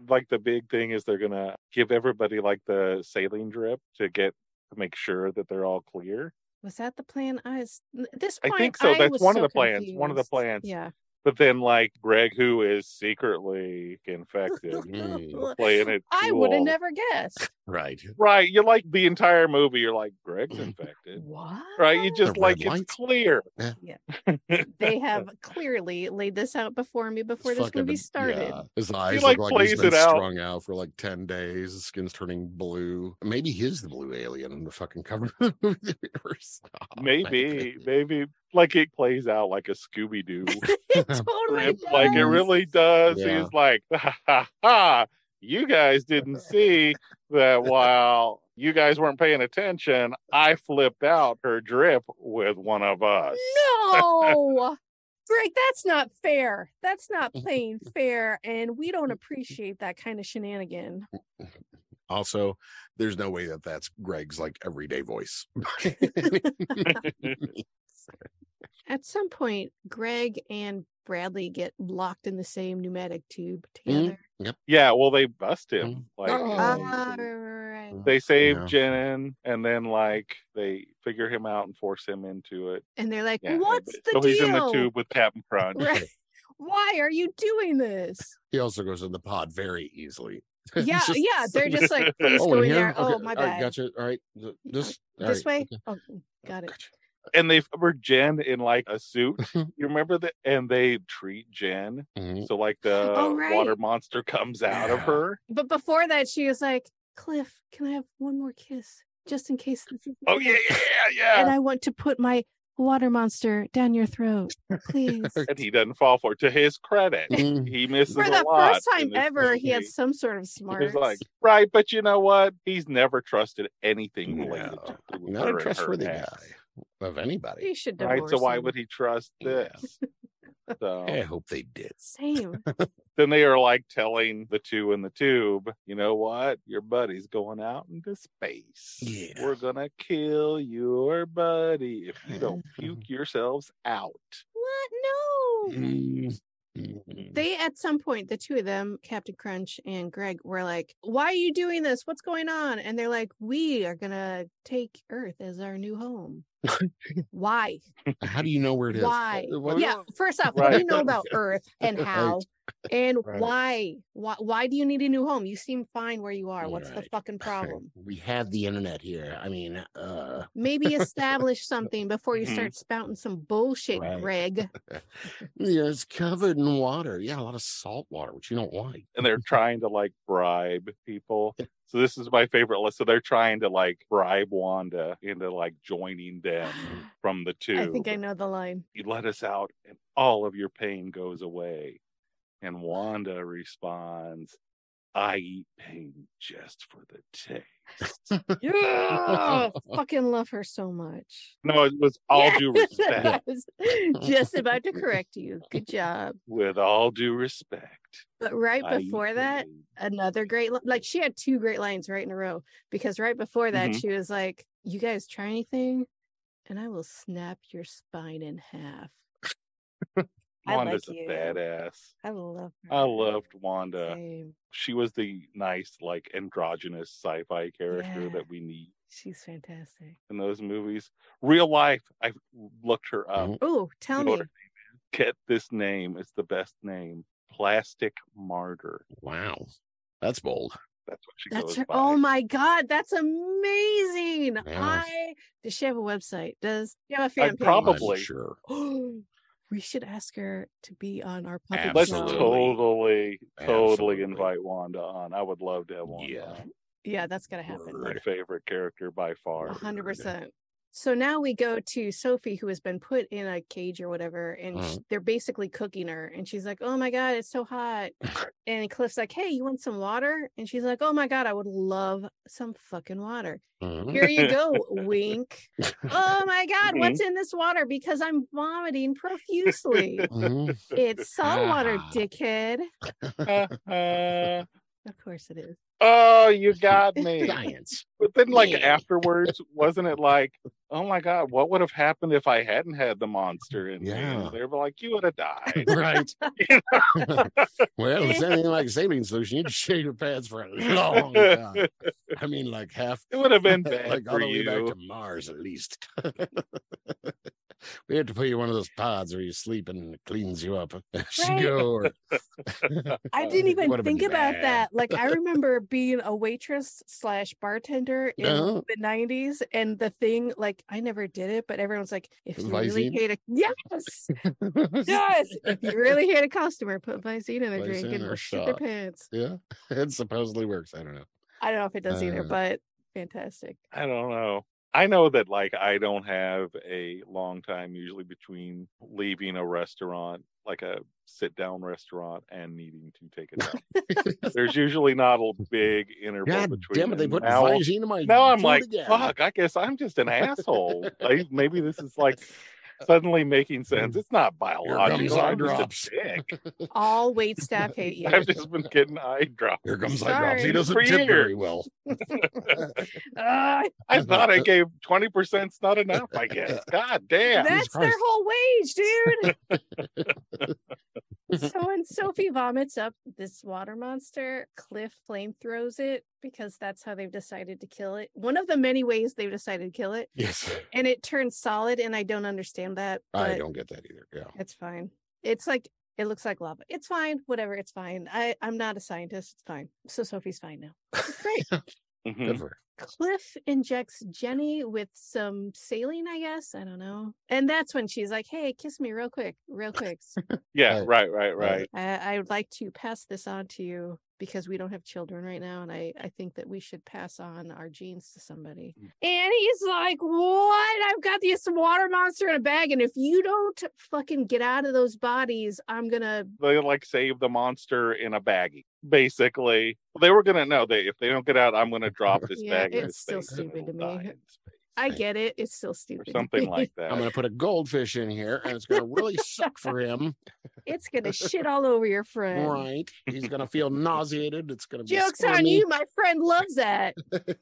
[SPEAKER 4] like the big thing is they're gonna give everybody like the saline drip to get to make sure that they're all clear.
[SPEAKER 2] Was that the plan? I was, at this
[SPEAKER 4] I
[SPEAKER 2] point,
[SPEAKER 4] think so. That's
[SPEAKER 2] was
[SPEAKER 4] one of
[SPEAKER 2] so
[SPEAKER 4] the plans. One of the
[SPEAKER 2] confused.
[SPEAKER 4] plans.
[SPEAKER 2] Yeah.
[SPEAKER 4] But then like Greg, who is secretly infected,
[SPEAKER 3] Mm.
[SPEAKER 4] playing it.
[SPEAKER 2] I would have
[SPEAKER 4] cool.
[SPEAKER 2] never guessed.
[SPEAKER 3] Right?
[SPEAKER 4] Right, you're like the entire movie. You're like correct's infected.
[SPEAKER 2] What?
[SPEAKER 4] Right? You just
[SPEAKER 3] red
[SPEAKER 4] like it's
[SPEAKER 3] lights?
[SPEAKER 4] clear.
[SPEAKER 2] they have clearly laid this out before me before this
[SPEAKER 3] fucking-
[SPEAKER 2] movie started.
[SPEAKER 3] yeah. His eyes
[SPEAKER 4] like,
[SPEAKER 3] look like he's
[SPEAKER 4] plays
[SPEAKER 3] been
[SPEAKER 4] it out.
[SPEAKER 3] strung out. for like 10 days. His skin's turning blue. Maybe he is the blue alien on the fucking cover of the movie that we ever saw.
[SPEAKER 4] Maybe, maybe like it plays out like a Scooby Doo.
[SPEAKER 2] it totally
[SPEAKER 4] Rip, like it
[SPEAKER 2] does.
[SPEAKER 4] really does.
[SPEAKER 3] Yeah.
[SPEAKER 4] He's like, ha, ha, ha, you guys didn't see that while you guys weren't paying attention, I flipped out her drip with one of us.
[SPEAKER 2] No. Greg, that's not fair. That's not playing fair. And we don't appreciate that kind of shenanigan.
[SPEAKER 3] Also, there's no way that that's Greg's like everyday voice.
[SPEAKER 2] At some point, Greg and Bradley get locked in the same pneumatic tube together.
[SPEAKER 4] Yeah, well, they bust
[SPEAKER 3] Mm.
[SPEAKER 4] him. Like
[SPEAKER 3] Oh.
[SPEAKER 2] Ah,
[SPEAKER 3] Mm.
[SPEAKER 2] right, right.
[SPEAKER 4] they save
[SPEAKER 3] Yeah.
[SPEAKER 4] Jen, and then like they figure him out and force him into it.
[SPEAKER 2] And they're like,
[SPEAKER 4] Yeah,
[SPEAKER 2] what's the
[SPEAKER 4] so
[SPEAKER 2] deal?
[SPEAKER 4] he's in the tube with Captain Crunch.
[SPEAKER 2] Right. Why are you doing this?
[SPEAKER 3] he also goes in the pod very easily. It's
[SPEAKER 2] Yeah,
[SPEAKER 3] just-
[SPEAKER 2] yeah. They're just like, please
[SPEAKER 3] Oh,
[SPEAKER 2] go
[SPEAKER 3] in
[SPEAKER 2] in
[SPEAKER 3] here?
[SPEAKER 2] there. Oh,
[SPEAKER 3] Okay,
[SPEAKER 2] my
[SPEAKER 3] all right,
[SPEAKER 2] bad.
[SPEAKER 3] gotcha. All right. th- This, all
[SPEAKER 2] this
[SPEAKER 3] right,
[SPEAKER 2] way?
[SPEAKER 3] okay,
[SPEAKER 2] Oh, got it.
[SPEAKER 3] gotcha.
[SPEAKER 4] and they cover Jen in like a suit. You remember that? And they treat Jen
[SPEAKER 3] Mhm.
[SPEAKER 4] so like the
[SPEAKER 2] Oh, right.
[SPEAKER 4] water monster comes out of
[SPEAKER 3] Yeah.
[SPEAKER 4] her.
[SPEAKER 2] But before that, she was like, Cliff, can I have one more kiss just in case? This is
[SPEAKER 4] Oh
[SPEAKER 2] over?
[SPEAKER 4] yeah, yeah, yeah.
[SPEAKER 2] And
[SPEAKER 4] And,
[SPEAKER 2] I want to put my water monster down your throat, please.
[SPEAKER 4] he doesn't fall for it. To his credit,
[SPEAKER 3] Mhm.
[SPEAKER 4] he misses
[SPEAKER 2] Mm. For
[SPEAKER 4] a
[SPEAKER 2] the
[SPEAKER 4] lot
[SPEAKER 2] first time
[SPEAKER 4] in this
[SPEAKER 2] ever, he had
[SPEAKER 4] movie.
[SPEAKER 2] some sort of smarts.
[SPEAKER 4] He's like, right, but you know what? He's never trusted anything related
[SPEAKER 3] No, Not
[SPEAKER 4] to her
[SPEAKER 3] a
[SPEAKER 4] and her
[SPEAKER 3] trustworthy guy
[SPEAKER 4] ex.
[SPEAKER 3] of anybody.
[SPEAKER 2] he should divorce.
[SPEAKER 4] Right, so why
[SPEAKER 2] him.
[SPEAKER 4] would he trust
[SPEAKER 3] Yeah.
[SPEAKER 4] this? So
[SPEAKER 3] I hope they did.
[SPEAKER 2] Same.
[SPEAKER 4] then they are like telling the two in the tube, you know what? Your buddy's going out into space.
[SPEAKER 3] Yeah.
[SPEAKER 4] We're gonna kill your buddy if you don't puke yourselves out.
[SPEAKER 2] what? No.
[SPEAKER 3] Mm. Mm.
[SPEAKER 2] They, at some point, the two of them, Captain Crunch and Greg, were like, Why are you doing this? What's going on? And they're like, We are going to take Earth as our new home. Why?
[SPEAKER 3] How do you know where it is?
[SPEAKER 2] Why?
[SPEAKER 3] Uh, what-
[SPEAKER 2] yeah. First off, what do you
[SPEAKER 4] Right.
[SPEAKER 2] know about Earth and
[SPEAKER 3] Right.
[SPEAKER 2] how and
[SPEAKER 3] Right.
[SPEAKER 2] why? Why? Why do you need a new home? You seem fine where you are. What's the
[SPEAKER 3] Right.
[SPEAKER 2] fucking problem?
[SPEAKER 3] We have the internet here. I mean, uh,
[SPEAKER 2] Maybe establish something before you
[SPEAKER 4] Mhm.
[SPEAKER 2] start spouting some bullshit,
[SPEAKER 3] Right.
[SPEAKER 2] Greg.
[SPEAKER 3] yeah, it's covered in water. Yeah, a lot of salt water, which you don't like.
[SPEAKER 4] And they're trying to like bribe people. So this is my favorite list. So they're trying to like bribe Wanda into like joining them from the two.
[SPEAKER 2] I think I know the line.
[SPEAKER 4] you let us out and all of your pain goes away. And Wanda responds, I eat pain just for the taste.
[SPEAKER 2] Yeah, fucking love her so much.
[SPEAKER 4] No, it was all due
[SPEAKER 2] Yes,
[SPEAKER 4] respect.
[SPEAKER 2] I was Just about to correct you. Good job.
[SPEAKER 4] With all due respect.
[SPEAKER 2] But right
[SPEAKER 4] I eat
[SPEAKER 2] before that,
[SPEAKER 4] pain.
[SPEAKER 2] another great li- like she had two great lines right in a row because right before that
[SPEAKER 4] Mm-hmm.
[SPEAKER 2] she was like you guys try anything and i will snap your spine in half I like
[SPEAKER 4] Wanda's
[SPEAKER 2] you.
[SPEAKER 4] a badass.
[SPEAKER 2] i love her.
[SPEAKER 4] I loved Wanda.
[SPEAKER 2] Same.
[SPEAKER 4] She was the nice, like androgynous sci-fi character
[SPEAKER 2] Yeah.
[SPEAKER 4] that we need
[SPEAKER 2] she's fantastic
[SPEAKER 4] in those movies. Real life, I looked her up.
[SPEAKER 3] Mhm.
[SPEAKER 2] oh tell
[SPEAKER 4] You
[SPEAKER 2] me
[SPEAKER 4] know Get this name. It's the best name. Plastic Martyr.
[SPEAKER 3] Wow, that's bold.
[SPEAKER 4] That's what she
[SPEAKER 2] that's
[SPEAKER 4] goes
[SPEAKER 2] her
[SPEAKER 4] by.
[SPEAKER 2] oh my god that's amazing i does she have a website does she have a fan
[SPEAKER 4] I
[SPEAKER 2] page
[SPEAKER 3] I'm
[SPEAKER 4] Probably.
[SPEAKER 3] sure.
[SPEAKER 2] we should ask her to be on our puppet
[SPEAKER 4] Let's
[SPEAKER 2] show.
[SPEAKER 3] Absolutely.
[SPEAKER 4] totally, totally
[SPEAKER 3] Absolutely.
[SPEAKER 4] invite Wanda on. I would love to have Wanda.
[SPEAKER 3] Yeah.
[SPEAKER 4] on.
[SPEAKER 2] yeah that's gonna happen
[SPEAKER 4] my
[SPEAKER 3] Word.
[SPEAKER 4] favorite character by far.
[SPEAKER 2] A hundred
[SPEAKER 3] Word.
[SPEAKER 2] percent. So now we go to Sophie, who has been put in a cage or whatever, and sh- they're basically cooking her. And she's like, "Oh my god, it's so hot!" and Cliff's like, "Hey, you want some water?" And she's like, "Oh my god, I would love some fucking water.
[SPEAKER 3] Mhm.
[SPEAKER 2] Here you go, wink. Oh my god, what's in this water? Because I'm vomiting profusely.
[SPEAKER 3] Mhm.
[SPEAKER 2] it's salt water,
[SPEAKER 3] Ah.
[SPEAKER 2] dickhead.
[SPEAKER 4] Uh,
[SPEAKER 2] Of course it is.
[SPEAKER 4] oh, you got me.
[SPEAKER 3] Science.
[SPEAKER 4] But then, like
[SPEAKER 3] Yeah.
[SPEAKER 4] afterwards, wasn't it like, oh my god, what would have happened if I hadn't had the monster in me? And
[SPEAKER 3] Yeah.
[SPEAKER 4] They were like, you would have died.
[SPEAKER 3] Right. well, if it's anything like a saline solution, you'd shave your pants for a long time.
[SPEAKER 4] it
[SPEAKER 3] I mean, Oh, like half
[SPEAKER 4] would have been bad
[SPEAKER 3] like all
[SPEAKER 4] for
[SPEAKER 3] the way back
[SPEAKER 4] you.
[SPEAKER 3] to Mars at least. we have to put you in one of those pods where you sleep and it cleans you up as you
[SPEAKER 2] Right.
[SPEAKER 3] go. Or,
[SPEAKER 2] I didn't even
[SPEAKER 3] Would've been
[SPEAKER 2] think about
[SPEAKER 3] bad.
[SPEAKER 2] that. Like I remember being a waitress slash bartender in
[SPEAKER 3] Uh-huh.
[SPEAKER 2] the nineties, and the thing like I never did it, but everyone's like, if you really
[SPEAKER 3] Visine?
[SPEAKER 2] hate a yes, yes, if you really hate a customer, put Visine in a drink
[SPEAKER 3] Visine
[SPEAKER 2] and
[SPEAKER 3] or
[SPEAKER 2] they'll shit their
[SPEAKER 3] shot.
[SPEAKER 2] pants.
[SPEAKER 3] yeah, it supposedly works. I don't know.
[SPEAKER 2] I don't know if it does either,
[SPEAKER 3] Uh.
[SPEAKER 2] but fantastic.
[SPEAKER 4] I don't know. I know that like I don't have a long time usually between leaving a restaurant, like a sit down restaurant, and needing to take it down. There's usually not a big interval
[SPEAKER 3] God
[SPEAKER 4] between.
[SPEAKER 3] damn it! They
[SPEAKER 4] and
[SPEAKER 3] put
[SPEAKER 4] now,
[SPEAKER 3] Visine in my.
[SPEAKER 4] now I'm
[SPEAKER 3] food
[SPEAKER 4] like,
[SPEAKER 3] again.
[SPEAKER 4] fuck, I guess I'm just an asshole. Like, maybe this is like
[SPEAKER 3] uh,
[SPEAKER 4] suddenly making sense. It's not biological.
[SPEAKER 3] eye
[SPEAKER 4] I'm
[SPEAKER 3] drops.
[SPEAKER 4] just a dick.
[SPEAKER 2] All wait staff hate you.
[SPEAKER 4] I've just been getting eye drops.
[SPEAKER 3] Here comes
[SPEAKER 2] Sorry.
[SPEAKER 3] eye drops. He doesn't
[SPEAKER 4] For
[SPEAKER 3] tip very
[SPEAKER 4] years.
[SPEAKER 3] well.
[SPEAKER 2] Ah,
[SPEAKER 4] I thought I gave 20%'s not enough, I guess. God damn.
[SPEAKER 2] that's their
[SPEAKER 3] Christ.
[SPEAKER 2] whole wage, dude. so when Sophie vomits up this water monster, Cliff flamethrrows it because that's how they've decided to kill it. One of the many ways they've decided to kill it,
[SPEAKER 3] Yes,
[SPEAKER 2] and it turns solid. And I don't understand that.
[SPEAKER 3] I
[SPEAKER 2] but-
[SPEAKER 3] don't get that either. Yeah.
[SPEAKER 2] It's fine. It's like it looks like lava. It's fine. Whatever. It's fine. I I'm not a scientist. It's fine. So Sophie's fine now. It's great.
[SPEAKER 4] Mhm.
[SPEAKER 3] Good for her.
[SPEAKER 2] Cliff injects Jenny with some saline, I guess. I don't know. And that's when she's like, "Hey, kiss me real quick, real quick.
[SPEAKER 4] Yeah,
[SPEAKER 3] Right.
[SPEAKER 4] right, right,
[SPEAKER 3] Right.
[SPEAKER 4] right.
[SPEAKER 2] I, I would like to pass this on to you because we don't have children right now, and I I think that we should pass on our genes to somebody."
[SPEAKER 4] Mm.
[SPEAKER 2] And he's like, "What? I've got this water monster in a bag, and if you don't fucking get out of those bodies, I'm gonna
[SPEAKER 4] They like save the monster in a baggie. Basically, they were gonna know that if they don't get out, I'm gonna drop this
[SPEAKER 2] Yeah,
[SPEAKER 4] bag. in
[SPEAKER 2] it's still
[SPEAKER 4] space and
[SPEAKER 2] stupid
[SPEAKER 4] it'll
[SPEAKER 2] to me.
[SPEAKER 4] die in space,"
[SPEAKER 2] I
[SPEAKER 3] Right.
[SPEAKER 2] get it. It's still stupid.
[SPEAKER 4] or
[SPEAKER 2] to
[SPEAKER 4] something
[SPEAKER 2] me.
[SPEAKER 4] like that.
[SPEAKER 3] I'm gonna put a goldfish in here, and it's gonna really suck for him.
[SPEAKER 2] it's gonna shit all over your friend.
[SPEAKER 3] Right? He's gonna feel nauseated. It's gonna be
[SPEAKER 2] Jokes on
[SPEAKER 3] squirmy.
[SPEAKER 2] you, my friend loves that.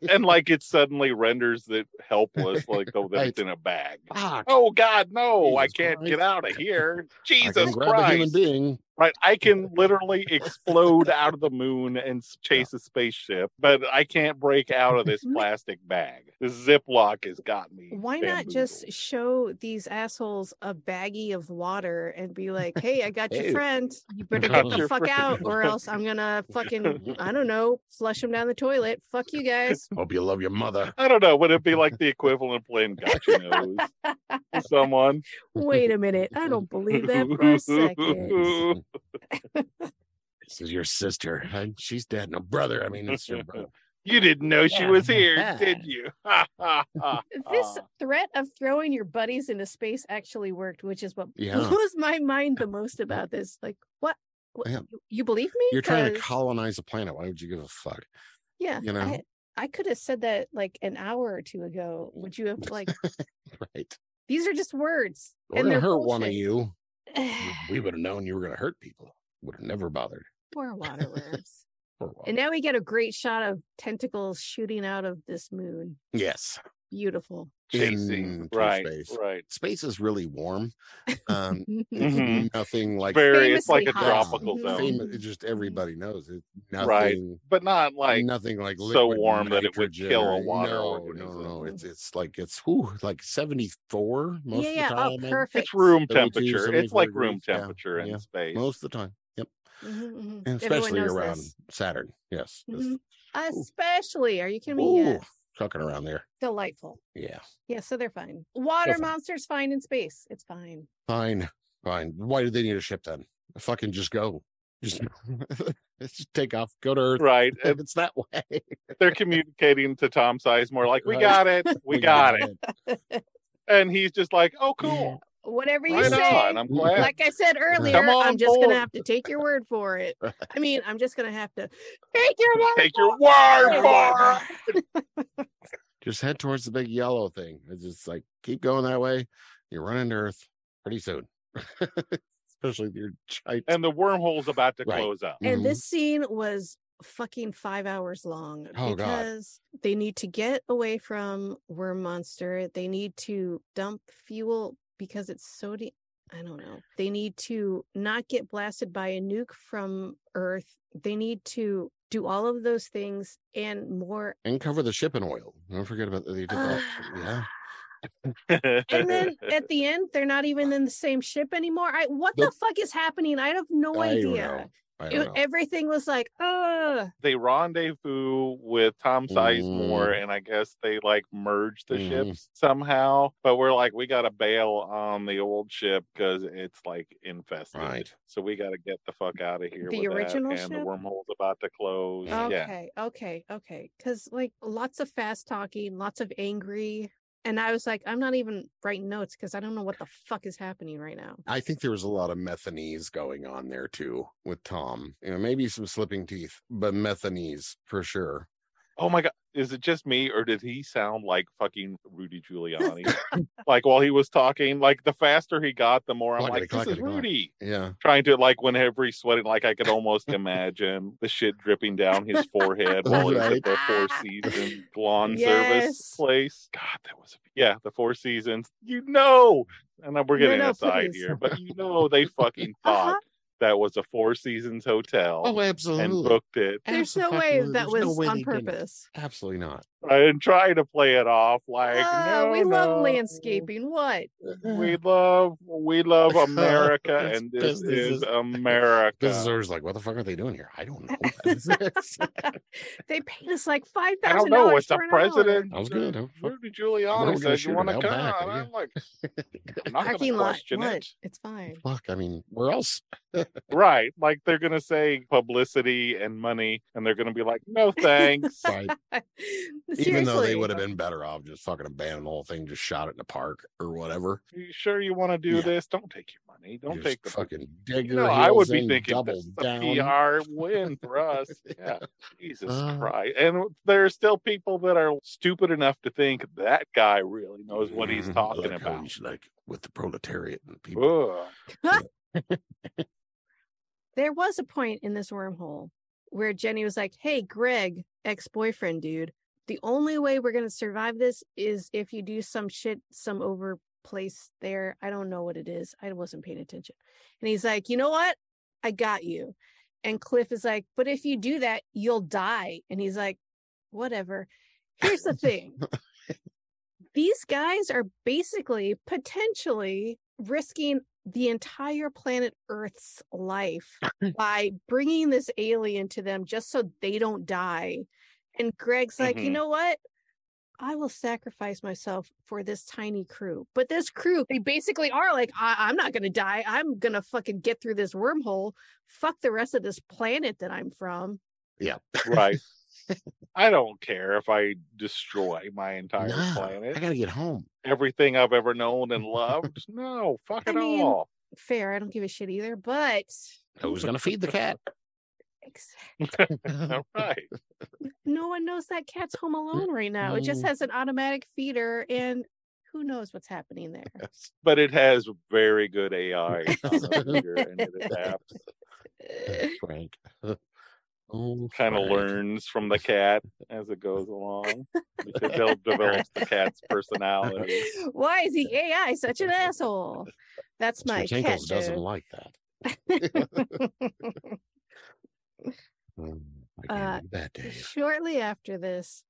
[SPEAKER 4] And like it suddenly renders it helpless, like though that it's
[SPEAKER 3] Right.
[SPEAKER 4] in a bag.
[SPEAKER 3] Fuck.
[SPEAKER 4] Oh God, no! I
[SPEAKER 3] Jesus
[SPEAKER 4] can't
[SPEAKER 3] Christ.
[SPEAKER 4] get out of here.
[SPEAKER 3] I can
[SPEAKER 4] Jesus
[SPEAKER 3] grab a human
[SPEAKER 4] Christ!
[SPEAKER 3] being.
[SPEAKER 4] Right, I can literally explode out of the moon and s- chase a spaceship, but I can't break out of this
[SPEAKER 2] Ma-
[SPEAKER 4] plastic bag. This Ziploc has got me.
[SPEAKER 2] Why not just
[SPEAKER 4] bamboozled.
[SPEAKER 2] show these assholes a baggie of water and be like, hey, I got your
[SPEAKER 3] Hey.
[SPEAKER 2] friend. You better
[SPEAKER 3] Got
[SPEAKER 2] get the
[SPEAKER 4] your
[SPEAKER 2] fuck
[SPEAKER 4] friend."
[SPEAKER 2] out, or else I'm gonna fucking, I don't know, flush him down the toilet. Fuck you guys.
[SPEAKER 3] Hope you love your mother.
[SPEAKER 4] I don't know. Would it be like the equivalent of playing gotcha knows with someone?
[SPEAKER 2] Wait a minute. I don't believe that for a second.
[SPEAKER 3] This is your sister. I- she's dead. No brother. I mean, it's your brother.
[SPEAKER 4] You didn't know she was here,
[SPEAKER 3] Yeah.
[SPEAKER 4] did you? Ha, ha, ha,
[SPEAKER 2] This
[SPEAKER 4] ha.
[SPEAKER 2] threat of throwing your buddies into space actually worked, which is what
[SPEAKER 3] Yeah.
[SPEAKER 2] blows my mind the most about this. Like, what? What-
[SPEAKER 3] Yeah.
[SPEAKER 2] you- You believe me?
[SPEAKER 3] You're trying to
[SPEAKER 2] 'Cause-
[SPEAKER 3] colonize the planet. Why would you give a fuck?
[SPEAKER 2] Yeah.
[SPEAKER 3] you know?
[SPEAKER 2] I, I could have said that like an hour or two ago. Would you have like
[SPEAKER 3] Right.
[SPEAKER 2] these are just words?
[SPEAKER 3] We're gonna
[SPEAKER 2] they're
[SPEAKER 3] hurt one of
[SPEAKER 2] bullshit.
[SPEAKER 3] you. We would have known you were gonna hurt people. Would have never bothered.
[SPEAKER 2] Poor Waterworms.
[SPEAKER 3] Or what?
[SPEAKER 2] and now we get a great shot of tentacles shooting out of this moon.
[SPEAKER 3] yes.
[SPEAKER 2] Beautiful.
[SPEAKER 4] Chasing,
[SPEAKER 3] Into
[SPEAKER 4] right,
[SPEAKER 3] space.
[SPEAKER 4] right.
[SPEAKER 3] Space is really warm. Um, it's
[SPEAKER 4] Mhm.
[SPEAKER 3] nothing like
[SPEAKER 4] Very, it's
[SPEAKER 2] Famously
[SPEAKER 4] like a
[SPEAKER 2] hot.
[SPEAKER 4] tropical
[SPEAKER 2] Mhm.
[SPEAKER 4] zone,
[SPEAKER 3] famous. Just everybody knows it. Nothing,
[SPEAKER 4] Right. but not like
[SPEAKER 3] nothing like
[SPEAKER 4] so
[SPEAKER 3] liquid
[SPEAKER 4] warm that it would
[SPEAKER 3] nitrogen
[SPEAKER 4] kill
[SPEAKER 3] or-
[SPEAKER 4] a water
[SPEAKER 3] No,
[SPEAKER 4] organism.
[SPEAKER 3] no, no. It's it's like it's whew, like seventy four most
[SPEAKER 2] yeah,
[SPEAKER 3] of the
[SPEAKER 2] yeah.
[SPEAKER 3] time.
[SPEAKER 2] Oh,
[SPEAKER 3] I-
[SPEAKER 2] perfect.
[SPEAKER 4] it's room
[SPEAKER 3] 72,
[SPEAKER 4] temperature. It's
[SPEAKER 3] 74
[SPEAKER 4] like room
[SPEAKER 3] degrees. Yeah,
[SPEAKER 4] temperature in
[SPEAKER 3] yeah.
[SPEAKER 4] space.
[SPEAKER 3] Most of the time. Yep.
[SPEAKER 2] Mhm, mhm.
[SPEAKER 3] And
[SPEAKER 2] Everyone
[SPEAKER 3] especially
[SPEAKER 2] knows
[SPEAKER 3] around
[SPEAKER 2] this.
[SPEAKER 3] Saturn. Yes. It's
[SPEAKER 2] Mhm. Especially, are you kidding me?
[SPEAKER 3] Ooh,
[SPEAKER 2] Yeah.
[SPEAKER 3] Fucking around there.
[SPEAKER 2] Delightful.
[SPEAKER 3] Yeah.
[SPEAKER 2] Yeah, so they're fine. Water
[SPEAKER 3] fine.
[SPEAKER 2] monsters fine in space. It's fine.
[SPEAKER 3] Fine. Fine. Why do they need a ship then? Fucking just go. Just, just take off. Go to Earth.
[SPEAKER 4] Right,
[SPEAKER 3] If
[SPEAKER 4] and
[SPEAKER 3] it's that way.
[SPEAKER 4] they're communicating to Tom Sizemore like, "We
[SPEAKER 3] Right.
[SPEAKER 4] got it, we got it,"
[SPEAKER 3] it.
[SPEAKER 4] and he's just like, "Oh, cool,
[SPEAKER 2] Whatever you
[SPEAKER 4] right
[SPEAKER 2] say.
[SPEAKER 4] on." I'm glad.
[SPEAKER 2] like I said earlier,
[SPEAKER 4] Come on
[SPEAKER 2] I'm just
[SPEAKER 4] board.
[SPEAKER 2] gonna have to take your word for it.
[SPEAKER 3] Right.
[SPEAKER 2] I mean, I'm just gonna have to take your word.
[SPEAKER 4] Take your word for it.
[SPEAKER 3] Just head towards the big yellow thing. It's just like keep going that way. You're running to Earth pretty soon. Especially with your giant
[SPEAKER 4] and the wormhole's about to
[SPEAKER 3] Right.
[SPEAKER 4] close up.
[SPEAKER 2] And
[SPEAKER 3] Mhm.
[SPEAKER 2] this scene was fucking five hours long
[SPEAKER 3] Oh, God.
[SPEAKER 2] because they need to get away from worm monster. They need to dump fuel because it's sodium. I don't know. They need to not get blasted by a nuke from Earth. They need to do all of those things and more.
[SPEAKER 3] and cover the ship in oil. Don't forget about the they did that. yeah.
[SPEAKER 2] And then at the end, they're not even in the same ship anymore. I what the,
[SPEAKER 3] The-
[SPEAKER 2] fuck is happening? I have no
[SPEAKER 3] I don't
[SPEAKER 2] idea.
[SPEAKER 3] know. I
[SPEAKER 2] It-
[SPEAKER 3] don't know.
[SPEAKER 2] everything was like, uh
[SPEAKER 4] they rendezvous with Tom Sizemore, and I guess they like merge the
[SPEAKER 3] Mhm.
[SPEAKER 4] ships somehow. But we're like, we got to bail on the old ship because it's like infested.
[SPEAKER 3] Right.
[SPEAKER 4] So we got to get the fuck out of here.
[SPEAKER 2] The
[SPEAKER 4] with that,
[SPEAKER 2] original
[SPEAKER 4] and
[SPEAKER 2] ship?
[SPEAKER 4] the wormhole's about to close. Yeah.
[SPEAKER 2] okay, okay, okay. Cause like lots of fast talking, lots of angry. And I was like, I'm not even writing notes because I don't know what the fuck is happening right now.
[SPEAKER 3] I think there was a lot of methanese going on there too with Tom. You know, maybe some slipping teeth, but methanese for sure.
[SPEAKER 4] Oh my god, is it just me or did he sound like fucking Rudy Giuliani? like while he was talking, like the faster he got, the more I'm
[SPEAKER 3] Clackety,
[SPEAKER 4] like, this is
[SPEAKER 3] clackety, clack.
[SPEAKER 4] Rudy.
[SPEAKER 3] Yeah.
[SPEAKER 4] trying to like whenever he's sweating, like I could almost imagine the shit dripping down his forehead while he's at
[SPEAKER 3] Right.
[SPEAKER 4] the Four Seasons lawn
[SPEAKER 2] Yes.
[SPEAKER 4] service place. God, that was yeah, the Four Seasons. You know, and
[SPEAKER 2] No,
[SPEAKER 4] we're getting
[SPEAKER 2] no,
[SPEAKER 4] inside
[SPEAKER 2] please.
[SPEAKER 4] here, but you know they fucking thought
[SPEAKER 2] Uh-huh.
[SPEAKER 4] that was a Four Seasons hotel
[SPEAKER 3] Oh,
[SPEAKER 4] and
[SPEAKER 3] absolutely.
[SPEAKER 4] booked it.
[SPEAKER 2] There's no way that
[SPEAKER 3] There's no
[SPEAKER 2] was
[SPEAKER 3] way
[SPEAKER 2] on
[SPEAKER 3] they didn't.
[SPEAKER 2] purpose.
[SPEAKER 3] Absolutely not.
[SPEAKER 4] And trying to play it off like
[SPEAKER 2] Ah,
[SPEAKER 4] no,
[SPEAKER 2] we love
[SPEAKER 4] no,
[SPEAKER 2] landscaping. What?
[SPEAKER 4] We love we love America,
[SPEAKER 3] It's
[SPEAKER 4] and this
[SPEAKER 3] business
[SPEAKER 4] is
[SPEAKER 3] is-
[SPEAKER 4] America.
[SPEAKER 3] This is always like, what the fuck are they doing here? I don't know. what that is.
[SPEAKER 2] they paid us like five
[SPEAKER 4] I
[SPEAKER 2] thousand.
[SPEAKER 4] don't know. It's the president.
[SPEAKER 3] That was good.
[SPEAKER 4] uh,
[SPEAKER 3] That was fuck-
[SPEAKER 4] Rudy Giuliani
[SPEAKER 3] gonna
[SPEAKER 4] said you
[SPEAKER 3] shoot
[SPEAKER 4] want
[SPEAKER 3] it
[SPEAKER 4] to
[SPEAKER 3] out
[SPEAKER 4] come.
[SPEAKER 3] back,
[SPEAKER 4] and
[SPEAKER 3] yeah.
[SPEAKER 4] I'm like, I'm not going
[SPEAKER 2] Parking
[SPEAKER 4] to
[SPEAKER 2] lot.
[SPEAKER 4] question
[SPEAKER 2] What?
[SPEAKER 4] it.
[SPEAKER 2] It's fine.
[SPEAKER 3] Fuck. I mean, where else?
[SPEAKER 4] Right. Like they're going to say publicity and money, and they're going to be like, no thanks.
[SPEAKER 3] Right. Even though they
[SPEAKER 2] Seriously.
[SPEAKER 3] would have been better off just fucking abandoning the whole thing, just shot it in the park or whatever.
[SPEAKER 4] you sure you want to do
[SPEAKER 3] Yeah.
[SPEAKER 4] this? Don't take your money. Don't
[SPEAKER 3] Just
[SPEAKER 4] take the
[SPEAKER 3] fucking dig
[SPEAKER 4] You
[SPEAKER 3] your
[SPEAKER 4] know, I would
[SPEAKER 3] heels
[SPEAKER 4] be
[SPEAKER 3] in,
[SPEAKER 4] thinking
[SPEAKER 3] double
[SPEAKER 4] this is
[SPEAKER 3] down.
[SPEAKER 4] a PR win for us. Yeah. Jesus
[SPEAKER 3] Uh.
[SPEAKER 4] Christ. And there are still people that are stupid enough to think that guy really knows what he's
[SPEAKER 3] Mhm. I
[SPEAKER 4] talking
[SPEAKER 3] like how
[SPEAKER 4] about.
[SPEAKER 3] he's like with the proletariat and the people.
[SPEAKER 4] Ugh.
[SPEAKER 2] there was a point in this wormhole where Jenny was like, "Hey, Greg, ex-boyfriend, dude, the only way we're gonna survive this is if you do some shit, some over place there. I don't know what it is. I wasn't paying attention." And he's like, "You know what? I got you." And Cliff is like, "But if you do that, you'll die." And he's like, "Whatever." Here's the thing. These guys are basically potentially risking the entire planet Earth's life by bringing this alien to them just so they don't die. And Greg's like, you
[SPEAKER 4] Mhm.
[SPEAKER 2] know what? I will sacrifice myself for this tiny crew. But this crew, they basically are like, I- I'm not going to die. I'm going to fucking get through this wormhole. Fuck the rest of this planet that I'm from.
[SPEAKER 3] Yeah.
[SPEAKER 4] Right. I don't care if I destroy my entire
[SPEAKER 3] Nah, I
[SPEAKER 4] planet,
[SPEAKER 3] gotta get home.
[SPEAKER 4] everything I've ever known and loved. No, fuck
[SPEAKER 2] I
[SPEAKER 4] it
[SPEAKER 2] mean-
[SPEAKER 4] all.
[SPEAKER 2] Fair. I don't give a shit either. But
[SPEAKER 3] Who's gonna feed the cat?
[SPEAKER 4] All right.
[SPEAKER 2] no one knows that cat's home alone right now. It just
[SPEAKER 3] Mm.
[SPEAKER 2] has an automatic feeder and who knows what's happening there.
[SPEAKER 4] But it has very good AI on the computer and it adapts,
[SPEAKER 3] Frank. Oh,
[SPEAKER 4] kind of
[SPEAKER 3] Frank.
[SPEAKER 4] learns from the cat as it goes along. It devel- develops the cat's personality.
[SPEAKER 2] Why is the AI such an asshole? That's my
[SPEAKER 3] Mr.
[SPEAKER 2] cat
[SPEAKER 3] Tinkles doesn't
[SPEAKER 2] joke.
[SPEAKER 3] like that. Mm, I
[SPEAKER 2] Uh,
[SPEAKER 3] gave you that Dave.
[SPEAKER 2] Shortly after this,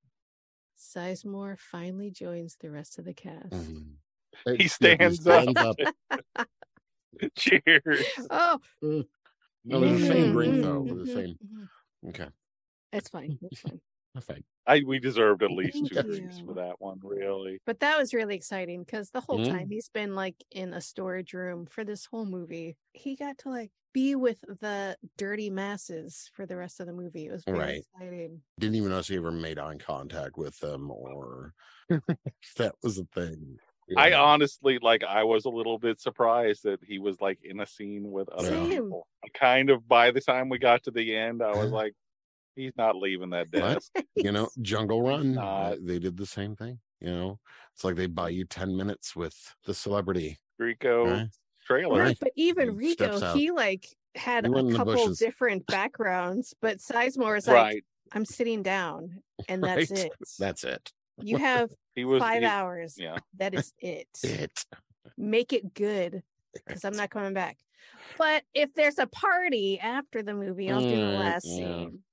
[SPEAKER 2] Sizemore finally joins the rest of the cast.
[SPEAKER 3] Mhm.
[SPEAKER 4] He
[SPEAKER 3] Yeah,
[SPEAKER 4] stands up. Cheers.
[SPEAKER 2] Oh,
[SPEAKER 3] No, they're the same ring
[SPEAKER 2] mhm,
[SPEAKER 3] though. they're
[SPEAKER 2] mhm,
[SPEAKER 3] The same.
[SPEAKER 2] mhm.
[SPEAKER 3] Okay,
[SPEAKER 2] It's fine. It's fine.
[SPEAKER 3] perfect.
[SPEAKER 4] I we deserved at least two
[SPEAKER 2] Thank
[SPEAKER 4] drinks
[SPEAKER 2] you.
[SPEAKER 4] for that one, really.
[SPEAKER 2] But that was really exciting because the whole
[SPEAKER 3] Mm.
[SPEAKER 2] time he's been like in a storage room for this whole movie, he got to like be with the dirty masses for the rest of the movie. It was really
[SPEAKER 3] Right.
[SPEAKER 2] exciting.
[SPEAKER 3] Didn't even notice he ever made eye contact with them, or that was a thing.
[SPEAKER 4] I
[SPEAKER 3] Yeah.
[SPEAKER 4] honestly like I was a little bit surprised that he was like in a scene with other
[SPEAKER 3] Same.
[SPEAKER 4] people. I kind of by the time we got to the end, I was
[SPEAKER 3] Yeah.
[SPEAKER 4] like, he's not leaving that
[SPEAKER 3] What?
[SPEAKER 4] desk.
[SPEAKER 3] you know jungle run uh,
[SPEAKER 4] not.
[SPEAKER 3] they did the same thing you know it's like they buy you 10 minutes with the celebrity
[SPEAKER 4] Rico
[SPEAKER 3] right?
[SPEAKER 2] No,
[SPEAKER 4] trailer.
[SPEAKER 3] Right.
[SPEAKER 2] but even
[SPEAKER 3] He steps
[SPEAKER 2] Rico,
[SPEAKER 3] out.
[SPEAKER 2] he like had
[SPEAKER 3] He went
[SPEAKER 2] a
[SPEAKER 3] in the
[SPEAKER 2] couple
[SPEAKER 3] bushes.
[SPEAKER 2] different backgrounds, but Sizemore is like,
[SPEAKER 4] Right.
[SPEAKER 2] I'm sitting down and that's
[SPEAKER 3] Right.
[SPEAKER 2] it.
[SPEAKER 3] that's it
[SPEAKER 2] You have
[SPEAKER 4] He was
[SPEAKER 2] five
[SPEAKER 4] he-
[SPEAKER 2] hours.
[SPEAKER 4] Yeah.
[SPEAKER 2] That is it.
[SPEAKER 3] it
[SPEAKER 2] Make it good because I'm not coming back. But if there's a party after the movie, I'll do the
[SPEAKER 3] Mm,
[SPEAKER 2] last
[SPEAKER 3] yeah.
[SPEAKER 2] scene.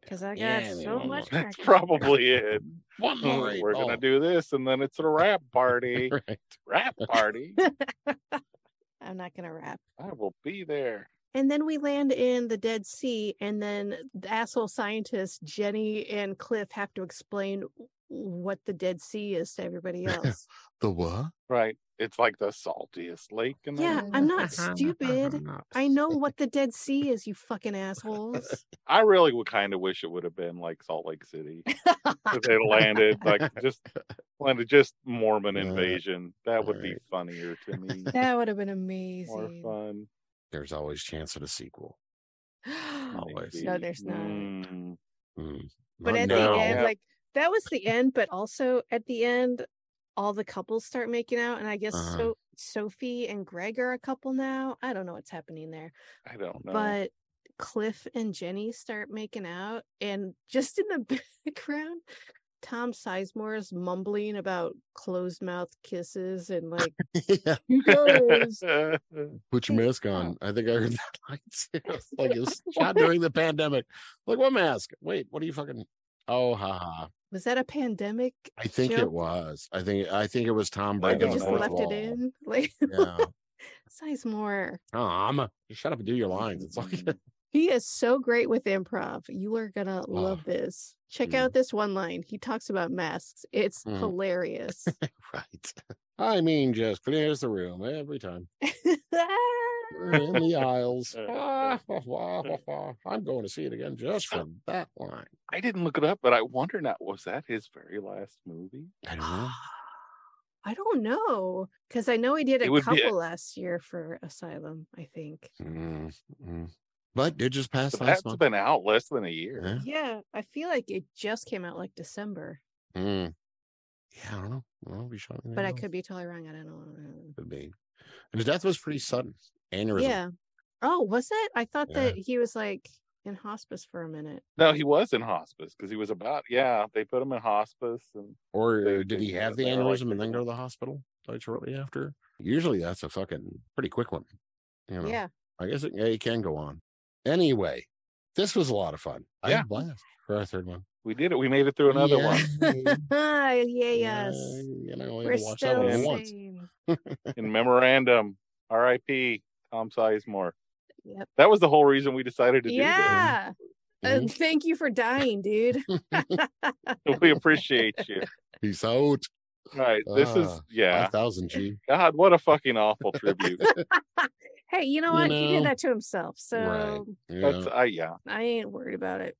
[SPEAKER 2] because I
[SPEAKER 3] Yeah,
[SPEAKER 2] got
[SPEAKER 3] they
[SPEAKER 2] so
[SPEAKER 3] want
[SPEAKER 2] much.
[SPEAKER 3] more.
[SPEAKER 4] That's
[SPEAKER 2] crackers.
[SPEAKER 4] probably it.
[SPEAKER 3] One more. eight
[SPEAKER 4] Mm, We're gonna
[SPEAKER 3] ball.
[SPEAKER 4] do this, and then it's a rap party.
[SPEAKER 3] Right.
[SPEAKER 4] rap party.
[SPEAKER 2] I'm not gonna rap.
[SPEAKER 4] I will be there.
[SPEAKER 2] And then we land in the Dead Sea, and then the asshole scientists Jenny and Cliff have to explain w- what the Dead Sea is to everybody else.
[SPEAKER 3] The what?
[SPEAKER 4] Right. It's like the saltiest lake in the
[SPEAKER 2] Yeah,
[SPEAKER 4] world.
[SPEAKER 2] I'm "Uh-huh, not stupid. I know what the Dead Sea is, you fucking assholes.
[SPEAKER 4] I really would kind of wish it would have been like Salt Lake City. if they landed like just landed just Mormon
[SPEAKER 3] Yeah.
[SPEAKER 4] invasion. That would be
[SPEAKER 3] Alright.
[SPEAKER 4] funnier to me.
[SPEAKER 2] that would have been
[SPEAKER 4] More
[SPEAKER 2] amazing.
[SPEAKER 4] fun.
[SPEAKER 3] There's always chance at a sequel.
[SPEAKER 4] Oh,
[SPEAKER 3] Always.
[SPEAKER 2] No, there's not.
[SPEAKER 4] Mm.
[SPEAKER 3] Mm.
[SPEAKER 2] but
[SPEAKER 3] Not
[SPEAKER 2] at
[SPEAKER 3] now.
[SPEAKER 2] the end,
[SPEAKER 4] Yeah.
[SPEAKER 2] like that was the end, but also at the end, all the couples start making out, and I guess
[SPEAKER 3] Uh-huh.
[SPEAKER 2] so. Sophie and Greg are a couple now. I don't know what's happening there,
[SPEAKER 4] I don't know.
[SPEAKER 2] but Cliff and Jenny start making out, and just in the background, Tom Sizemore is mumbling about closed mouth kisses and like
[SPEAKER 3] yeah.
[SPEAKER 2] "Here goes.
[SPEAKER 3] Put your mask on. I think I heard that line too. Like it was shot
[SPEAKER 2] What?
[SPEAKER 3] during the pandemic. Like what mask? Wait, what are you fucking? Oh, haha.
[SPEAKER 2] Was that a pandemic?
[SPEAKER 3] I think
[SPEAKER 2] joke?
[SPEAKER 3] it was. I think I think it was Tom
[SPEAKER 4] I
[SPEAKER 2] Like they
[SPEAKER 3] breaking
[SPEAKER 4] don't
[SPEAKER 3] the
[SPEAKER 2] just
[SPEAKER 4] know.
[SPEAKER 3] fourth
[SPEAKER 2] left
[SPEAKER 3] wall.
[SPEAKER 2] it in. Like
[SPEAKER 3] Yeah.
[SPEAKER 2] Sizemore.
[SPEAKER 3] Tom, just shut up and do your lines. It's like
[SPEAKER 2] He is so great with improv. You are gonna love this. Check
[SPEAKER 3] mm.
[SPEAKER 2] out this one line. He talks about masks. It's
[SPEAKER 3] Mm.
[SPEAKER 2] hilarious.
[SPEAKER 3] right. I mean, just clears the room every time. We're in the aisles. Ah, wah, wah, wah, wah. I'm going to see it again just for that line.
[SPEAKER 4] I didn't look it up, but I wonder now was that his very last movie?
[SPEAKER 3] I don't know.
[SPEAKER 2] Ah. I don't know because I know he did
[SPEAKER 4] It
[SPEAKER 2] a
[SPEAKER 4] would be a-
[SPEAKER 2] couple last year for Asylum. I think.
[SPEAKER 3] Mm, mm. But it just passed
[SPEAKER 4] But
[SPEAKER 3] last
[SPEAKER 4] that's
[SPEAKER 3] month.
[SPEAKER 4] been out less than a year.
[SPEAKER 2] Yeah, I feel like it just came out like December,
[SPEAKER 3] Yeah. Mm. yeah, I don't know. Well, we shot
[SPEAKER 2] but I could be totally wrong. I don't know.
[SPEAKER 3] could be. And his death was pretty sudden. Aneurysm.
[SPEAKER 2] Yeah. Oh, was it? I thought
[SPEAKER 3] Yeah.
[SPEAKER 2] that he was like in hospice for a minute.
[SPEAKER 4] No, he was in hospice because he was about yeah. They put him in hospice and
[SPEAKER 3] Or uh,
[SPEAKER 4] They-
[SPEAKER 3] did
[SPEAKER 4] they-
[SPEAKER 3] he have the
[SPEAKER 4] they were like-
[SPEAKER 3] aneurysm and then go to the hospital like shortly after? Usually that's a fucking pretty quick one. You know.
[SPEAKER 2] Yeah.
[SPEAKER 3] I guess it, yeah, it can go on. Anyway, this was a lot of fun. I had
[SPEAKER 4] Yeah.
[SPEAKER 3] a blast for our third one.
[SPEAKER 4] we did it. We made it through another
[SPEAKER 3] Yeah.
[SPEAKER 4] one.
[SPEAKER 2] Ah, yeah. Yes.
[SPEAKER 3] You know, I only
[SPEAKER 2] We're
[SPEAKER 3] had to watch that
[SPEAKER 2] still
[SPEAKER 3] one
[SPEAKER 4] insane.
[SPEAKER 3] once.
[SPEAKER 2] same.
[SPEAKER 4] in memorandum. R.I.P. Tom Sizemore.
[SPEAKER 2] Yep.
[SPEAKER 4] That was the whole reason we decided to
[SPEAKER 2] yeah.
[SPEAKER 3] Mhm.
[SPEAKER 2] Uh, thank you for dying, dude.
[SPEAKER 4] do this. We appreciate you.
[SPEAKER 3] Peace out.
[SPEAKER 4] Right. This is
[SPEAKER 3] Ah,
[SPEAKER 4] yeah.
[SPEAKER 3] 5,000 G.
[SPEAKER 4] God, what a fucking awful tribute.
[SPEAKER 2] hey, you know
[SPEAKER 3] You
[SPEAKER 2] what? He
[SPEAKER 3] know.
[SPEAKER 2] did that to himself, so
[SPEAKER 3] Right.
[SPEAKER 4] That's
[SPEAKER 3] Yeah.
[SPEAKER 4] I yeah.
[SPEAKER 2] I ain't worried about it.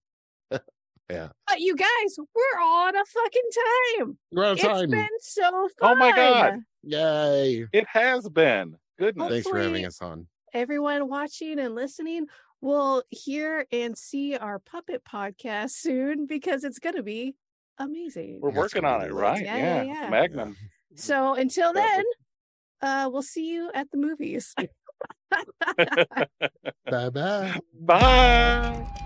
[SPEAKER 3] Yeah.
[SPEAKER 2] But you guys, we're on a fucking time.
[SPEAKER 3] We're out of
[SPEAKER 2] It's
[SPEAKER 3] time.
[SPEAKER 2] been so fun.
[SPEAKER 4] Oh my God.
[SPEAKER 3] Yay.
[SPEAKER 4] It has been. Goodness.
[SPEAKER 3] Thanks for having
[SPEAKER 2] Hopefully-
[SPEAKER 3] us on.
[SPEAKER 2] Everyone watching and listening will hear and see our puppet podcast soon because it's gonna be amazing.
[SPEAKER 4] We're
[SPEAKER 3] That's
[SPEAKER 4] working on it,
[SPEAKER 3] really
[SPEAKER 4] right?
[SPEAKER 2] good. Yeah, yeah, yeah.
[SPEAKER 4] Magnum.
[SPEAKER 2] So until
[SPEAKER 4] That
[SPEAKER 2] then, uh, we'll see you at the movies.
[SPEAKER 3] Bye bye.
[SPEAKER 4] Bye.